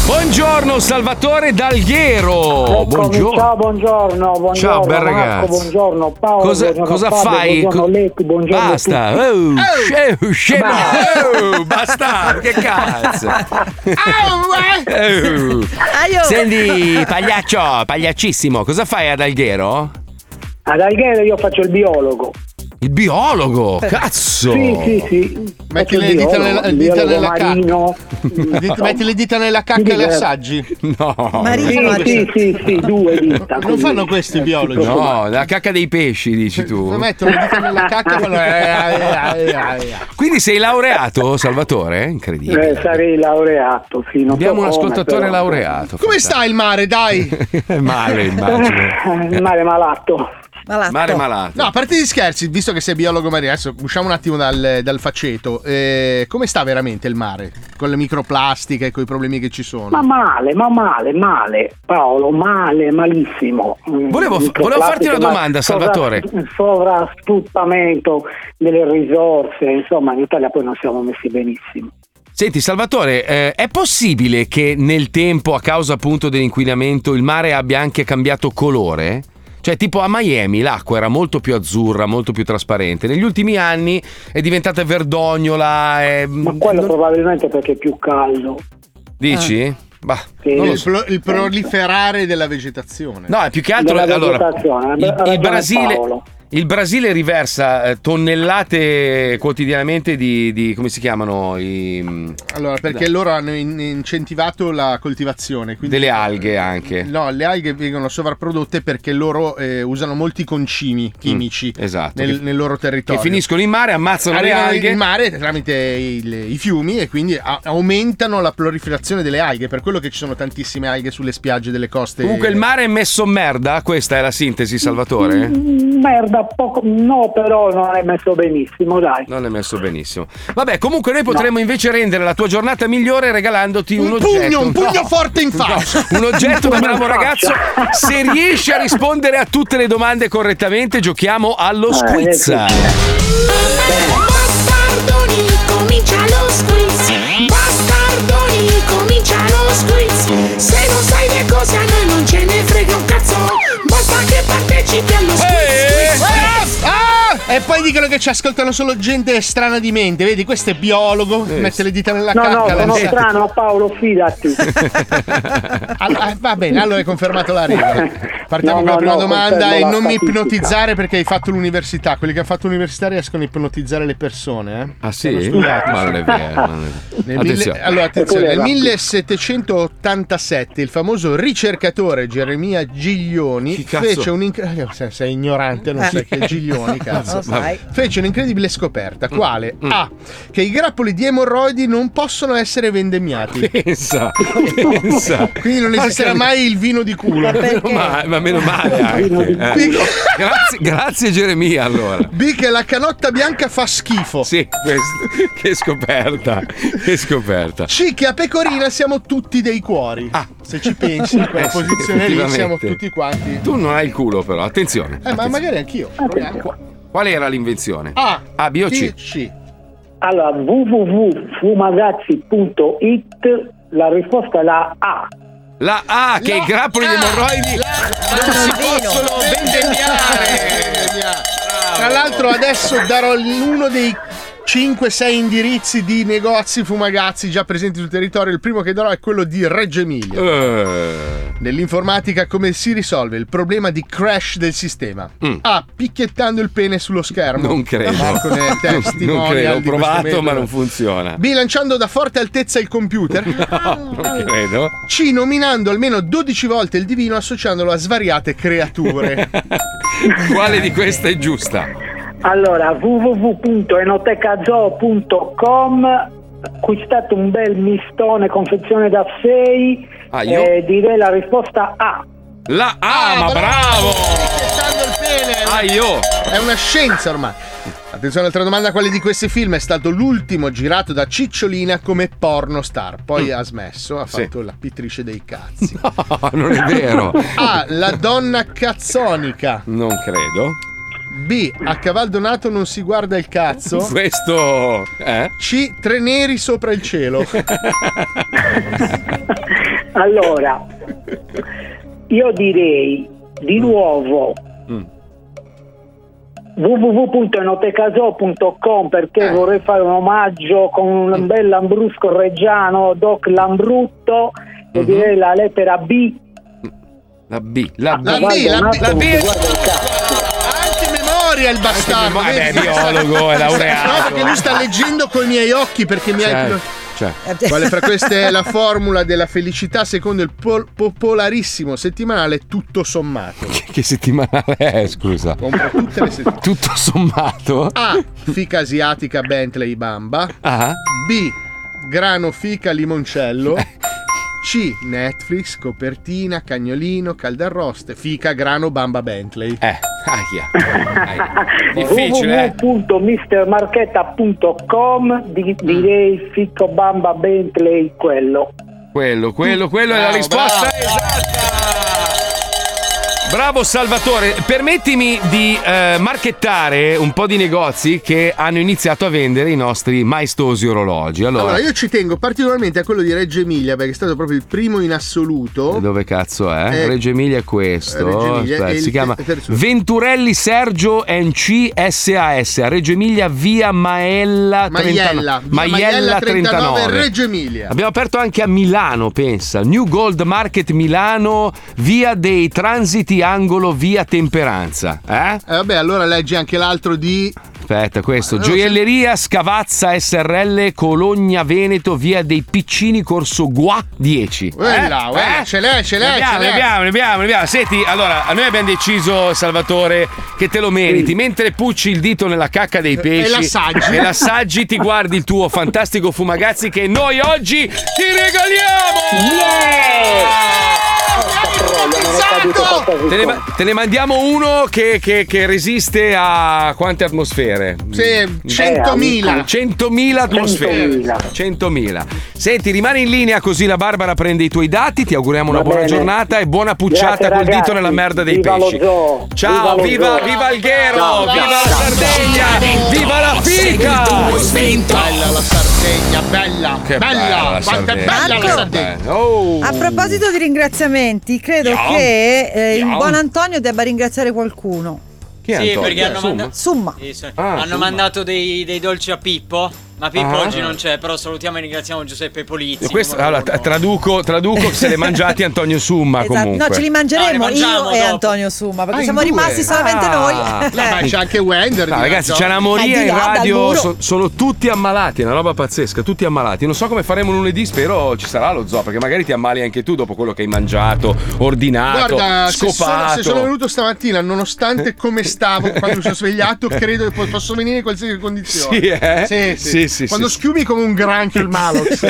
Speaker 1: Buongiorno Salvatore Dalghero.
Speaker 22: Buongiorno.
Speaker 1: Buongiorno.
Speaker 22: Ciao, buongiorno, buongiorno.
Speaker 1: Ciao, bel
Speaker 22: Marco,
Speaker 1: ragazzo.
Speaker 22: buongiorno Paolo.
Speaker 1: Cosa-
Speaker 22: buongiorno
Speaker 1: cosa
Speaker 22: Fabio,
Speaker 1: fai? Co-
Speaker 22: Buongiorno Lecchi, buongiorno.
Speaker 1: Basta.
Speaker 22: a
Speaker 1: Oh,
Speaker 22: tutti.
Speaker 1: sce- oh, scemo.
Speaker 22: Basta.
Speaker 1: Oh, bastardo, che
Speaker 22: *laughs*
Speaker 1: cazzo.
Speaker 22: Ah,
Speaker 1: Oh.
Speaker 22: Aio.
Speaker 1: Senti, pagliaccio, pagliaccissimo, cosa fai ad Alghero?
Speaker 22: Ad Alghero io faccio il biologo.
Speaker 1: Il biologo, cazzo!
Speaker 10: Sì, sì, sì.
Speaker 6: Metti le
Speaker 10: Biologo,
Speaker 6: dita nella, dita
Speaker 10: biologo
Speaker 6: nella
Speaker 10: marino.
Speaker 6: cacca.
Speaker 10: No.
Speaker 6: Metti le dita nella cacca e
Speaker 10: Quindi,
Speaker 6: le
Speaker 10: eh,
Speaker 6: assaggi.
Speaker 1: No.
Speaker 6: Marino,
Speaker 10: sì, sì, sì, due dita.
Speaker 6: Non fanno questi biologi.
Speaker 1: No, la cacca dei pesci, dici tu.
Speaker 6: Lo mettono le dita nella
Speaker 1: Ah,
Speaker 6: cacca e
Speaker 10: *laughs*
Speaker 6: fanno. eh, eh, eh, eh, eh.
Speaker 1: Quindi sei laureato, Salvatore? Incredibile.
Speaker 8: Eh, sarei laureato, sì. Non
Speaker 1: Abbiamo
Speaker 8: so
Speaker 1: un
Speaker 8: come,
Speaker 1: ascoltatore
Speaker 8: però.
Speaker 1: laureato.
Speaker 6: Come sta il mare, dai?
Speaker 1: Male, immagino.
Speaker 8: *laughs* Il mare malato.
Speaker 28: Malato.
Speaker 1: Mare malato.
Speaker 6: No, a parte gli scherzi, visto che sei biologo Maria, adesso usciamo un attimo dal, dal faceto. Eh, come sta veramente il mare? Con le microplastiche, con i problemi che ci sono?
Speaker 8: Ma male, ma male, male, Paolo, male, malissimo. Mm,
Speaker 1: Volevo- volevo farti una domanda, Salvatore.
Speaker 8: Il sovrasfruttamento delle risorse, insomma, in Italia poi non siamo messi benissimo.
Speaker 1: Senti, Salvatore, eh, è possibile che nel tempo, a causa appunto dell'inquinamento, il mare abbia anche cambiato colore? Cioè, tipo a Miami l'acqua era molto più azzurra, molto più trasparente. Negli ultimi anni è diventata verdognola. è- mm,
Speaker 8: Ma quello probabilmente perché è più caldo.
Speaker 1: Dici? Bah,
Speaker 8: eh. Sì.
Speaker 1: non lo
Speaker 6: Il,
Speaker 1: so.
Speaker 6: pro- il proliferare della vegetazione.
Speaker 1: No, è più che altro
Speaker 8: Della
Speaker 1: allora,
Speaker 8: vegetazione, ha
Speaker 1: il, il
Speaker 8: ragione
Speaker 1: Brasile,
Speaker 8: Paolo.
Speaker 1: il Brasile riversa eh, tonnellate quotidianamente di, di- come si chiamano? I- mm,
Speaker 6: Allora, perché
Speaker 1: Dai.
Speaker 6: loro hanno in- incentivato la coltivazione. Quindi
Speaker 1: delle alghe anche.
Speaker 6: No, le alghe vengono sovrapprodotte perché loro eh, usano molti concimi chimici
Speaker 1: esatto,
Speaker 6: nel,
Speaker 1: che-
Speaker 6: nel loro territorio.
Speaker 1: Che finiscono in mare, ammazzano le
Speaker 6: Arrivano
Speaker 1: alghe.
Speaker 6: in mare tramite il- i fiumi e quindi a- aumentano la proliferazione delle alghe, per quello che ci sono tantissime alghe sulle spiagge delle coste.
Speaker 1: Comunque il mare è messo merda, questa è la sintesi, Salvatore?
Speaker 8: Merda, poco, no, però non è messo benissimo, dai.
Speaker 1: Non è messo benissimo. Vabbè, comunque noi potremmo invece rendere la tua giornata migliore regalandoti un, oggetto.
Speaker 6: pugno, un pugno forte in
Speaker 1: No,
Speaker 6: faccia.
Speaker 1: un oggetto da
Speaker 6: *laughs* Un pugno in
Speaker 1: bravo ragazzo.
Speaker 6: faccia.
Speaker 1: Se riesci a rispondere a tutte le domande correttamente, giochiamo allo squiz.
Speaker 13: Bastardoni, comincia lo squiz. Bastardoni, comincia lo squiz. Se non sai le cose a noi non ce ne frega un cazzo. Basta che partecipi allo squiz. squiz, squiz.
Speaker 6: Ah! Ah! E poi dicono che ci ascoltano solo gente strana di mente, vedi? Questo è biologo, mette le dita nella
Speaker 8: No,
Speaker 6: cacca.
Speaker 8: no,
Speaker 6: la-
Speaker 8: sono strano, Paolo,
Speaker 1: *laughs*
Speaker 8: fidati.
Speaker 6: Allora, ah, va bene, allora è confermato la regola. Partiamo
Speaker 8: *laughs* No,
Speaker 6: con la
Speaker 8: no,
Speaker 6: prima
Speaker 8: no,
Speaker 6: domanda
Speaker 8: confermo
Speaker 6: e
Speaker 8: la
Speaker 6: non mi
Speaker 8: statistica.
Speaker 6: ipnotizzare perché hai fatto l'università. Quelli che hanno fatto l'università riescono a ipnotizzare le persone. Eh?
Speaker 1: Ah
Speaker 6: Hanno
Speaker 1: sì?
Speaker 6: studiato,
Speaker 1: Ma
Speaker 6: sì.
Speaker 1: non è vero. non è
Speaker 6: Nel
Speaker 1: vero.
Speaker 6: mille-
Speaker 1: Attenzione.
Speaker 6: allora, attenzione, nel
Speaker 1: Ecco,
Speaker 6: 1787 il famoso ricercatore Geremia Giglioni
Speaker 1: cazzo?
Speaker 6: fece un inc- eh, sei, sei ignorante, non
Speaker 1: Eh.
Speaker 6: sai che
Speaker 1: *laughs*
Speaker 6: è Giglioni, cazzo.
Speaker 1: Lo sai.
Speaker 6: Fece un'incredibile scoperta,
Speaker 1: Mm.
Speaker 6: quale A che i grappoli di emorroidi non possono essere vendemmiati. *laughs*
Speaker 1: Pensa, pensa.
Speaker 6: Quindi non esisterà
Speaker 1: Porca-
Speaker 6: mai il vino di culo.
Speaker 1: Meno male, ma meno male anche. eh. Grazie, grazie Geremia allora.
Speaker 6: B che la canotta bianca fa schifo.
Speaker 1: Sì, questo- che
Speaker 6: *laughs*
Speaker 1: scoperta, che scoperta.
Speaker 6: C che a pecorina siamo tutti dei cuori.
Speaker 1: Ah.
Speaker 6: Se ci
Speaker 1: *laughs*
Speaker 6: pensi, in quella
Speaker 1: Eh sì,
Speaker 6: posizione lì siamo
Speaker 1: effettivamente.
Speaker 6: tutti quanti.
Speaker 1: Tu non hai il culo però, attenzione.
Speaker 6: Eh, ma magari anch'io. Proviamo.
Speaker 1: Qual era l'invenzione?
Speaker 6: A.
Speaker 1: A, B o C?
Speaker 8: Allora, www.fumagazzi.it la risposta è la A.
Speaker 1: La A che i grappoli di emorroidi non si possono vendemmiare.
Speaker 6: Tra l'altro adesso darò uno dei 5-6 indirizzi di negozi fumagazzi già presenti sul territorio. Il primo che darò è quello di Reggio Emilia.
Speaker 1: Eh.
Speaker 6: Nell'informatica come si risolve il problema di crash del sistema?
Speaker 1: Mm.
Speaker 6: A. Picchiettando il pene sullo schermo.
Speaker 1: *laughs* Non credo.
Speaker 6: Marco ne è testimonial
Speaker 1: Non credo, ho
Speaker 6: di questo
Speaker 1: provato
Speaker 6: metodo.
Speaker 1: ma non funziona.
Speaker 6: B. Lanciando da forte altezza il computer.
Speaker 1: No, *laughs* non credo.
Speaker 6: C. Nominando almeno 12 volte il divino associandolo a svariate creature.
Speaker 1: Quale di queste è giusta?
Speaker 8: Allora, www.enotecazoo.com acquistate un bel mistone confezione da 6
Speaker 1: Ah, io?
Speaker 8: direi la risposta A.
Speaker 1: *laughs* La A, ma bravo! Ah, io!
Speaker 6: È una scienza ormai. Attenzione, altra domanda: quale di questi film è stato l'ultimo girato da Cicciolina come porno star? Poi ha smesso, ha
Speaker 1: Mm. Sì.
Speaker 6: fatto la pittrice dei cazzi.
Speaker 1: *laughs* *laughs* No, non è vero.
Speaker 6: *laughs* A. La donna cazzonica.
Speaker 1: Non credo.
Speaker 6: B. A cavallo nato non si guarda
Speaker 1: *laughs*
Speaker 6: il cazzo.
Speaker 1: Questo eh?
Speaker 6: C. Tre neri sopra il
Speaker 1: *laughs*
Speaker 6: cielo.
Speaker 8: Allora,
Speaker 1: *laughs*
Speaker 8: io direi di nuovo
Speaker 1: Mm.
Speaker 8: www.enotecasò.com
Speaker 1: Eh.
Speaker 8: perché vorrei fare un omaggio con
Speaker 1: Mm.
Speaker 8: un bel lambrusco reggiano, Doc Lambrutto, e
Speaker 1: Mm-hmm.
Speaker 8: direi la lettera B.
Speaker 1: La B, la B,
Speaker 8: La B, la B, la B.
Speaker 1: è
Speaker 8: Guarda il
Speaker 1: giusta.
Speaker 8: cazzo.
Speaker 6: storia il bastardo.
Speaker 1: Vabbè, è
Speaker 6: vedi?
Speaker 1: biologo, è laureato.
Speaker 6: No, perché lui sta leggendo coi miei occhi perché mi ha.
Speaker 1: Cioè,
Speaker 6: Quale fra queste è la formula della felicità secondo il pol- popolarissimo settimanale tutto sommato?
Speaker 1: *laughs* Che settimanale è, scusa?
Speaker 6: Compro tutte le settimane.
Speaker 1: Tutto sommato?
Speaker 6: A. Fica asiatica Bentley Bamba.
Speaker 1: Ah.
Speaker 6: B. Grano fica limoncello.
Speaker 1: Eh.
Speaker 6: C. Netflix, copertina, cagnolino, caldarroste, fica, grano, bamba, Bentley.
Speaker 1: Eh,
Speaker 8: eh. www.mistermarchetta.com di- direi Ficco Bamba Bentley quello
Speaker 1: Quello, quello, quello è la risposta esatta. Bravo Salvatore, permettimi di eh, marchettare un po' di negozi che hanno iniziato a vendere i nostri maestosi orologi. Allora,
Speaker 6: Allora, io ci tengo particolarmente a quello di Reggio Emilia perché è stato proprio il primo in assoluto.
Speaker 1: dove cazzo è?
Speaker 6: Eh,
Speaker 1: Reggio Emilia è questo.
Speaker 6: Reggio Emilia,
Speaker 1: Aspetta,
Speaker 6: è il
Speaker 1: si
Speaker 6: te-
Speaker 1: chiama
Speaker 6: terzo.
Speaker 1: Venturelli Sergio NC SAS a Reggio Emilia via Maella 39.
Speaker 6: Maiella, Via Maiella 39, Reggio Emilia.
Speaker 1: Abbiamo aperto anche a Milano, pensa. New Gold Market Milano, via dei Transiti Angolo, via Temperanza. Eh?
Speaker 6: Eh, vabbè, allora leggi anche l'altro di.
Speaker 1: Aspetta, questo. Gioielleria Scavazza SRL Cologna Veneto, via dei Piccini Corso Gua 10.
Speaker 6: Eh, là, eh, ce l'è, ce
Speaker 1: Ne
Speaker 6: l'è,
Speaker 1: abbiamo,
Speaker 6: ce
Speaker 1: ne abbiamo,
Speaker 6: l'è.
Speaker 1: ne abbiamo, ne abbiamo. Senti, allora, noi abbiamo deciso, Salvatore, che te lo meriti. Mentre pucci il dito nella cacca dei pesci
Speaker 6: e l'assaggi.
Speaker 1: e l'assaggi, ti guardi il tuo fantastico fumagazzi che noi oggi ti regaliamo! Te ne, ma- te ne mandiamo uno che, che- che resiste a quante atmosfere?
Speaker 6: Sì,
Speaker 1: 100.000.
Speaker 6: 100.000.
Speaker 1: 100.000 atmosfere. 100.000. Senti, rimani in linea così la Barbara prende i tuoi dati, ti auguriamo una
Speaker 6: Va
Speaker 1: buona
Speaker 6: bene.
Speaker 1: giornata e buona pucciata
Speaker 6: Grazie,
Speaker 1: col
Speaker 6: ragazzi.
Speaker 1: dito nella merda dei
Speaker 6: Viva lo
Speaker 1: pesci.
Speaker 6: zoo.
Speaker 1: Ciao,
Speaker 6: Viva lo
Speaker 1: viva,
Speaker 6: zoo.
Speaker 1: viva il Ghero,
Speaker 6: Ciao,
Speaker 1: viva
Speaker 6: ciao.
Speaker 1: la Sardegna, viva la fica!
Speaker 6: Bella la Sardegna, bella!
Speaker 1: Che
Speaker 6: bella!
Speaker 1: bella la
Speaker 6: quanto
Speaker 1: Sardegna.
Speaker 6: è bella la
Speaker 1: Marco.
Speaker 6: Sardegna!
Speaker 1: Oh.
Speaker 10: A proposito di ringraziamenti, credo
Speaker 6: Ciao.
Speaker 10: che eh, il
Speaker 6: Ciao.
Speaker 10: buon Antonio debba ringraziare qualcuno.
Speaker 1: Chi è
Speaker 14: sì,
Speaker 1: Antonio?
Speaker 14: perché hanno,
Speaker 1: Summa?
Speaker 14: manda- Sì, sì.
Speaker 25: Ah,
Speaker 14: hanno
Speaker 1: Summa.
Speaker 14: mandato dei, dei dolci a Pippo, ma Pippo
Speaker 1: Ah.
Speaker 14: oggi non c'è, però salutiamo e ringraziamo Giuseppe Polizzi.
Speaker 1: Questo-
Speaker 14: numero
Speaker 1: allora, tra- traduco, traduco che se le mangiati Antonio Summa comunque.
Speaker 10: Esatto. No, ce li mangeremo
Speaker 14: No, li
Speaker 10: io
Speaker 14: mangiamo
Speaker 10: e
Speaker 14: dopo.
Speaker 10: Antonio Summa, perché
Speaker 14: Ah, in
Speaker 10: siamo
Speaker 14: due.
Speaker 10: rimasti solamente
Speaker 14: Ah.
Speaker 10: noi.
Speaker 6: No, ma c'è anche Wender.
Speaker 1: No,
Speaker 6: di
Speaker 1: ragazzi,
Speaker 6: mezzo.
Speaker 1: c'è una moria
Speaker 10: Eh, di
Speaker 1: in
Speaker 10: là, dal
Speaker 1: radio,
Speaker 10: muro.
Speaker 1: so- sono tutti ammalati, è una roba pazzesca, tutti ammalati. Non so come faremo lunedì, spero ci sarà lo zoo, perché magari ti ammali anche tu dopo quello che hai mangiato, ordinato,
Speaker 6: Guarda, se sono,
Speaker 1: scopato.
Speaker 6: se sono venuto stamattina, nonostante come
Speaker 1: *laughs*
Speaker 6: stavo quando mi sono svegliato, credo che po- posso venire in qualsiasi condizione.
Speaker 1: Sì, eh?
Speaker 6: Sì, sì.
Speaker 1: Sì, sì,
Speaker 6: Quando
Speaker 1: sì.
Speaker 6: schiumi come un granchio
Speaker 1: *laughs*
Speaker 6: il Malox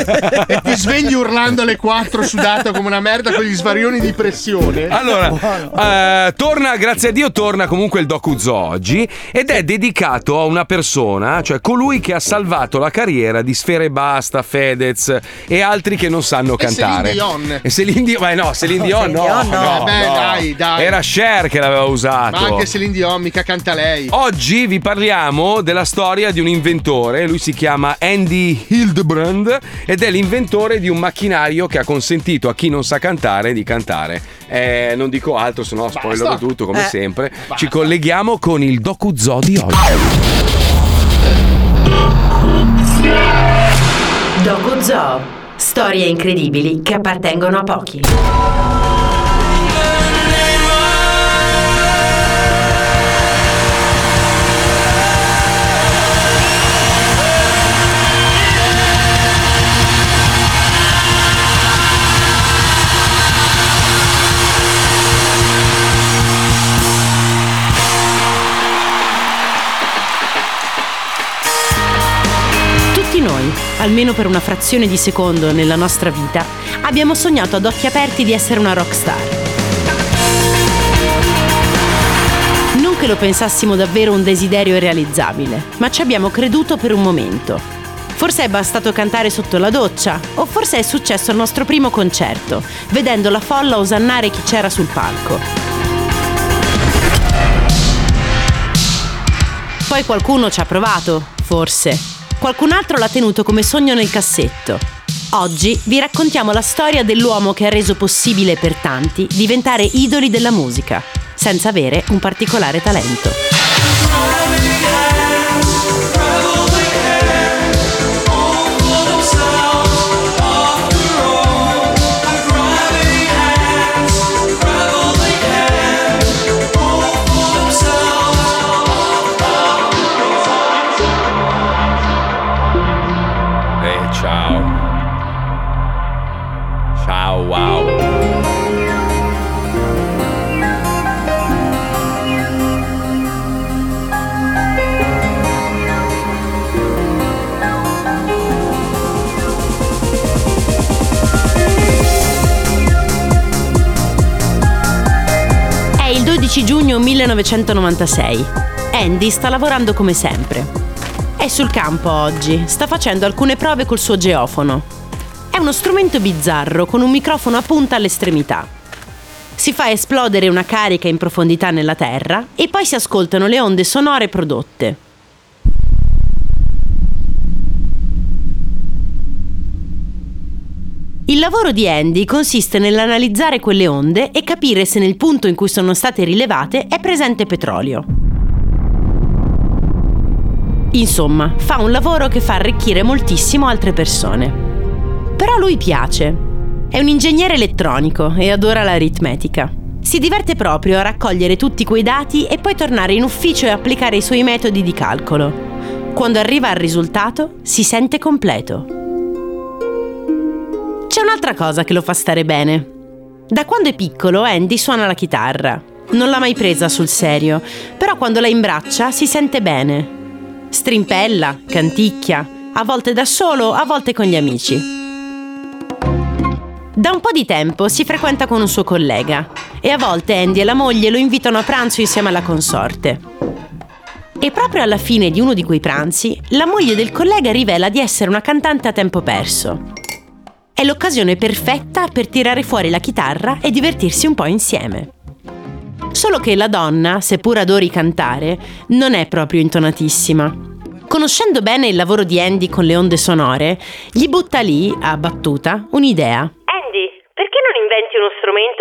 Speaker 6: e ti svegli urlando alle 4 sudato come una merda con gli svarioni di pressione.
Speaker 1: Allora, eh, torna, grazie a Dio, torna comunque il docu zoo oggi ed è dedicato a una persona, cioè colui che ha salvato la carriera di Sfere Basta, Fedez e altri che non sanno
Speaker 6: E Celine
Speaker 1: cantare.
Speaker 6: Dion.
Speaker 1: E Celine Dion, ma no, Celine Dion no.
Speaker 6: Celine Dion no.
Speaker 1: no,
Speaker 6: Eh beh,
Speaker 1: no.
Speaker 6: dai, dai.
Speaker 1: Era Cher che l'aveva usato.
Speaker 6: Ma anche Celine Dion mica canta lei.
Speaker 1: Oggi vi parliamo della storia di un inventore, lui si chiama Andy Hildebrand ed è l'inventore di un macchinario che ha consentito a chi non sa cantare di cantare. Eh, non dico altro, se no spoilerò tutto come
Speaker 19: Eh.
Speaker 1: sempre. Ci colleghiamo con il DocuZoo di oggi.
Speaker 23: Doku Zoo. Storie incredibili che appartengono a pochi.
Speaker 21: Tutti noi, almeno per una frazione di secondo nella nostra vita, abbiamo sognato ad occhi aperti di essere una rockstar. Non che lo pensassimo davvero un desiderio irrealizzabile, ma ci abbiamo creduto per un momento. Forse è bastato cantare sotto la doccia, o forse è successo al nostro primo concerto, vedendo la folla osannare chi c'era sul palco. Poi qualcuno ci ha provato, forse. Qualcun altro l'ha tenuto come sogno nel cassetto. Oggi vi raccontiamo la storia dell'uomo che ha reso possibile per tanti diventare idoli della musica, senza avere un particolare talento.
Speaker 1: Eh, wow, wow.
Speaker 21: È il 12 giugno 1996. Andy sta lavorando come sempre. È sul campo oggi, sta facendo alcune prove col suo geofono. È uno strumento bizzarro con un microfono a punta all'estremità. Si fa esplodere una carica in profondità nella terra e poi si ascoltano le onde sonore prodotte. Il lavoro di Andy consiste nell'analizzare quelle onde e capire se nel punto in cui sono state rilevate è presente petrolio. Insomma, fa un lavoro che fa arricchire moltissimo altre persone. Però a lui piace. È un ingegnere elettronico e adora l'aritmetica. Si diverte proprio a raccogliere tutti quei dati e poi tornare in ufficio e applicare i suoi metodi di calcolo. Quando arriva al risultato, si sente completo. C'è un'altra cosa che lo fa stare bene. Da quando è piccolo Andy suona la chitarra. Non l'ha mai presa sul serio, però quando la imbraccia si sente bene. Strimpella, canticchia, a volte da solo, a volte con gli amici. Da un po' di tempo si frequenta con un suo collega e a volte Andy e la moglie lo invitano a pranzo insieme alla consorte. E proprio alla fine di uno di quei pranzi, la moglie del collega rivela di essere una cantante a tempo perso. È l'occasione perfetta per tirare fuori la chitarra e divertirsi un po' insieme. Solo che la donna, seppur adori cantare, non è proprio intonatissima. Conoscendo bene il lavoro di Andy con le onde sonore, gli butta lì, a battuta, un'idea.
Speaker 2: Andy, perché non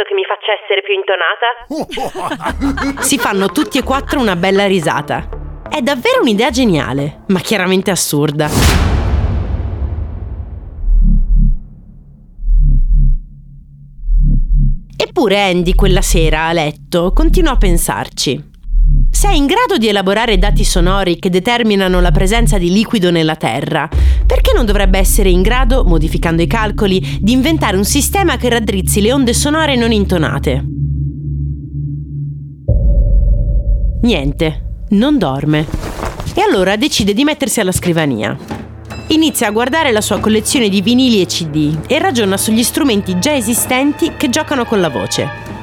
Speaker 2: inventi uno strumento che mi faccia essere più intonata?
Speaker 21: *laughs* Si fanno tutti e quattro una bella risata. È davvero un'idea geniale, ma chiaramente assurda. Eppure Andy quella sera a letto continuò a pensarci. Se è in grado di elaborare dati sonori che determinano la presenza di liquido nella Terra, perché non dovrebbe essere in grado, modificando i calcoli, di inventare un sistema che raddrizzi le onde sonore non intonate? Niente, non dorme. E allora decide di mettersi alla scrivania. Inizia a guardare la sua collezione di vinili e CD e ragiona sugli strumenti già esistenti che giocano con la voce.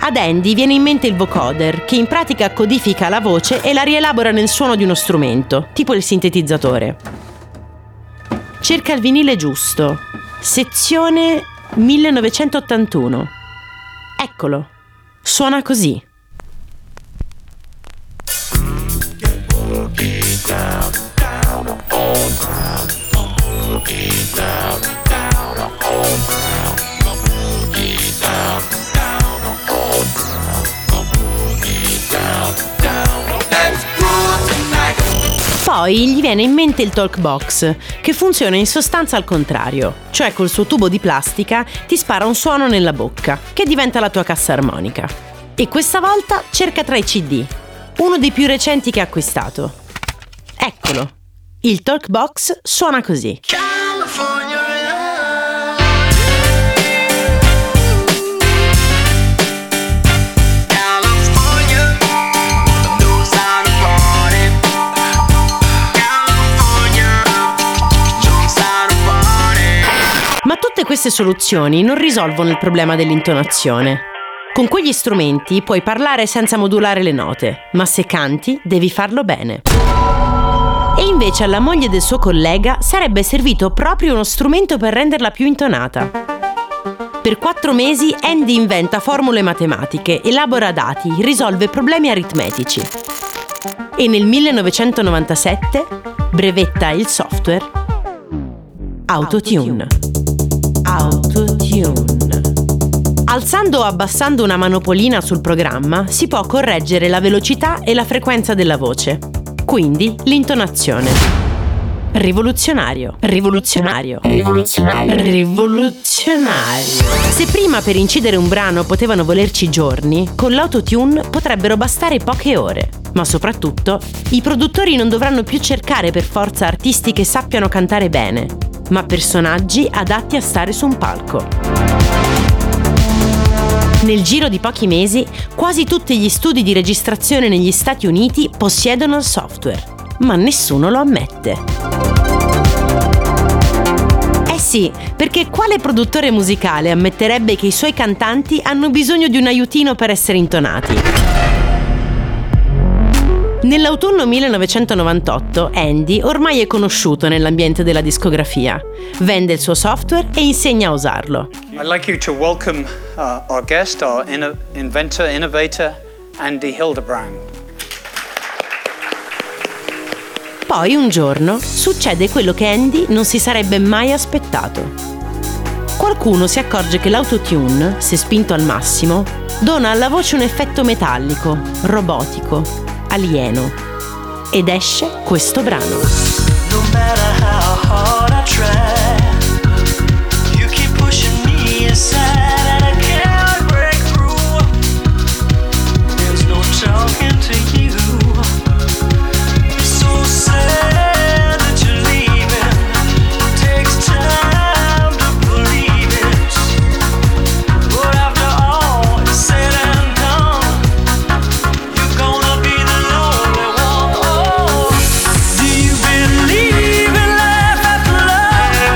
Speaker 21: Ad Andy viene in mente il vocoder, che in pratica codifica la voce e la rielabora nel suono di uno strumento, tipo il sintetizzatore. Cerca il vinile giusto. Sezione 1981. Eccolo. Suona così. Poi gli viene in mente il talk box, che funziona in sostanza al contrario, cioè col suo tubo di plastica ti spara un suono nella bocca, che diventa la tua cassa armonica. E questa volta cerca tra i CD, uno dei più recenti che ha acquistato. Eccolo, il talk box suona così. Ma tutte queste soluzioni non risolvono il problema dell'intonazione. Con quegli strumenti puoi parlare senza modulare le note, ma se canti devi farlo bene. E invece alla moglie del suo collega sarebbe servito proprio uno strumento per renderla più intonata. Per quattro mesi Andy inventa formule matematiche, elabora dati, risolve problemi aritmetici. E nel 1997 brevetta il software Autotune. *laughs* Autotune. Alzando o abbassando una manopolina sul programma si può correggere la velocità e la frequenza della voce, quindi l'intonazione. Rivoluzionario, rivoluzionario, rivoluzionario. Se prima per incidere un brano potevano volerci giorni, con l'autotune potrebbero bastare poche ore. Ma soprattutto, i produttori non dovranno più cercare per forza artisti che sappiano cantare bene, ma personaggi adatti a stare su un palco. Nel giro di pochi mesi, quasi tutti gli studi di registrazione negli Stati Uniti possiedono il software, ma nessuno lo ammette. Eh sì, perché quale produttore musicale ammetterebbe che i suoi cantanti hanno bisogno di un aiutino per essere intonati? Nell'autunno 1998 Andy ormai è conosciuto nell'ambiente della discografia. Vende il suo software e insegna a usarlo.
Speaker 16: I'd like you to welcome uh, our guest, our inno- inventor, innovator, Andy Hildebrand.
Speaker 21: Poi un giorno succede quello che Andy non si sarebbe mai aspettato. Qualcuno si accorge che l'autotune, se spinto al massimo, dona alla voce un effetto metallico, robotico, alieno. Ed esce questo brano.
Speaker 13: No matter how hard I try, you keep pushing me aside, and I can't break through. There's no talking to you. It's so sad that you're leaving. Takes time to believe it, but after all is said and done, you're gonna be the lonely one. Do you believe in life after love?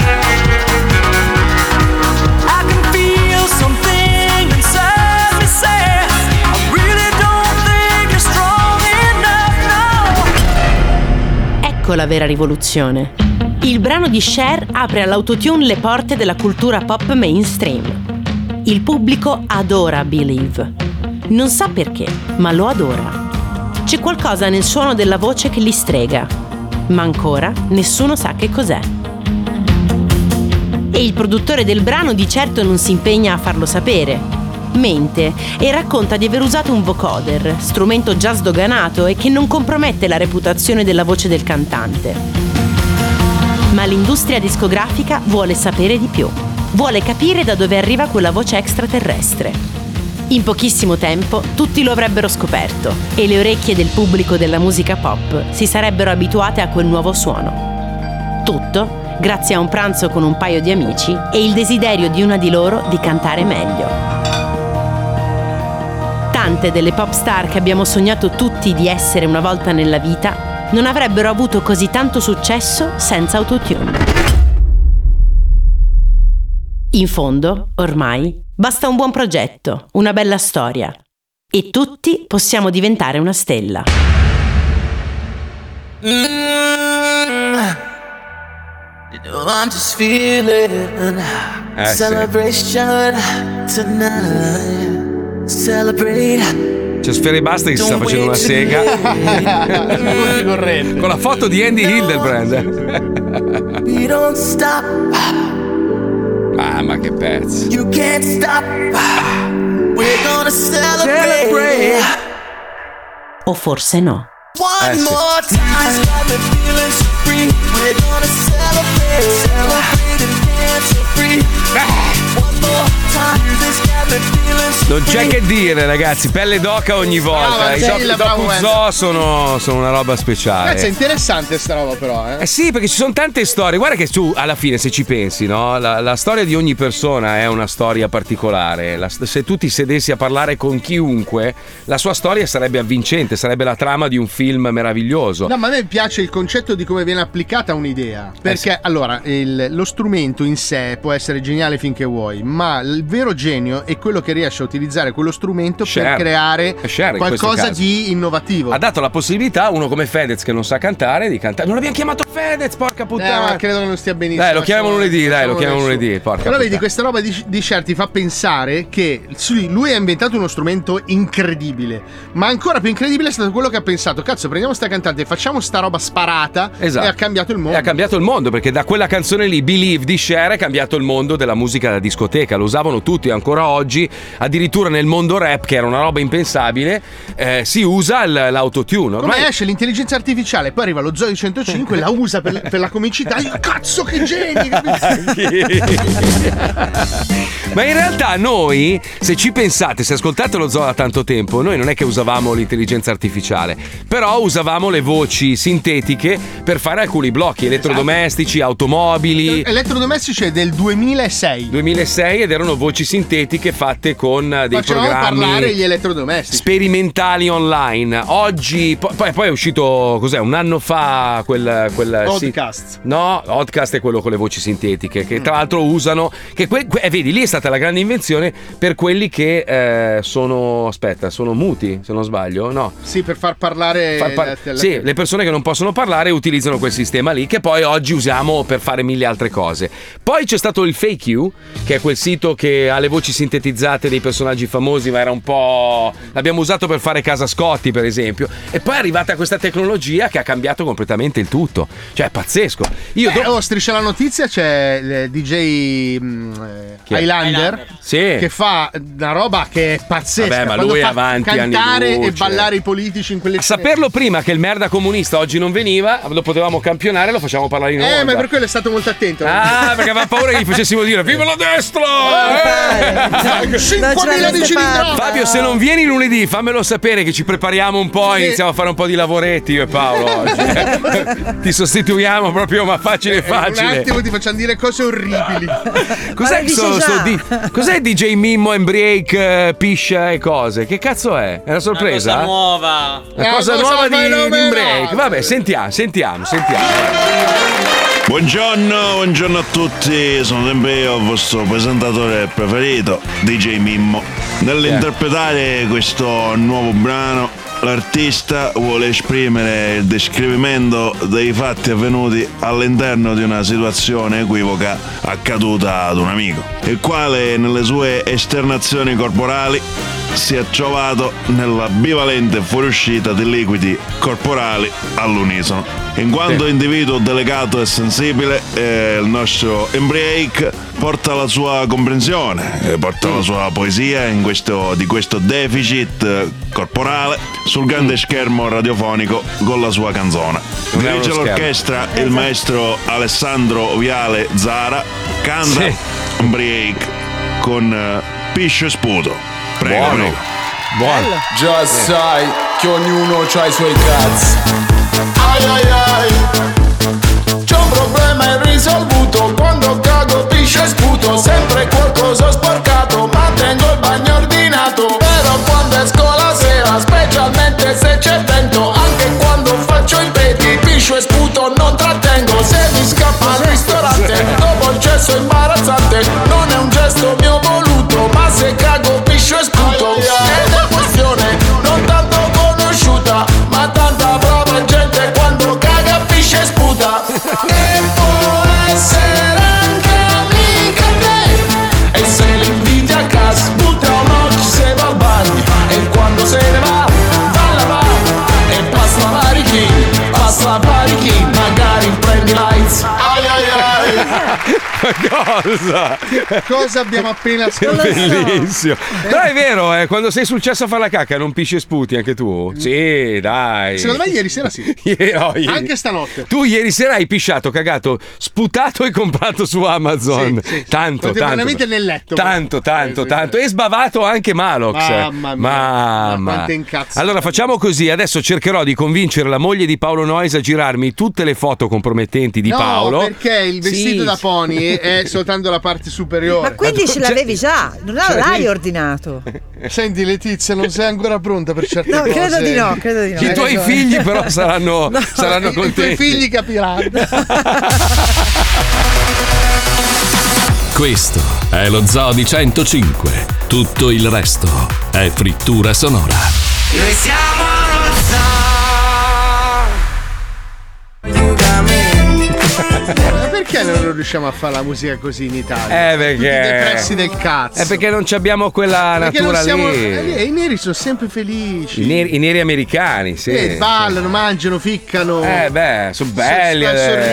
Speaker 13: I can feel something inside me say I really don't think you're strong enough now.
Speaker 21: Ecco la vera rivoluzione. Il brano di Cher apre all'autotune le porte della cultura pop mainstream. Il pubblico adora Believe. Non sa perché, ma lo adora. C'è qualcosa nel suono della voce che li strega, ma ancora nessuno sa che cos'è. E il produttore del brano di certo non si impegna a farlo sapere. Mente e racconta di aver usato un vocoder, strumento già sdoganato e che non compromette la reputazione della voce del cantante. Ma l'industria discografica vuole sapere di più. Vuole capire da dove arriva quella voce extraterrestre. In pochissimo tempo tutti lo avrebbero scoperto e le orecchie del pubblico della musica pop si sarebbero abituate a quel nuovo suono. Tutto grazie a un pranzo con un paio di amici e il desiderio di una di loro di cantare meglio. Tante delle pop star che abbiamo sognato tutti di essere una volta nella vita non avrebbero avuto così tanto successo senza autotune. In fondo, ormai, basta un buon progetto, una bella storia e tutti possiamo diventare una stella.
Speaker 13: Oh, Mm. I'm just feeling
Speaker 21: Eh, sì.
Speaker 13: celebration tonight. Celebrate.
Speaker 1: C'è Sfere Basta che si sta facendo una sega *laughs* con la foto di Andy Hildebrand.
Speaker 13: You don't stop,
Speaker 1: Ah, ma che pezzo.
Speaker 13: you can't stop. We're gonna celebrate.
Speaker 21: O forse no.
Speaker 13: One
Speaker 21: Eh, sì.
Speaker 13: more time. Got me feeling so free. We're gonna celebrate, celebrate and dance so free. One more time. This got me feeling so
Speaker 1: Non c'è
Speaker 13: free.
Speaker 1: che dire, ragazzi, pelle d'oca ogni volta.
Speaker 6: Brava,
Speaker 1: I
Speaker 6: sì,
Speaker 1: do-
Speaker 6: la
Speaker 1: I
Speaker 6: brava
Speaker 1: docuzo sono, sono una roba speciale.
Speaker 6: Cazzo, è interessante sta roba, però. Eh.
Speaker 1: Eh sì, perché ci sono tante storie. Guarda che tu, alla fine, se ci pensi, no? La, la storia di ogni persona è una storia particolare. La st- se tu ti sedessi a parlare con chiunque, la sua storia sarebbe avvincente, sarebbe la trama di un film meraviglioso.
Speaker 6: No, ma a me piace il concetto di come viene applicata
Speaker 1: Eh,
Speaker 6: un'idea. Perché allora il- lo strumento in sé può essere geniale finché vuoi, ma il vero genio è quello che riesce a utilizzare quello strumento
Speaker 1: Cher.
Speaker 6: per creare
Speaker 1: È Cher Eh, in questo
Speaker 6: qualcosa
Speaker 1: caso.
Speaker 6: di innovativo.
Speaker 1: Ha dato la possibilità a uno come Fedez che non sa cantare di cantare. Non abbiamo chiamato Fedez, porca puttana.
Speaker 6: Eh, ma credo che non stia benissimo.
Speaker 1: Dai, lo chiamiamo
Speaker 6: Adesso-
Speaker 1: lunedì, dai, lo chiamiamo
Speaker 6: adesso.
Speaker 1: lunedì, porca
Speaker 6: Però vedi,
Speaker 1: puttana.
Speaker 6: questa roba di, di Cher ti fa pensare che sì, lui ha inventato uno strumento incredibile, ma ancora più incredibile è stato quello che ha pensato, cazzo, prendiamo sta cantante, facciamo sta roba sparata
Speaker 1: Esatto.
Speaker 6: e ha cambiato il mondo.
Speaker 1: E ha cambiato il mondo perché da quella canzone lì, Believe di Cher, è cambiato il mondo della musica da discoteca. Lo usavano tutti ancora oggi, addirittura nel mondo rap, che era una roba impensabile, eh, si usa l- l'autotune.
Speaker 6: Come
Speaker 1: Ormai
Speaker 6: esce l'intelligenza artificiale, poi arriva lo Zoe 105, la usa per, per la comicità. Io, cazzo, che geni!
Speaker 1: *laughs* Ma in realtà noi, se ci pensate, se ascoltate lo zoo da tanto tempo, noi non è che usavamo l'intelligenza artificiale, però usavamo le voci sintetiche per fare alcuni blocchi elettrodomestici,
Speaker 6: Esatto.
Speaker 1: automobili.
Speaker 6: Elettrodomestici è del 2006.
Speaker 1: 2006 ed erano voci sintetiche fatte con eh, dei
Speaker 6: Facciamo
Speaker 1: programmi
Speaker 6: parlare gli elettrodomestici.
Speaker 1: sperimentali online. Oggi, po- poi, poi è uscito, cos'è, un anno fa quel... quel
Speaker 6: Podcast. Mm.
Speaker 1: sì- no, Oddcast è quello con le voci sintetiche che tra l'altro usano... Che que- que- eh, vedi, lì è stata la grande invenzione per quelli che eh, sono... Aspetta, sono muti, se non sbaglio? No.
Speaker 6: Sì, per far parlare.
Speaker 1: Far par-
Speaker 6: la- la-
Speaker 1: sì, le persone che non possono parlare utilizzano quel sistema lì che poi oggi usiamo per fare mille altre cose. Poi c'è stato il Fake You, che è quel sito che ha le voci sintetizzate dei personaggi famosi, ma era un po'... L'abbiamo usato per fare Casa Scotti, per esempio. E poi è arrivata questa tecnologia che ha cambiato completamente il tutto. Cioè, è pazzesco. Io
Speaker 6: Beh, oh, striscia la notizia c'è il DJ mm, eh,
Speaker 1: Chi è?
Speaker 6: Highlander
Speaker 1: Sì.
Speaker 6: che fa una roba che è pazzesca.
Speaker 1: Vabbè, ma
Speaker 6: Quando
Speaker 1: lui è
Speaker 6: fa
Speaker 1: avanti anni
Speaker 6: cantare
Speaker 1: luce.
Speaker 6: e ballare i politici in quelle
Speaker 1: A saperlo prima che il merda comunista oggi non veniva, lo potevamo campionare, lo facciamo parlare in onda.
Speaker 6: Eh, ma per quello è stato molto attento.
Speaker 1: Ah, perché aveva paura che gli facessimo dire viva la destra!
Speaker 6: Eh,
Speaker 1: Eh!
Speaker 6: 5.000 di cilindrata!
Speaker 1: Fabio, se non vieni lunedì, fammelo sapere che ci prepariamo un po' e iniziamo a fare un po' di lavoretti io e Paolo *laughs* oggi. Ti sostituiamo proprio, ma facile
Speaker 6: Eh, Un
Speaker 1: facile.
Speaker 6: attimo ti facciamo dire cose orribili.
Speaker 1: *laughs* Cos'è, che so- sto di- cos'è DJ Mimmo and Break, eh, piscia e cose? Che cazzo è? È una sorpresa?
Speaker 8: Cosa nuova.
Speaker 1: La cosa nuova di, di un break. Vabbè, sentiamo, sentiamo, sentiamo.
Speaker 11: Buongiorno, buongiorno a tutti, sono sempre io il vostro presentatore preferito, DJ Mimmo. Nell'interpretare questo nuovo brano, l'artista vuole esprimere il descrivimento dei fatti avvenuti all'interno di una situazione equivoca accaduta ad un amico, il quale nelle sue esternazioni corporali si è trovato nella bivalente fuoriuscita di liquidi corporali all'unisono. In quanto individuo delicato e sensibile, eh, il nostro Embrake porta la sua comprensione, eh, porta
Speaker 1: Mm.
Speaker 11: la sua poesia in questo- di questo deficit eh, corporale sul grande schermo radiofonico con la sua canzone.
Speaker 1: Mm. Non è uno
Speaker 11: Dirige
Speaker 1: schermo.
Speaker 11: l'orchestra il maestro Alessandro Viale Zara, canta Embrake con eh, Piscio e Sputo. Prego, prego.
Speaker 1: Buono.
Speaker 11: Già
Speaker 13: sai che ognuno ha i suoi cazzi. Ai ai ai. C'è un problema irrisolvuto. Quando cago, piscio e sputo. Sempre qualcosa ho sporcato. Ma tengo il bagno ordinato. Però quando esco la sera, specialmente se c'è vento. Anche quando faccio i peti, piscio e sputo non trattengo. Se mi scappa al ristorante, dopo il gesto imbarazzante. Non è un gesto mio voluto. Ma se cago, piscio e sputo. Ed è questione non tanto conosciuta, ma tanta brava gente quando caga pisce e sputa. E può essere anche amica te. E se l'inviti a casa, butta un occhio se va al bagno. E quando se ne va, va alla bagno. E passa la parichi, passa la parichi, magari prendi l'AIDS. Ai ai ai.
Speaker 1: Cosa?
Speaker 6: Eh, Cosa abbiamo appena
Speaker 1: È
Speaker 6: ascoltato?
Speaker 1: bellissimo. Però è vero, eh, quando sei successo a fare la cacca non pisci e sputi anche tu? *laughs* Sì, dai.
Speaker 6: Secondo me ieri sera sì.
Speaker 1: *laughs* Ieri- no, ieri-
Speaker 6: Anche stanotte.
Speaker 1: Tu ieri sera hai pisciato, cagato, sputato e comprato su Amazon. Tanto,
Speaker 6: Contemporaneamente
Speaker 1: tanto.
Speaker 6: nel letto.
Speaker 1: Tanto, tanto, tanto. E sbavato anche Malox.
Speaker 6: Mamma mia.
Speaker 1: Mamma.
Speaker 6: Ma quante incazzi.
Speaker 1: Allora facciamo così: adesso cercherò di convincere la moglie di Paolo Noyes a girarmi tutte le foto compromettenti di
Speaker 6: no,
Speaker 1: Paolo.
Speaker 6: perché il vestito
Speaker 1: Sì.
Speaker 6: da pony
Speaker 1: *laughs*
Speaker 6: è soltanto la parte superiore. Ecco,
Speaker 29: Ma quindi ce l'avevi già, non
Speaker 6: cioè,
Speaker 29: l'hai
Speaker 6: quindi-
Speaker 29: ordinato.
Speaker 6: Senti Letizia, non sei ancora pronta per certe
Speaker 29: No,
Speaker 6: cose.
Speaker 29: credo di no, credo di no.
Speaker 1: I
Speaker 29: Hai
Speaker 1: tuoi
Speaker 29: ragione.
Speaker 1: figli, però,
Speaker 6: *laughs*
Speaker 1: saranno, saranno
Speaker 6: I- I tuoi
Speaker 1: contenti.
Speaker 6: figli capiranno.
Speaker 29: *laughs*
Speaker 1: *laughs*
Speaker 4: Questo è lo Zoo di 105. Tutto il resto è frittura sonora.
Speaker 30: Noi siamo
Speaker 6: Ma perché non riusciamo a fare la musica così in Italia?
Speaker 1: Eh, perché-
Speaker 6: Tutti depressi del cazzo.
Speaker 1: È perché non ci abbiamo quella
Speaker 6: Perché non
Speaker 1: natura
Speaker 6: siamo-
Speaker 1: lì.
Speaker 6: eh, E i neri sono sempre felici.
Speaker 1: I neri, i neri americani, sì.
Speaker 6: Eh, ballano, mangiano, ficcano.
Speaker 1: Eh beh, sono belli.
Speaker 6: Sono- sono
Speaker 1: adesso,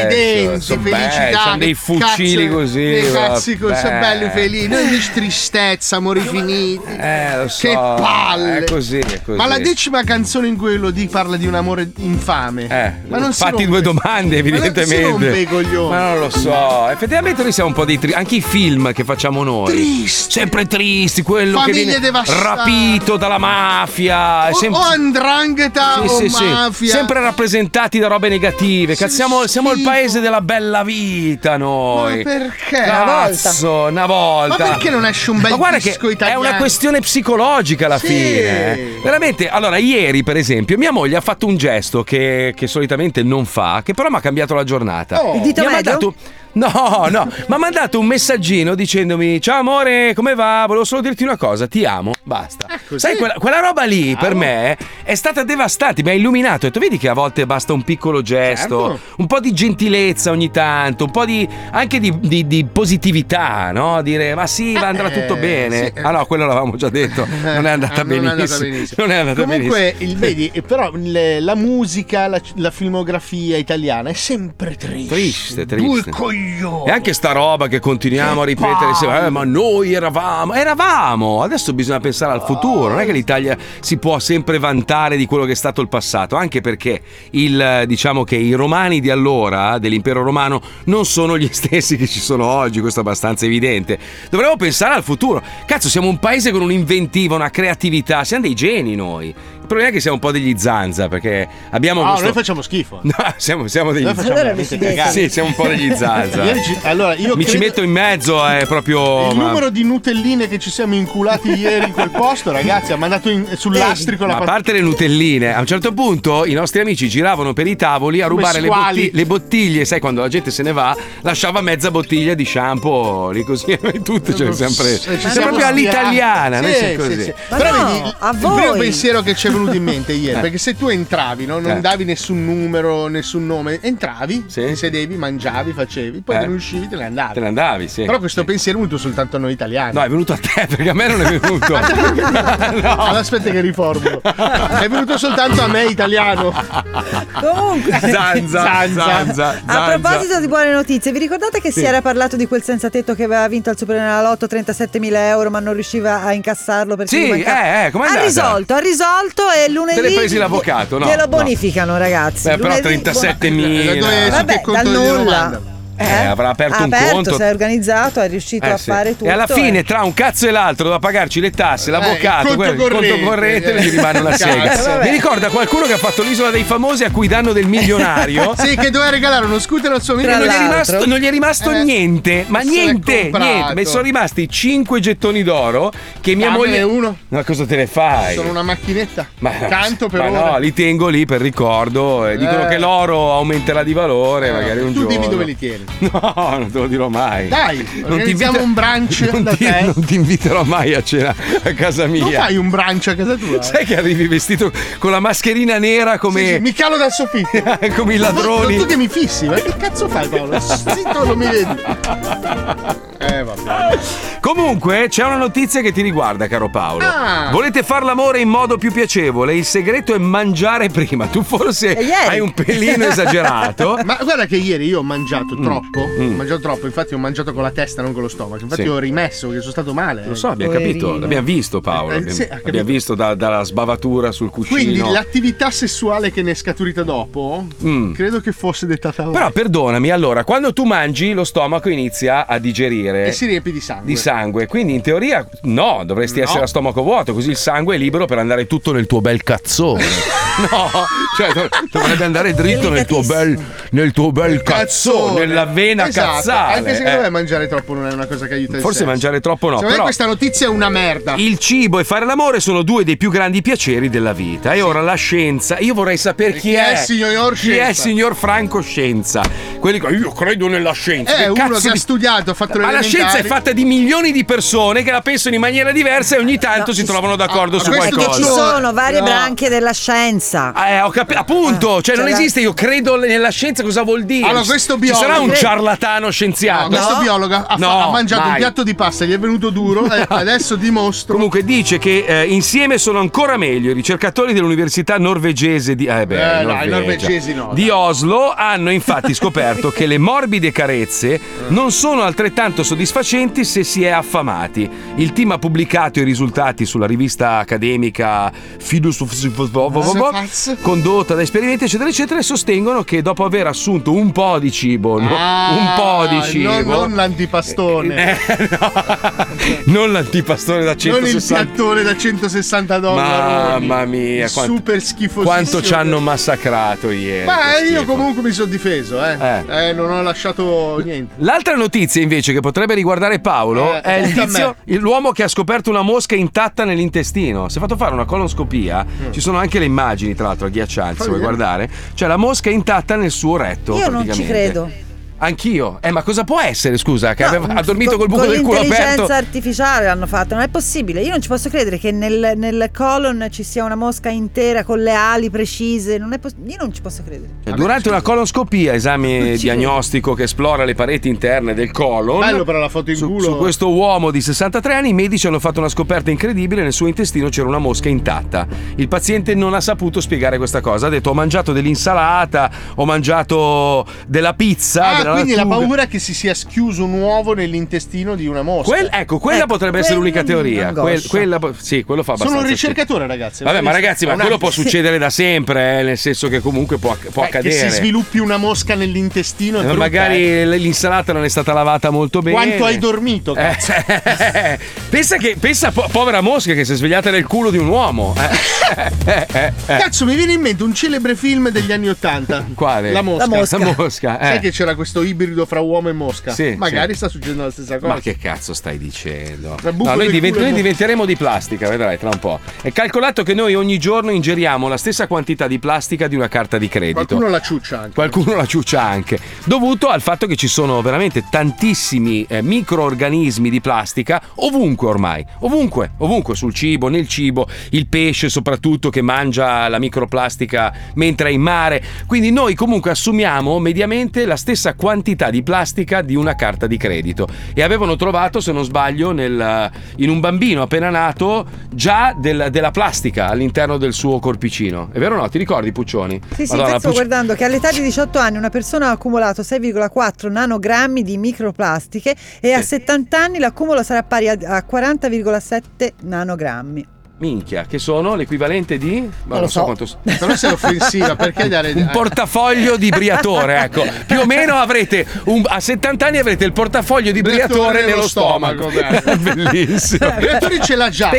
Speaker 6: sorridenti,
Speaker 1: sono
Speaker 6: felicità,
Speaker 1: belli, Sono
Speaker 6: che
Speaker 1: dei fucili
Speaker 6: cazzo-
Speaker 1: così.
Speaker 6: Dei cazzi così, sono
Speaker 1: vabbè.
Speaker 6: belli felici. Noi invece tristezza, amori finiti.
Speaker 1: Eh, lo so.
Speaker 6: Che palle.
Speaker 1: È così, è così.
Speaker 6: Ma la decima canzone in cui lo di parla di un amore infame.
Speaker 1: Eh,
Speaker 6: ma non si
Speaker 1: fatti
Speaker 6: rompe.
Speaker 1: due domande,
Speaker 6: Ma non si
Speaker 1: evidentemente.
Speaker 6: rompe i coglioni.
Speaker 1: Ma non lo lo so, effettivamente noi siamo un po' dei tristi. Anche i film che facciamo noi.
Speaker 6: Tristi.
Speaker 1: Sempre tristi, quello
Speaker 6: Famiglie
Speaker 1: che viene
Speaker 6: devastate.
Speaker 1: rapito dalla mafia.
Speaker 6: O,
Speaker 1: sempre-
Speaker 6: o andrangheta
Speaker 1: Sì,
Speaker 6: o
Speaker 1: sì, sì.
Speaker 6: mafia.
Speaker 1: Sempre rappresentati da robe negative. Cazzo, siamo, siamo il paese della bella vita noi.
Speaker 6: Ma perché? Una volta.
Speaker 1: Cazzo, una volta.
Speaker 6: Ma perché non esce un bel
Speaker 1: Ma guarda che
Speaker 6: disco italiano?
Speaker 1: È una questione psicologica alla
Speaker 6: Sì.
Speaker 1: fine. eh. Veramente, allora, ieri, per esempio, mia moglie ha fatto un gesto che, che solitamente non fa, che però mi ha cambiato la giornata.
Speaker 10: Oh. Il dito
Speaker 1: Mi ha
Speaker 10: medio?
Speaker 1: mandato. No, no, mi ha mandato un messaggino dicendomi: Ciao amore, come va? Volevo solo dirti una cosa, ti amo. Basta.
Speaker 6: Ah,
Speaker 1: Sai, quella, quella roba lì per me è stata devastante, mi ha illuminato. Ho detto, vedi che a volte basta un piccolo gesto,
Speaker 6: Certo.
Speaker 1: un po' di gentilezza ogni tanto, un po' di, anche di, di- di positività, no? Dire, ma sì,
Speaker 10: Ah,
Speaker 1: va- andrà
Speaker 6: Eh,
Speaker 1: tutto bene.
Speaker 6: sì.
Speaker 1: Ah no, quello l'avevamo già detto, non è andata
Speaker 6: *laughs* Ah, non è
Speaker 1: benissimo.
Speaker 6: andata benissimo.
Speaker 1: Non è andata
Speaker 19: Comunque,
Speaker 1: benissimo.
Speaker 19: il, vedi, eh, però le- la musica, la, la filmografia italiana è sempre triste.
Speaker 1: Triste,
Speaker 19: Due
Speaker 1: triste.
Speaker 19: coglioni.
Speaker 1: E anche sta roba che continuiamo a ripetere, sempre, "Eh, ma noi eravamo, eravamo, adesso bisogna pensare al futuro, non è che l'Italia si può sempre vantare di quello che è stato il passato, anche perché il, eh, diciamo che i romani di allora, dell'impero romano, non sono gli *laughs* stessi che ci sono oggi, questo è abbastanza evidente, dovremmo pensare al futuro, cazzo siamo un paese con un'inventiva, una creatività, siamo dei geni noi, il problema è che siamo un po' degli zanza, perché abbiamo...
Speaker 19: Ah,
Speaker 1: questo-
Speaker 19: noi facciamo schifo.
Speaker 1: *laughs* No, siamo, siamo degli
Speaker 19: Noi facciamo Allora veramente vi siete- cagare.
Speaker 1: Sì, siamo un po' degli zazza.
Speaker 19: Io ci- allora, io
Speaker 1: Mi ci
Speaker 19: credo-
Speaker 1: metto in mezzo, è proprio.
Speaker 19: Il
Speaker 1: ma-
Speaker 19: numero di nutelline che ci siamo inculati ieri in
Speaker 1: *laughs*
Speaker 19: quel posto, ragazzi, ha mandato in- sul lastrico la
Speaker 1: Ma a
Speaker 19: pat-
Speaker 1: parte le nutelline, a un certo punto i nostri amici giravano per i tavoli a
Speaker 19: Come
Speaker 1: rubare le,
Speaker 19: squali.
Speaker 1: botti- le bottiglie. Sai, quando la gente se ne va, lasciava mezza bottiglia di shampoo lì così *laughs* e tutto ce le siamo prese.
Speaker 6: Ci
Speaker 1: È
Speaker 6: siamo
Speaker 1: proprio all'italiana,
Speaker 6: spiati.
Speaker 1: noi
Speaker 6: Sì,
Speaker 1: siamo
Speaker 6: sì,
Speaker 1: così.
Speaker 6: sì.
Speaker 1: Ma
Speaker 6: Però
Speaker 1: no,
Speaker 6: vedi,
Speaker 1: a
Speaker 6: il
Speaker 1: voi.
Speaker 6: primo pensiero che ci
Speaker 1: *laughs*
Speaker 6: è venuto in mente ieri,
Speaker 1: Eh.
Speaker 6: perché se tu entravi, no, non
Speaker 1: Eh.
Speaker 6: davi nessun numero, nessun nome, entravi, ti sedevi, mangiavi, facevi, poi
Speaker 1: Eh.
Speaker 6: non uscivi, te ne andavi.
Speaker 1: Te ne andavi, sì.
Speaker 6: Però questo pensiero è venuto soltanto a noi italiani. Ah,
Speaker 1: No, è venuto a te *laughs* perché a me non è
Speaker 6: *laughs*
Speaker 1: venuto. *laughs*
Speaker 6: Allora, aspetta che riformulo. È venuto soltanto a me italiano.
Speaker 10: Comunque,
Speaker 1: Zanza, zanza,
Speaker 10: A
Speaker 1: zanza.
Speaker 10: proposito di buone notizie, vi ricordate che
Speaker 1: Sì.
Speaker 10: si era parlato di quel senza tetto che aveva vinto al Superenalotto 37.000 euro ma non riusciva a incassarlo perché
Speaker 1: Sì,
Speaker 10: gli mancava-
Speaker 1: eh, eh, com'è
Speaker 10: ha
Speaker 1: andata?
Speaker 10: risolto, ha risolto e lunedì
Speaker 1: Te l'hai presi l'avvocato, no?
Speaker 10: glielo
Speaker 1: No.
Speaker 10: bonificano, ragazzi.
Speaker 1: Beh, però
Speaker 10: Lunedì-
Speaker 1: 37.000.
Speaker 10: Vabbè, dal nulla.
Speaker 1: Eh, avrà aperto
Speaker 10: ha
Speaker 1: un
Speaker 10: aperto,
Speaker 1: conto.
Speaker 10: si è organizzato, è riuscito
Speaker 1: Eh,
Speaker 10: a
Speaker 1: sì.
Speaker 10: fare tutto.
Speaker 1: E alla fine,
Speaker 10: eh.
Speaker 1: tra un cazzo e l'altro, da pagarci le tasse, l'avvocato,
Speaker 6: Eh, il conto
Speaker 1: quello, il conto
Speaker 6: corrente,
Speaker 1: corrente,
Speaker 6: eh.
Speaker 1: gli rimane una
Speaker 6: *laughs* Cazzo.
Speaker 1: sega.
Speaker 6: Eh, vabbè.
Speaker 1: Mi ricorda qualcuno che ha fatto l'isola dei famosi a cui danno del milionario.
Speaker 6: *laughs* sì, che doveva regalare uno scooter al suo Eh, amico.
Speaker 1: E non gli è rimasto, non gli è rimasto niente, ma
Speaker 6: se l'è
Speaker 1: niente,
Speaker 6: comprato.
Speaker 1: niente. Mi sono rimasti 5 gettoni d'oro che mia
Speaker 6: Dammene
Speaker 1: moglie.
Speaker 6: uno.
Speaker 1: Ma cosa te ne fai?
Speaker 6: Sono una macchinetta.
Speaker 1: Ma,
Speaker 6: Tanto per
Speaker 1: ma
Speaker 6: ora.
Speaker 1: no, li tengo lì per ricordo. e Dicono
Speaker 6: Eh.
Speaker 1: che l'oro aumenterà di valore, magari un
Speaker 6: tu
Speaker 1: giorno.
Speaker 6: dimmi dove li tieni.
Speaker 1: *laughs* No, non te lo dirò mai.
Speaker 6: Dai,
Speaker 1: non ti,
Speaker 6: organizziamo
Speaker 1: invito-
Speaker 6: un brunch
Speaker 1: non
Speaker 6: da
Speaker 1: ti-
Speaker 6: te.
Speaker 1: non ti inviterò mai a cena a casa mia.
Speaker 6: Non fai un brunch a casa tua.
Speaker 1: Sai che arrivi vestito con la mascherina nera come.
Speaker 6: Sì, sì, mi calo dal soffitto.
Speaker 1: *laughs* Come i ladroni.
Speaker 6: *laughs* Ma tu che mi fissi, ma che cazzo fai Paolo? Zitto, non mi vedi. Eh, vabbè.
Speaker 1: Comunque, c'è una notizia che ti riguarda, caro Paolo.
Speaker 6: Ah.
Speaker 1: Volete far l'amore in modo più piacevole? Il segreto è mangiare prima. Tu forse
Speaker 6: E Eh, ieri.
Speaker 1: hai un pelino
Speaker 6: *laughs*
Speaker 1: esagerato. Mm.
Speaker 6: Ma guarda che ieri io ho mangiato troppo, ho mangiato troppo, infatti ho mangiato con la testa, non con lo stomaco. Infatti
Speaker 1: Sì.
Speaker 6: ho rimesso che sono stato male.
Speaker 1: Lo so, abbiamo capito, l'abbiamo visto Paolo,
Speaker 6: Eh,
Speaker 1: abbiamo,
Speaker 6: sì, ha capito.
Speaker 1: abbiamo visto da- dalla sbavatura sul cucino.
Speaker 6: Quindi l'attività sessuale che ne è scaturita dopo,
Speaker 1: Mm.
Speaker 6: credo che fosse dettata da-
Speaker 1: Però perdonami, allora, quando tu mangi lo stomaco inizia a digerire
Speaker 6: e si riempie di sangue.
Speaker 1: di sangue, quindi in teoria no, dovresti
Speaker 6: No.
Speaker 1: essere a stomaco vuoto, così il sangue è libero per andare tutto nel tuo bel
Speaker 6: *laughs*
Speaker 1: cazzone. *laughs* no, cioè dov- dovrebbe andare dritto nel tuo bel nel tuo bel cazzone, nella vena
Speaker 6: Esatto,
Speaker 1: cazzale.
Speaker 6: Anche secondo
Speaker 1: eh.
Speaker 6: me mangiare troppo non è una cosa che aiuta il
Speaker 1: Forse
Speaker 6: sesso.
Speaker 1: mangiare troppo no,
Speaker 6: Secondo me
Speaker 1: però-
Speaker 6: questa notizia è una merda.
Speaker 1: Il cibo e fare l'amore sono due dei più grandi piaceri della vita. E ora la scienza. Io vorrei sapere chi,
Speaker 6: Chi è il signor
Speaker 1: Chi è il
Speaker 6: scienza?
Speaker 1: signor Franco Scienza? Quelli che io credo nella scienza.
Speaker 6: È
Speaker 1: Che
Speaker 6: Eh, uno
Speaker 1: cazzo
Speaker 6: che ha
Speaker 1: di-
Speaker 6: studiato, ha fatto le
Speaker 1: Ma la scienza è
Speaker 6: elementari.
Speaker 1: fatta di milioni di persone che la pensano in maniera diversa e ogni tanto
Speaker 10: No,
Speaker 1: si
Speaker 10: ci-
Speaker 1: trovano d'accordo
Speaker 10: Ah,
Speaker 1: su
Speaker 10: questo
Speaker 1: qualcosa.
Speaker 10: Perché ci sono varie
Speaker 1: No.
Speaker 10: branche della scienza.
Speaker 1: Eh, ho capito, appunto, cioè non
Speaker 10: cioè,
Speaker 1: esiste, io credo nella scienza, cosa vuol dire?
Speaker 6: Allora, questo
Speaker 1: Ci
Speaker 6: biologo-
Speaker 1: sarà un
Speaker 6: Credo.
Speaker 1: ciarlatano
Speaker 6: No,
Speaker 1: scienziato?
Speaker 6: questo biologo ha, fa-
Speaker 1: No,
Speaker 6: ha mangiato un
Speaker 1: mai.
Speaker 6: piatto di pasta, gli è venuto duro eh.
Speaker 1: *laughs*
Speaker 6: e adesso dimostra.
Speaker 1: Comunque dice che eh, insieme sono ancora meglio. I ricercatori dell'università norvegese di, eh, beh,
Speaker 6: Eh, no, i
Speaker 1: Norvegia.
Speaker 6: norvegesi no,
Speaker 1: di Oslo hanno
Speaker 6: Eh.
Speaker 1: infatti scoperto che le morbide carezze non sono altrettanto soddisfacenti se si è e affamati. Il team ha pubblicato i risultati sulla rivista accademica Fidus condotta da esperimenti eccetera eccetera e sostengono che dopo aver assunto un po' di cibo, no? un po' boh. Eh, di cibo,
Speaker 6: non, Ah, non l'antipastone,
Speaker 1: non l'antipastone da
Speaker 6: non il
Speaker 1: 160
Speaker 6: piattone da 160 dollari.
Speaker 1: Mamma mia,
Speaker 6: Il
Speaker 1: quanto-
Speaker 6: super schifosissimo.
Speaker 1: quanto ci hanno eh, massacrato ieri.
Speaker 6: Ma io comunque mi sono difeso, eh. Eh, non ho lasciato niente.
Speaker 1: L'altra notizia invece che potrebbe riguardare Paolo
Speaker 6: Eh,
Speaker 1: è il
Speaker 6: tocca a
Speaker 1: tizio, il- l'uomo che ha scoperto una mosca intatta nell'intestino. Si è fatto fare una colonscopia,
Speaker 6: Mm.
Speaker 1: ci sono anche le immagini tra l'altro agghiaccianti, se vuoi
Speaker 10: vedere.
Speaker 1: guardare. C'è la mosca intatta nel suo retto.
Speaker 10: Io non ci
Speaker 1: praticamente.
Speaker 10: credo.
Speaker 1: Anch'io. Eh ma cosa può essere, scusa, che
Speaker 10: No, mm,
Speaker 1: aveva- ha dormito col buco
Speaker 10: con
Speaker 1: del culo
Speaker 10: l'intelligenza
Speaker 1: aperto?
Speaker 10: artificiale l'hanno fatto, non è possibile. Io non ci posso credere che nel, nel colon ci sia una mosca intera con le ali precise. Non è poss- Io non ci posso credere.
Speaker 1: Cioè, durante una colonscopia,
Speaker 6: *laughs*
Speaker 1: esame diagnostico che esplora le pareti interne del colon.
Speaker 6: Bello però la foto in culo.
Speaker 1: Su questo uomo di 63 anni i medici hanno fatto una scoperta incredibile, nel suo intestino c'era una mosca intatta. Il paziente non ha saputo spiegare questa cosa, ha detto ho mangiato dell'insalata, ho mangiato della pizza.
Speaker 6: Ah,
Speaker 1: della
Speaker 6: quindi la
Speaker 1: lattuga".
Speaker 6: paura che si sia schiuso un uovo nell'intestino di una mosca. Eh,
Speaker 1: Quel- ecco, quella potrebbe essere l'unica teoria. Quel- quella po- sì, quello fa abbastanza.
Speaker 6: Sono un
Speaker 1: schifo.
Speaker 6: ricercatore, ragazzi.
Speaker 1: Vabbè, ma
Speaker 6: Avete
Speaker 1: ragazzi, ma
Speaker 6: visto?
Speaker 1: quello
Speaker 6: Un
Speaker 1: può
Speaker 6: attimo.
Speaker 1: succedere da sempre, eh, nel senso che comunque può, può
Speaker 6: Eh,
Speaker 1: accadere.
Speaker 6: *laughs* Che si sviluppi una mosca nell'intestino.
Speaker 1: Eh,
Speaker 6: È brutta,
Speaker 1: magari
Speaker 6: eh.
Speaker 1: l- l'insalata non è stata lavata molto bene.
Speaker 6: Quanto hai dormito, cazzo?
Speaker 1: Eh, *laughs* pensa che pensa po- povera mosca che si è svegliata nel culo di un uomo. Eh, eh, eh, eh.
Speaker 6: Cazzo, mi viene in mente un celebre film degli anni Ottanta.
Speaker 1: Quale?
Speaker 6: La mosca.
Speaker 1: La mosca. La mosca, eh.
Speaker 6: Sai che c'era questo ibrido fra uomo e mosca?
Speaker 1: Sì,
Speaker 6: Magari
Speaker 1: sì.
Speaker 6: sta succedendo la stessa cosa.
Speaker 1: Ma che cazzo stai dicendo?
Speaker 6: Tra buco
Speaker 1: No, noi,
Speaker 6: del
Speaker 1: divent-
Speaker 6: culo e
Speaker 1: noi
Speaker 6: mosca.
Speaker 1: diventeremo di plastica, vedrai tra un po'. È calcolato che noi ogni giorno ingeriamo la stessa quantità di plastica di una carta di credito.
Speaker 6: Qualcuno la ciuccia anche.
Speaker 1: Qualcuno la ciuccia anche, dovuto al fatto che ci sono veramente tantissimi eh, microorganismi di plastica ovunque ormai, ovunque, ovunque, sul cibo, nel cibo, il pesce soprattutto che mangia la microplastica mentre è in mare. Quindi noi comunque assumiamo mediamente la stessa quantità di plastica di una carta di credito. E avevano trovato, se non sbaglio, nel- eh, in un bambino appena nato già del- della plastica all'interno del suo corpicino. È vero o no? Ti ricordi Puccioni?
Speaker 10: Sì, sì,
Speaker 1: Madonna,
Speaker 10: infatti sto
Speaker 1: Pucci-
Speaker 10: guardando che all'età di 18 anni una persona ha accumulato 6,4 nanogrammi di microplastiche e a 70 anni l'accumulo sarà pari a, a 40,7 nanogrammi.
Speaker 1: Minchia, che sono l'equivalente di. Ma
Speaker 10: lo
Speaker 1: non so,
Speaker 10: so.
Speaker 1: *laughs* quanto.
Speaker 10: Però sei offensiva, perché dare-
Speaker 1: Un portafoglio di briatore, ecco. Più o meno avrete. un- A 70 anni avrete il portafoglio di briatore nello stomaco. *laughs* Bellissimo.
Speaker 6: Il direttore ce l'ha già.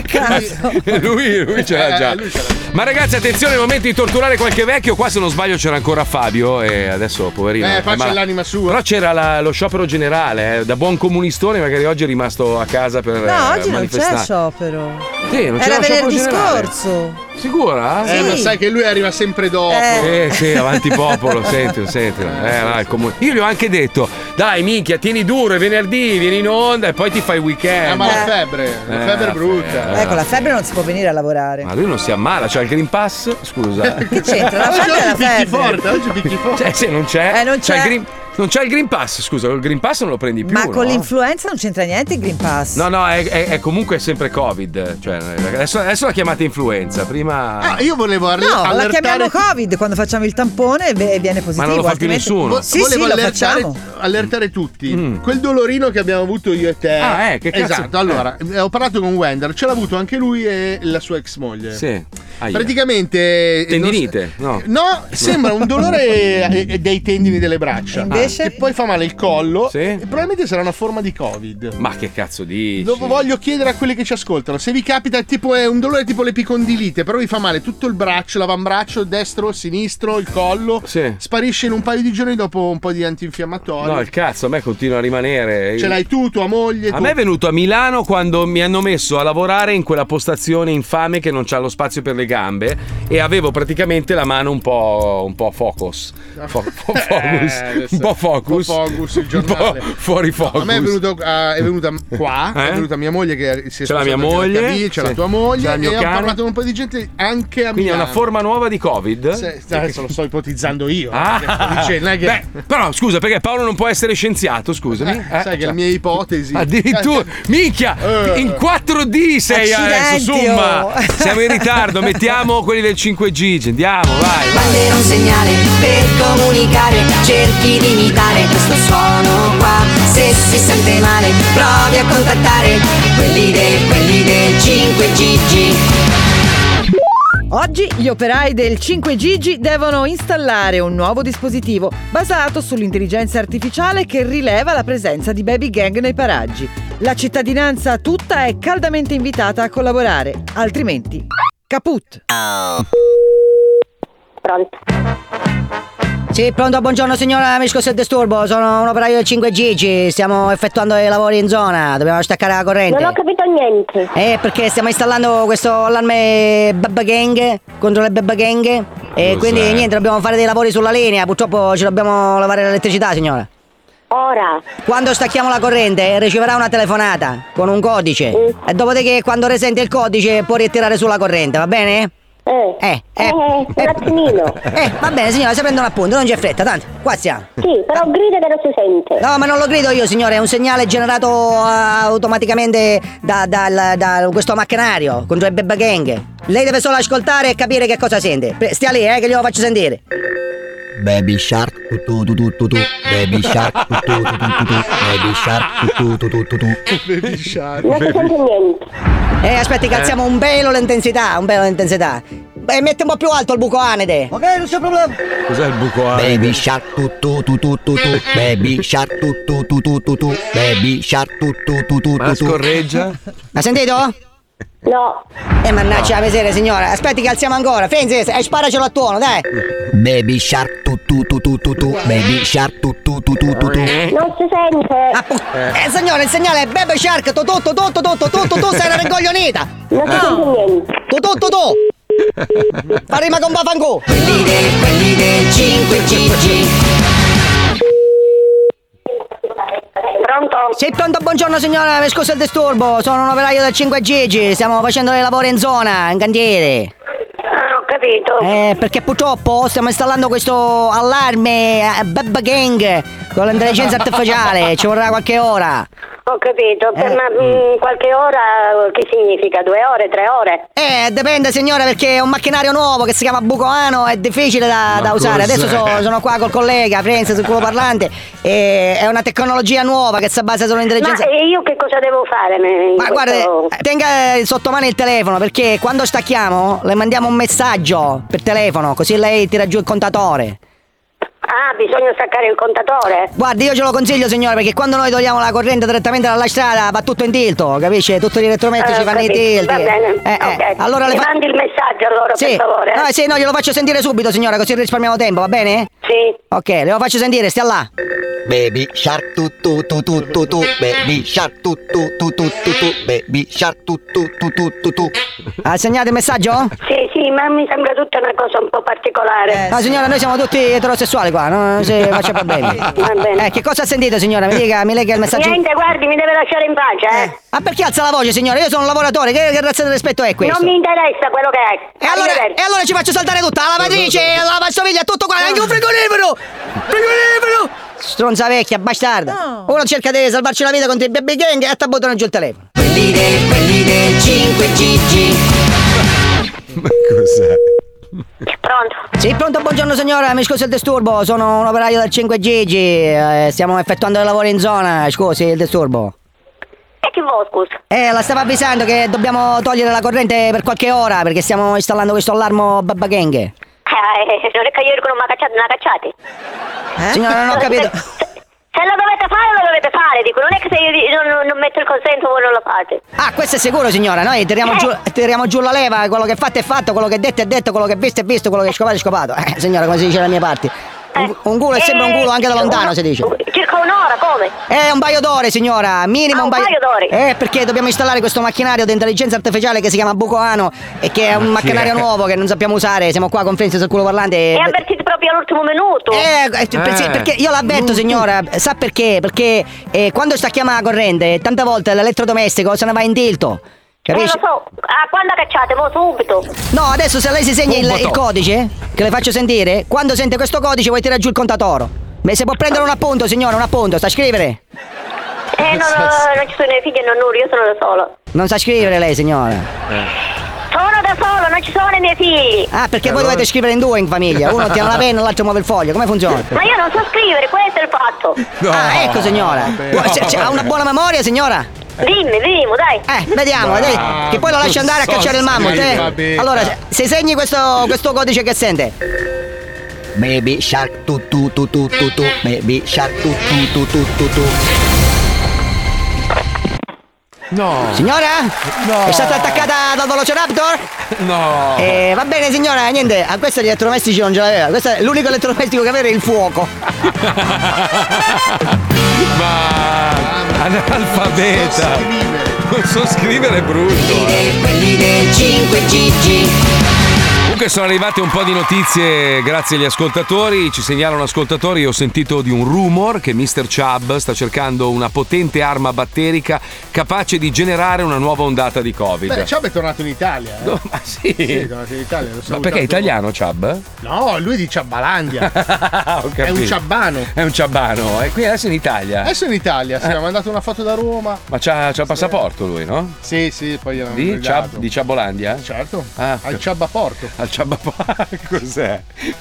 Speaker 1: Lui, lui ce l'ha
Speaker 6: Eh,
Speaker 1: già.
Speaker 6: lui ce
Speaker 1: Ma ragazzi, attenzione, è il momento di torturare qualche vecchio. Qua, se non sbaglio, c'era ancora Fabio. E adesso, poverino.
Speaker 6: Eh,
Speaker 1: è
Speaker 6: faccia
Speaker 1: malato.
Speaker 6: l'anima sua.
Speaker 1: Però c'era la- lo sciopero generale. eh, Da buon comunistone, magari oggi è rimasto a casa per. eh,
Speaker 10: No, oggi non c'è
Speaker 1: manifestare.
Speaker 10: sciopero.
Speaker 1: Sì, non c'è
Speaker 10: Era
Speaker 1: lo sciopero
Speaker 10: venerdì
Speaker 1: generale.
Speaker 10: scorso.
Speaker 1: Sicura?
Speaker 6: Eh, ma
Speaker 10: Sì.
Speaker 6: sai che lui arriva sempre dopo.
Speaker 1: Eh sì, avanti
Speaker 6: *laughs*
Speaker 1: popolo, senti, senti. Eh, no, il comune- Io gli ho anche detto, dai minchia, tieni duro, è venerdì, vieni in onda e poi ti fai il weekend.
Speaker 6: Eh, ma la febbre,
Speaker 1: Eh,
Speaker 6: la febbre è brutta.
Speaker 10: Ecco, la febbre non si può venire a lavorare.
Speaker 1: Ma lui non si ammala, c'ha il Green Pass, scusa.
Speaker 10: *laughs* Che c'entra? La febbre è la febbre.
Speaker 1: Cioè, se non c'è,
Speaker 10: Eh, non
Speaker 1: il
Speaker 10: c'è.
Speaker 1: green, non c'è il Green Pass, scusa, il Green Pass non lo prendi più.
Speaker 10: Ma con
Speaker 1: no?
Speaker 10: l'influenza non c'entra niente il Green Pass.
Speaker 1: eh? No, no, è, è- è comunque sempre Covid. Cioè, adesso, adesso la chiamate influenza. Prima.
Speaker 6: Ah, io volevo arri-
Speaker 10: No, la
Speaker 6: allertare-
Speaker 10: chiamiamo Covid quando facciamo il tampone e ve- e viene positivo. altrimenti-
Speaker 6: Vo-
Speaker 10: Sì, sì,
Speaker 6: volevo
Speaker 10: lo
Speaker 6: allertare,
Speaker 10: facciamo.
Speaker 6: allertare tutti. Quel dolorino che abbiamo avuto io e te.
Speaker 1: Mm. Ah, eh, che cazzo-
Speaker 6: Esatto, allora, eh, ho parlato con Wender, ce l'ha avuto anche lui e la sua ex moglie.
Speaker 1: Sì. Aia.
Speaker 6: Praticamente. eh,
Speaker 1: Tendinite? No.
Speaker 6: No, sembra un dolore eh, dei tendini delle braccia.
Speaker 1: invece?
Speaker 6: Che poi fa male il collo. E probabilmente sarà una forma di Covid.
Speaker 1: Ma che cazzo dici?
Speaker 6: Lo voglio chiedere a quelli che ci ascoltano. Se vi capita, tipo, è un dolore tipo l'epicondilite, però vi fa male tutto il braccio, l'avambraccio, il destro, il sinistro, il collo.
Speaker 1: Sì.
Speaker 6: Sparisce in un paio di giorni dopo un po' di antinfiammatorio.
Speaker 1: No, il cazzo, a me continua a rimanere.
Speaker 6: Ce
Speaker 1: Io-
Speaker 6: l'hai tu, tua moglie.
Speaker 1: A
Speaker 6: tu- Eh,
Speaker 1: me è venuto a Milano quando mi hanno messo a lavorare in quella postazione infame che non c'ha lo spazio per le gambe e avevo praticamente la mano un po', un po
Speaker 6: *laughs*
Speaker 1: focus. Fo- fo- focus.
Speaker 6: Eh, adesso-
Speaker 1: *laughs* un po' focus.
Speaker 6: un po' focus, il giornale.
Speaker 1: Un po' fuori focus.
Speaker 6: A me è, venuto, eh, è venuta qua,
Speaker 1: *laughs* Eh?
Speaker 6: è venuta mia moglie che si è
Speaker 1: C'è la mia
Speaker 6: sposata con
Speaker 1: moglie,
Speaker 6: la Caviglia, c'è
Speaker 1: sì.
Speaker 6: la tua moglie
Speaker 1: C'è il mio
Speaker 6: e
Speaker 1: cane.
Speaker 6: ho parlato con un po' di gente anche a
Speaker 1: Quindi è
Speaker 6: Milano.
Speaker 1: una forma nuova di Covid?
Speaker 6: Se- adesso lo sto ipotizzando io.
Speaker 1: Ah.
Speaker 6: eh, dice, non è che-
Speaker 1: Beh, però scusa, perché Paolo non può essere scienziato, scusami. Eh,
Speaker 6: sai che
Speaker 1: cioè-
Speaker 6: le mie ipotesi.
Speaker 1: Addirittura, minchia,
Speaker 6: Eh.
Speaker 1: in 4D sei adesso,
Speaker 6: Accidenti,
Speaker 1: summa.
Speaker 6: oh.
Speaker 1: Siamo in ritardo, mettiamo quelli del 5G, andiamo, vai.
Speaker 6: *laughs*
Speaker 15: Bandera un segnale per comunicare, cerchi di
Speaker 24: imitare questo suono qua Se si sente male provi a contattare Quelli del, quelli del 5GG
Speaker 10: Oggi gli operai del 5 Gigi devono installare un nuovo dispositivo basato sull'intelligenza artificiale che rileva la presenza di baby gang nei paraggi. La cittadinanza tutta è caldamente invitata a collaborare, altrimenti caput.
Speaker 24: Pronto.
Speaker 15: Sì, pronto, buongiorno signora, mi scusi il disturbo, sono un operaio del 5 Gigi, stiamo effettuando i lavori in zona, dobbiamo staccare la corrente.
Speaker 24: Non ho capito niente
Speaker 15: Eh, perché stiamo installando questo allarme Babba Gang contro le Babba Gang e
Speaker 24: Cos'è?
Speaker 15: quindi niente, dobbiamo fare dei lavori sulla linea, purtroppo ci dobbiamo lavare l'elettricità signora.
Speaker 24: Ora
Speaker 15: Quando stacchiamo la corrente eh, riceverà una telefonata con un codice e dopodiché quando resente il codice può ritirare sulla corrente, va bene?
Speaker 24: Eh,
Speaker 15: eh, eh, un
Speaker 24: attimino.
Speaker 15: *laughs* Eh, va bene signora, si prende un appunto, non c'è fretta, tanto, qua siamo.
Speaker 24: Sì, però grida che non si sente
Speaker 15: No, ma non lo grido io, signore, è un segnale generato eh, automaticamente da, dal- da questo macchinario contro il Bebba Gang. Lei deve solo ascoltare e capire che cosa sente. Pre- Stia lì, eh, che glielo faccio sentire.
Speaker 25: Baby shark tu tu tu tu tu Baby shark tu tu tu tu tu Baby shark tu tu tu tu tu Baby shark
Speaker 15: niente. Eh, aspetti, calziamo un pelo l'intensità, un pelo l'intensità. Beh, metti un po' più alto il buco anede. Ok, non c'è problema.
Speaker 25: Cos'è il buco Baby shark tu tu tu tu tu tu Baby shark tu tu tu tu tu tu Baby shark tu tu tu tu tu tu
Speaker 1: scorreggia?
Speaker 15: L'ha sentito? No. Eh, mannaggia la miseria, signora. Aspetti, calziamo ancora. Frenzi, e sparacelo a tuono, dai.
Speaker 25: Baby shark tu tu tu tu tu tu Baby shark tu tu tu tu tu tu
Speaker 15: Non si sente. eh. signore, il segnale è Baby Shark. Tu, tu, tu, tu, tu, tu, tu, tu, tu sei una rincoglionita.
Speaker 24: Non si sente niente
Speaker 15: Tu, tu, tu, tu. Fa rima con Bafango.
Speaker 24: Quelli del, quelli del 5GG
Speaker 15: Pronto? Sei pronto? Buongiorno signora, mi scusa il disturbo. Sono un operaio del 5 Gigi. Stiamo facendo dei lavori in zona, in cantiere.
Speaker 24: Ah, Ho capito
Speaker 15: Eh, perché purtroppo stiamo installando questo allarme eh, Babba Gang con l'intelligenza artificiale. Ci vorrà qualche ora.
Speaker 24: Ho capito, per- ma mm, qualche ora eh, che significa? Due ore, tre ore?
Speaker 15: Eh, dipende signora perché è un macchinario nuovo che si chiama Bucoano, è difficile da, da usare.
Speaker 24: cos'è?
Speaker 15: Adesso so- sono qua col collega Frenz sul culo parlante. E è una tecnologia nuova che si basa sull'intelligenza.
Speaker 24: Ma e io che cosa devo fare? me- in
Speaker 15: Ma guarda,
Speaker 24: questo-
Speaker 15: eh, tenga eh, sotto mano il telefono perché quando stacchiamo le mandiamo un messaggio per telefono, così lei tira giù il contatore.
Speaker 24: Ah, bisogna staccare il contatore?
Speaker 15: Guardi, io ce lo consiglio signore perché quando noi togliamo la corrente direttamente dalla strada va tutto in tilto, capisce? Tutti gli elettrometrici
Speaker 24: Eh, ho
Speaker 15: fanno i
Speaker 24: capito,
Speaker 15: tilti.
Speaker 24: va bene, ok.
Speaker 15: Eh, Allora le
Speaker 24: Mi
Speaker 15: fa-
Speaker 24: mandi il messaggio allora,
Speaker 15: Sì.
Speaker 24: per favore.
Speaker 15: No, eh, sì, no, glielo faccio sentire subito signora, così risparmiamo tempo, va bene?
Speaker 24: Sì.
Speaker 15: Ok, glielo faccio sentire, stia là.
Speaker 25: Baby shark tu tu tu tu tu tu Baby shark tu tu tu tu tu tu Baby shark tu tu tu tu tu tu
Speaker 15: Ha segnato il messaggio? Eh,
Speaker 24: Sì, sì, ma mi sembra tutta una cosa un po' particolare.
Speaker 15: No signora, noi siamo tutti eterosessuali qua, no? non
Speaker 24: *laughs*
Speaker 15: si faccia problemi.
Speaker 24: Va bene.
Speaker 15: Eh, che cosa ha sentito signora? Mi dica, mi legga il messaggio.
Speaker 24: Niente, guardi, mi deve lasciare in pace, eh.
Speaker 15: Ma perché alza la voce, signora? Io sono un lavoratore, che, che razza di rispetto è questo?
Speaker 24: Non mi interessa quello che è.
Speaker 15: E allora, e allora ci faccio saltare tutta la lavatrice, la lavastoviglie, tutto qua, anche un frigorifero! Frigorifero! Stronza vecchia, bastarda! Uno cerca di salvarci la vita contro i baby gang e ti buttano giù il telefono.
Speaker 24: Quelli del, quelli del 5GG.
Speaker 1: Cos'è?
Speaker 24: Pronto?
Speaker 15: Sì, pronto, buongiorno signora, mi scusi il disturbo, sono un operaio del 5 Gigi, eh, stiamo effettuando dei lavori in zona, scusi il disturbo.
Speaker 24: E che vuoi, scusa?
Speaker 15: Eh, la stavo avvisando che dobbiamo togliere la corrente per qualche ora perché stiamo installando questo allarmo Babba Gang.
Speaker 24: Eh, non è che io dico non mi ha cacciato, non ha cacciati.
Speaker 15: Eh? Signora, non ho capito.
Speaker 24: Se lo dovete fare, lo
Speaker 15: *laughs*
Speaker 24: dovete fare, dico. Non è che se io di- non, non- non metto il consenso voi non lo fate.
Speaker 15: Ah, questo è sicuro, signora. Noi tiriamo, giù, tiriamo giù la leva, quello che è fatto è fatto, quello che è detto è detto, quello che è visto è visto, quello che è scopato è scopato. Eh, signora, come si dice dalle mie parti. Un, un culo è sempre un culo anche da lontano, si dice.
Speaker 24: Circa un'ora, come?
Speaker 15: Eh, un paio d'ore, signora, minimo un
Speaker 24: Ah, un
Speaker 15: paio,
Speaker 24: paio d'ore.
Speaker 15: Eh, perché dobbiamo installare questo macchinario di intelligenza artificiale che si chiama Bucoano e che è un
Speaker 24: Ma chi è?
Speaker 15: macchinario nuovo che non sappiamo usare. Siamo qua con Frenz sul culo parlante.
Speaker 24: E avvertite proprio all'ultimo minuto.
Speaker 15: Eh, eh, per- sì, perché io l'avverto signora, sa perché? Perché eh, quando stacchiamo la corrente, tante volte l'elettrodomestico se ne va in tilto.
Speaker 24: Eh, lo
Speaker 15: Capisci?
Speaker 24: so. Ah, quando cacciate? Mo subito.
Speaker 15: No, adesso se lei si segna il, il codice, che le faccio sentire, quando sente questo codice vuoi tirare giù il contatoro. Ma se può prendere un appunto, signora, un appunto, sa scrivere?
Speaker 24: Eh, no, no, no, non ci sono i figli e non nulla, io sono da solo.
Speaker 15: Non sa scrivere lei, signora.
Speaker 24: Sono da solo, non
Speaker 7: non ci sono i miei figli.
Speaker 15: Ah, perché voi dovete scrivere in due in famiglia. Uno tiene la penna, l'altro muove il foglio. Come funziona?
Speaker 7: Ma io non so scrivere, questo è il fatto.
Speaker 15: Ah, ecco signora.
Speaker 7: Vabbè.
Speaker 15: Può- se- se- ha una buona memoria signora?
Speaker 7: Dimmi, dimmi, dai.
Speaker 15: Eh, vediamo,
Speaker 7: Ma-
Speaker 15: dai, che poi lo lasci andare a
Speaker 7: so
Speaker 15: cacciare il mammo.
Speaker 25: scrivere,
Speaker 15: te.
Speaker 25: vabbè.
Speaker 15: Allora, se- se segni questo, questo codice che sente.
Speaker 25: Baby shark tu tu tu tu tu tu Baby shark tu tu tu tu tu tu
Speaker 19: No
Speaker 15: Signora?
Speaker 19: No.
Speaker 15: È stata attaccata dal Velociraptor?
Speaker 1: No.
Speaker 15: Eh, va bene signora, niente, a questo elettrodomestico non ce l'aveva. Questo è l'unico elettrodomestico che aveva era il fuoco.
Speaker 1: Ma analfabeta. Non so scrivere è brutto. eh.
Speaker 24: Quelli del 5 GG.
Speaker 1: Comunque sono arrivate un po' di notizie grazie agli ascoltatori, ci segnalano ascoltatori, ho sentito di un rumor che Mr. Chubb sta cercando una potente arma batterica capace di generare una nuova ondata di
Speaker 6: Eh,
Speaker 1: Covid.
Speaker 19: Beh, Chubb è tornato in Italia. eh.
Speaker 1: No, ma sì.
Speaker 19: Sì, è tornato in Italia. Lo
Speaker 1: Ma perché è italiano Chubb?
Speaker 19: No, lui è di
Speaker 1: *laughs*
Speaker 19: Ciabbalandia.
Speaker 6: Eh,
Speaker 19: è un ciabbano.
Speaker 1: ciabbano. È un ciabbano, e qui adesso in Italia. Eh,
Speaker 19: Adesso in Italia, si era mandato una foto da Roma.
Speaker 1: Ma c'ha, c'ha il passaporto lui, no?
Speaker 19: Sì, sì, poi gliel'hanno
Speaker 1: Di,
Speaker 19: regalato.
Speaker 1: Ciab- di Ciabolandia?
Speaker 19: Certo.
Speaker 1: Ah,
Speaker 19: Al Ciabbaporto.
Speaker 1: Al ciabaporto, *laughs* cos'è?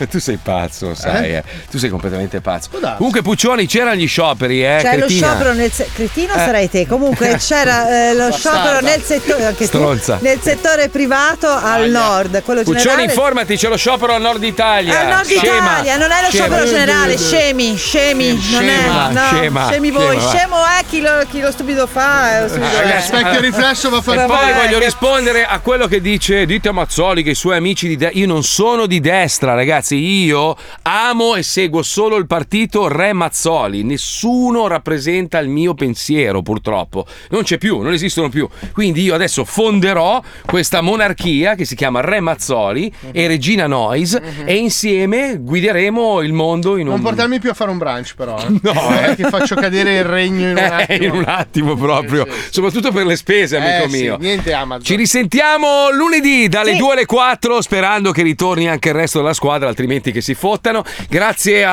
Speaker 1: Tu sei pazzo, sai,
Speaker 19: Eh?
Speaker 1: eh. tu sei completamente pazzo.
Speaker 10: darsi.
Speaker 1: Comunque, Puccioni, c'erano gli scioperi, eh?
Speaker 10: C'è Cioè, lo
Speaker 1: cretina.
Speaker 10: sciopero nel se- cretino
Speaker 1: Eh.
Speaker 10: sarai te. Comunque c'era eh, lo
Speaker 1: Bastarda.
Speaker 10: sciopero nel settore anche tu,
Speaker 1: Stronza.
Speaker 10: nel settore privato al nord, quello
Speaker 1: Puccioni,
Speaker 10: generale.
Speaker 1: informati, c'è lo sciopero al nord Italia.
Speaker 10: al nord
Speaker 1: Scema.
Speaker 10: Italia, non è lo
Speaker 1: Scema.
Speaker 10: sciopero generale, scemi, scemi, non
Speaker 1: Scema,
Speaker 10: è. No,
Speaker 1: scema,
Speaker 10: scemi voi,
Speaker 1: scema, va.
Speaker 10: scemo è chi lo, chi lo stupido fa. eh, lo stupido è.
Speaker 1: E poi
Speaker 10: Vabbè,
Speaker 1: voglio
Speaker 10: che-
Speaker 1: rispondere a quello che dice Dite a Mazzoli che i suoi amici di destra. Io non sono di destra, ragazzi. Io amo e seguo solo il partito Re Mazzoli. Nessuno rappresenta il mio pensiero, purtroppo. Non c'è più, non esistono più. Quindi io adesso fonderò questa monarchia che si chiama Re Mazzoli e Regina Nois. E insieme guideremo il mondo in
Speaker 19: Non
Speaker 1: un.
Speaker 19: portarmi più a fare un brunch, però. eh.
Speaker 1: No, eh.
Speaker 19: Eh, che faccio cadere il regno in un
Speaker 1: *laughs* Eh,
Speaker 19: attimo.
Speaker 1: in un attimo proprio, soprattutto per le spese, amico
Speaker 19: Eh, sì,
Speaker 1: mio.
Speaker 19: niente Amazon.
Speaker 1: Ci risentiamo lunedì dalle 2 alle 4, sperando che ritorni anche il resto della squadra, altrimenti che si fottano. Grazie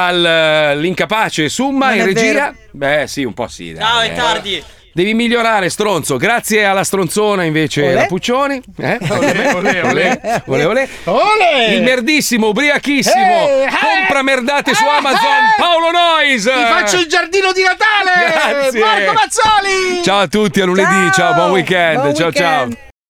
Speaker 1: all'incapace Summa
Speaker 14: Non
Speaker 1: in
Speaker 14: è
Speaker 1: regia.
Speaker 14: vero.
Speaker 1: Beh, sì, un po' sì. dai,
Speaker 14: Ciao, è
Speaker 1: eh.
Speaker 14: tardi.
Speaker 1: Devi migliorare, stronzo. Grazie alla stronzona invece,
Speaker 14: Olè.
Speaker 1: la Puccioni. Eh?
Speaker 19: *laughs* olè, olè.
Speaker 1: *laughs* olè, olè.
Speaker 19: Olè.
Speaker 1: Il merdissimo, ubriachissimo.
Speaker 19: Eh, eh.
Speaker 1: Compra merdate su Amazon. Paolo Nois.
Speaker 19: Ti faccio il giardino di Natale!
Speaker 1: Grazie.
Speaker 19: Marco Mazzoli!
Speaker 1: Ciao a tutti, a lunedì. Ciao, buon weekend.
Speaker 19: buon
Speaker 1: ciao, ciao.
Speaker 19: weekend.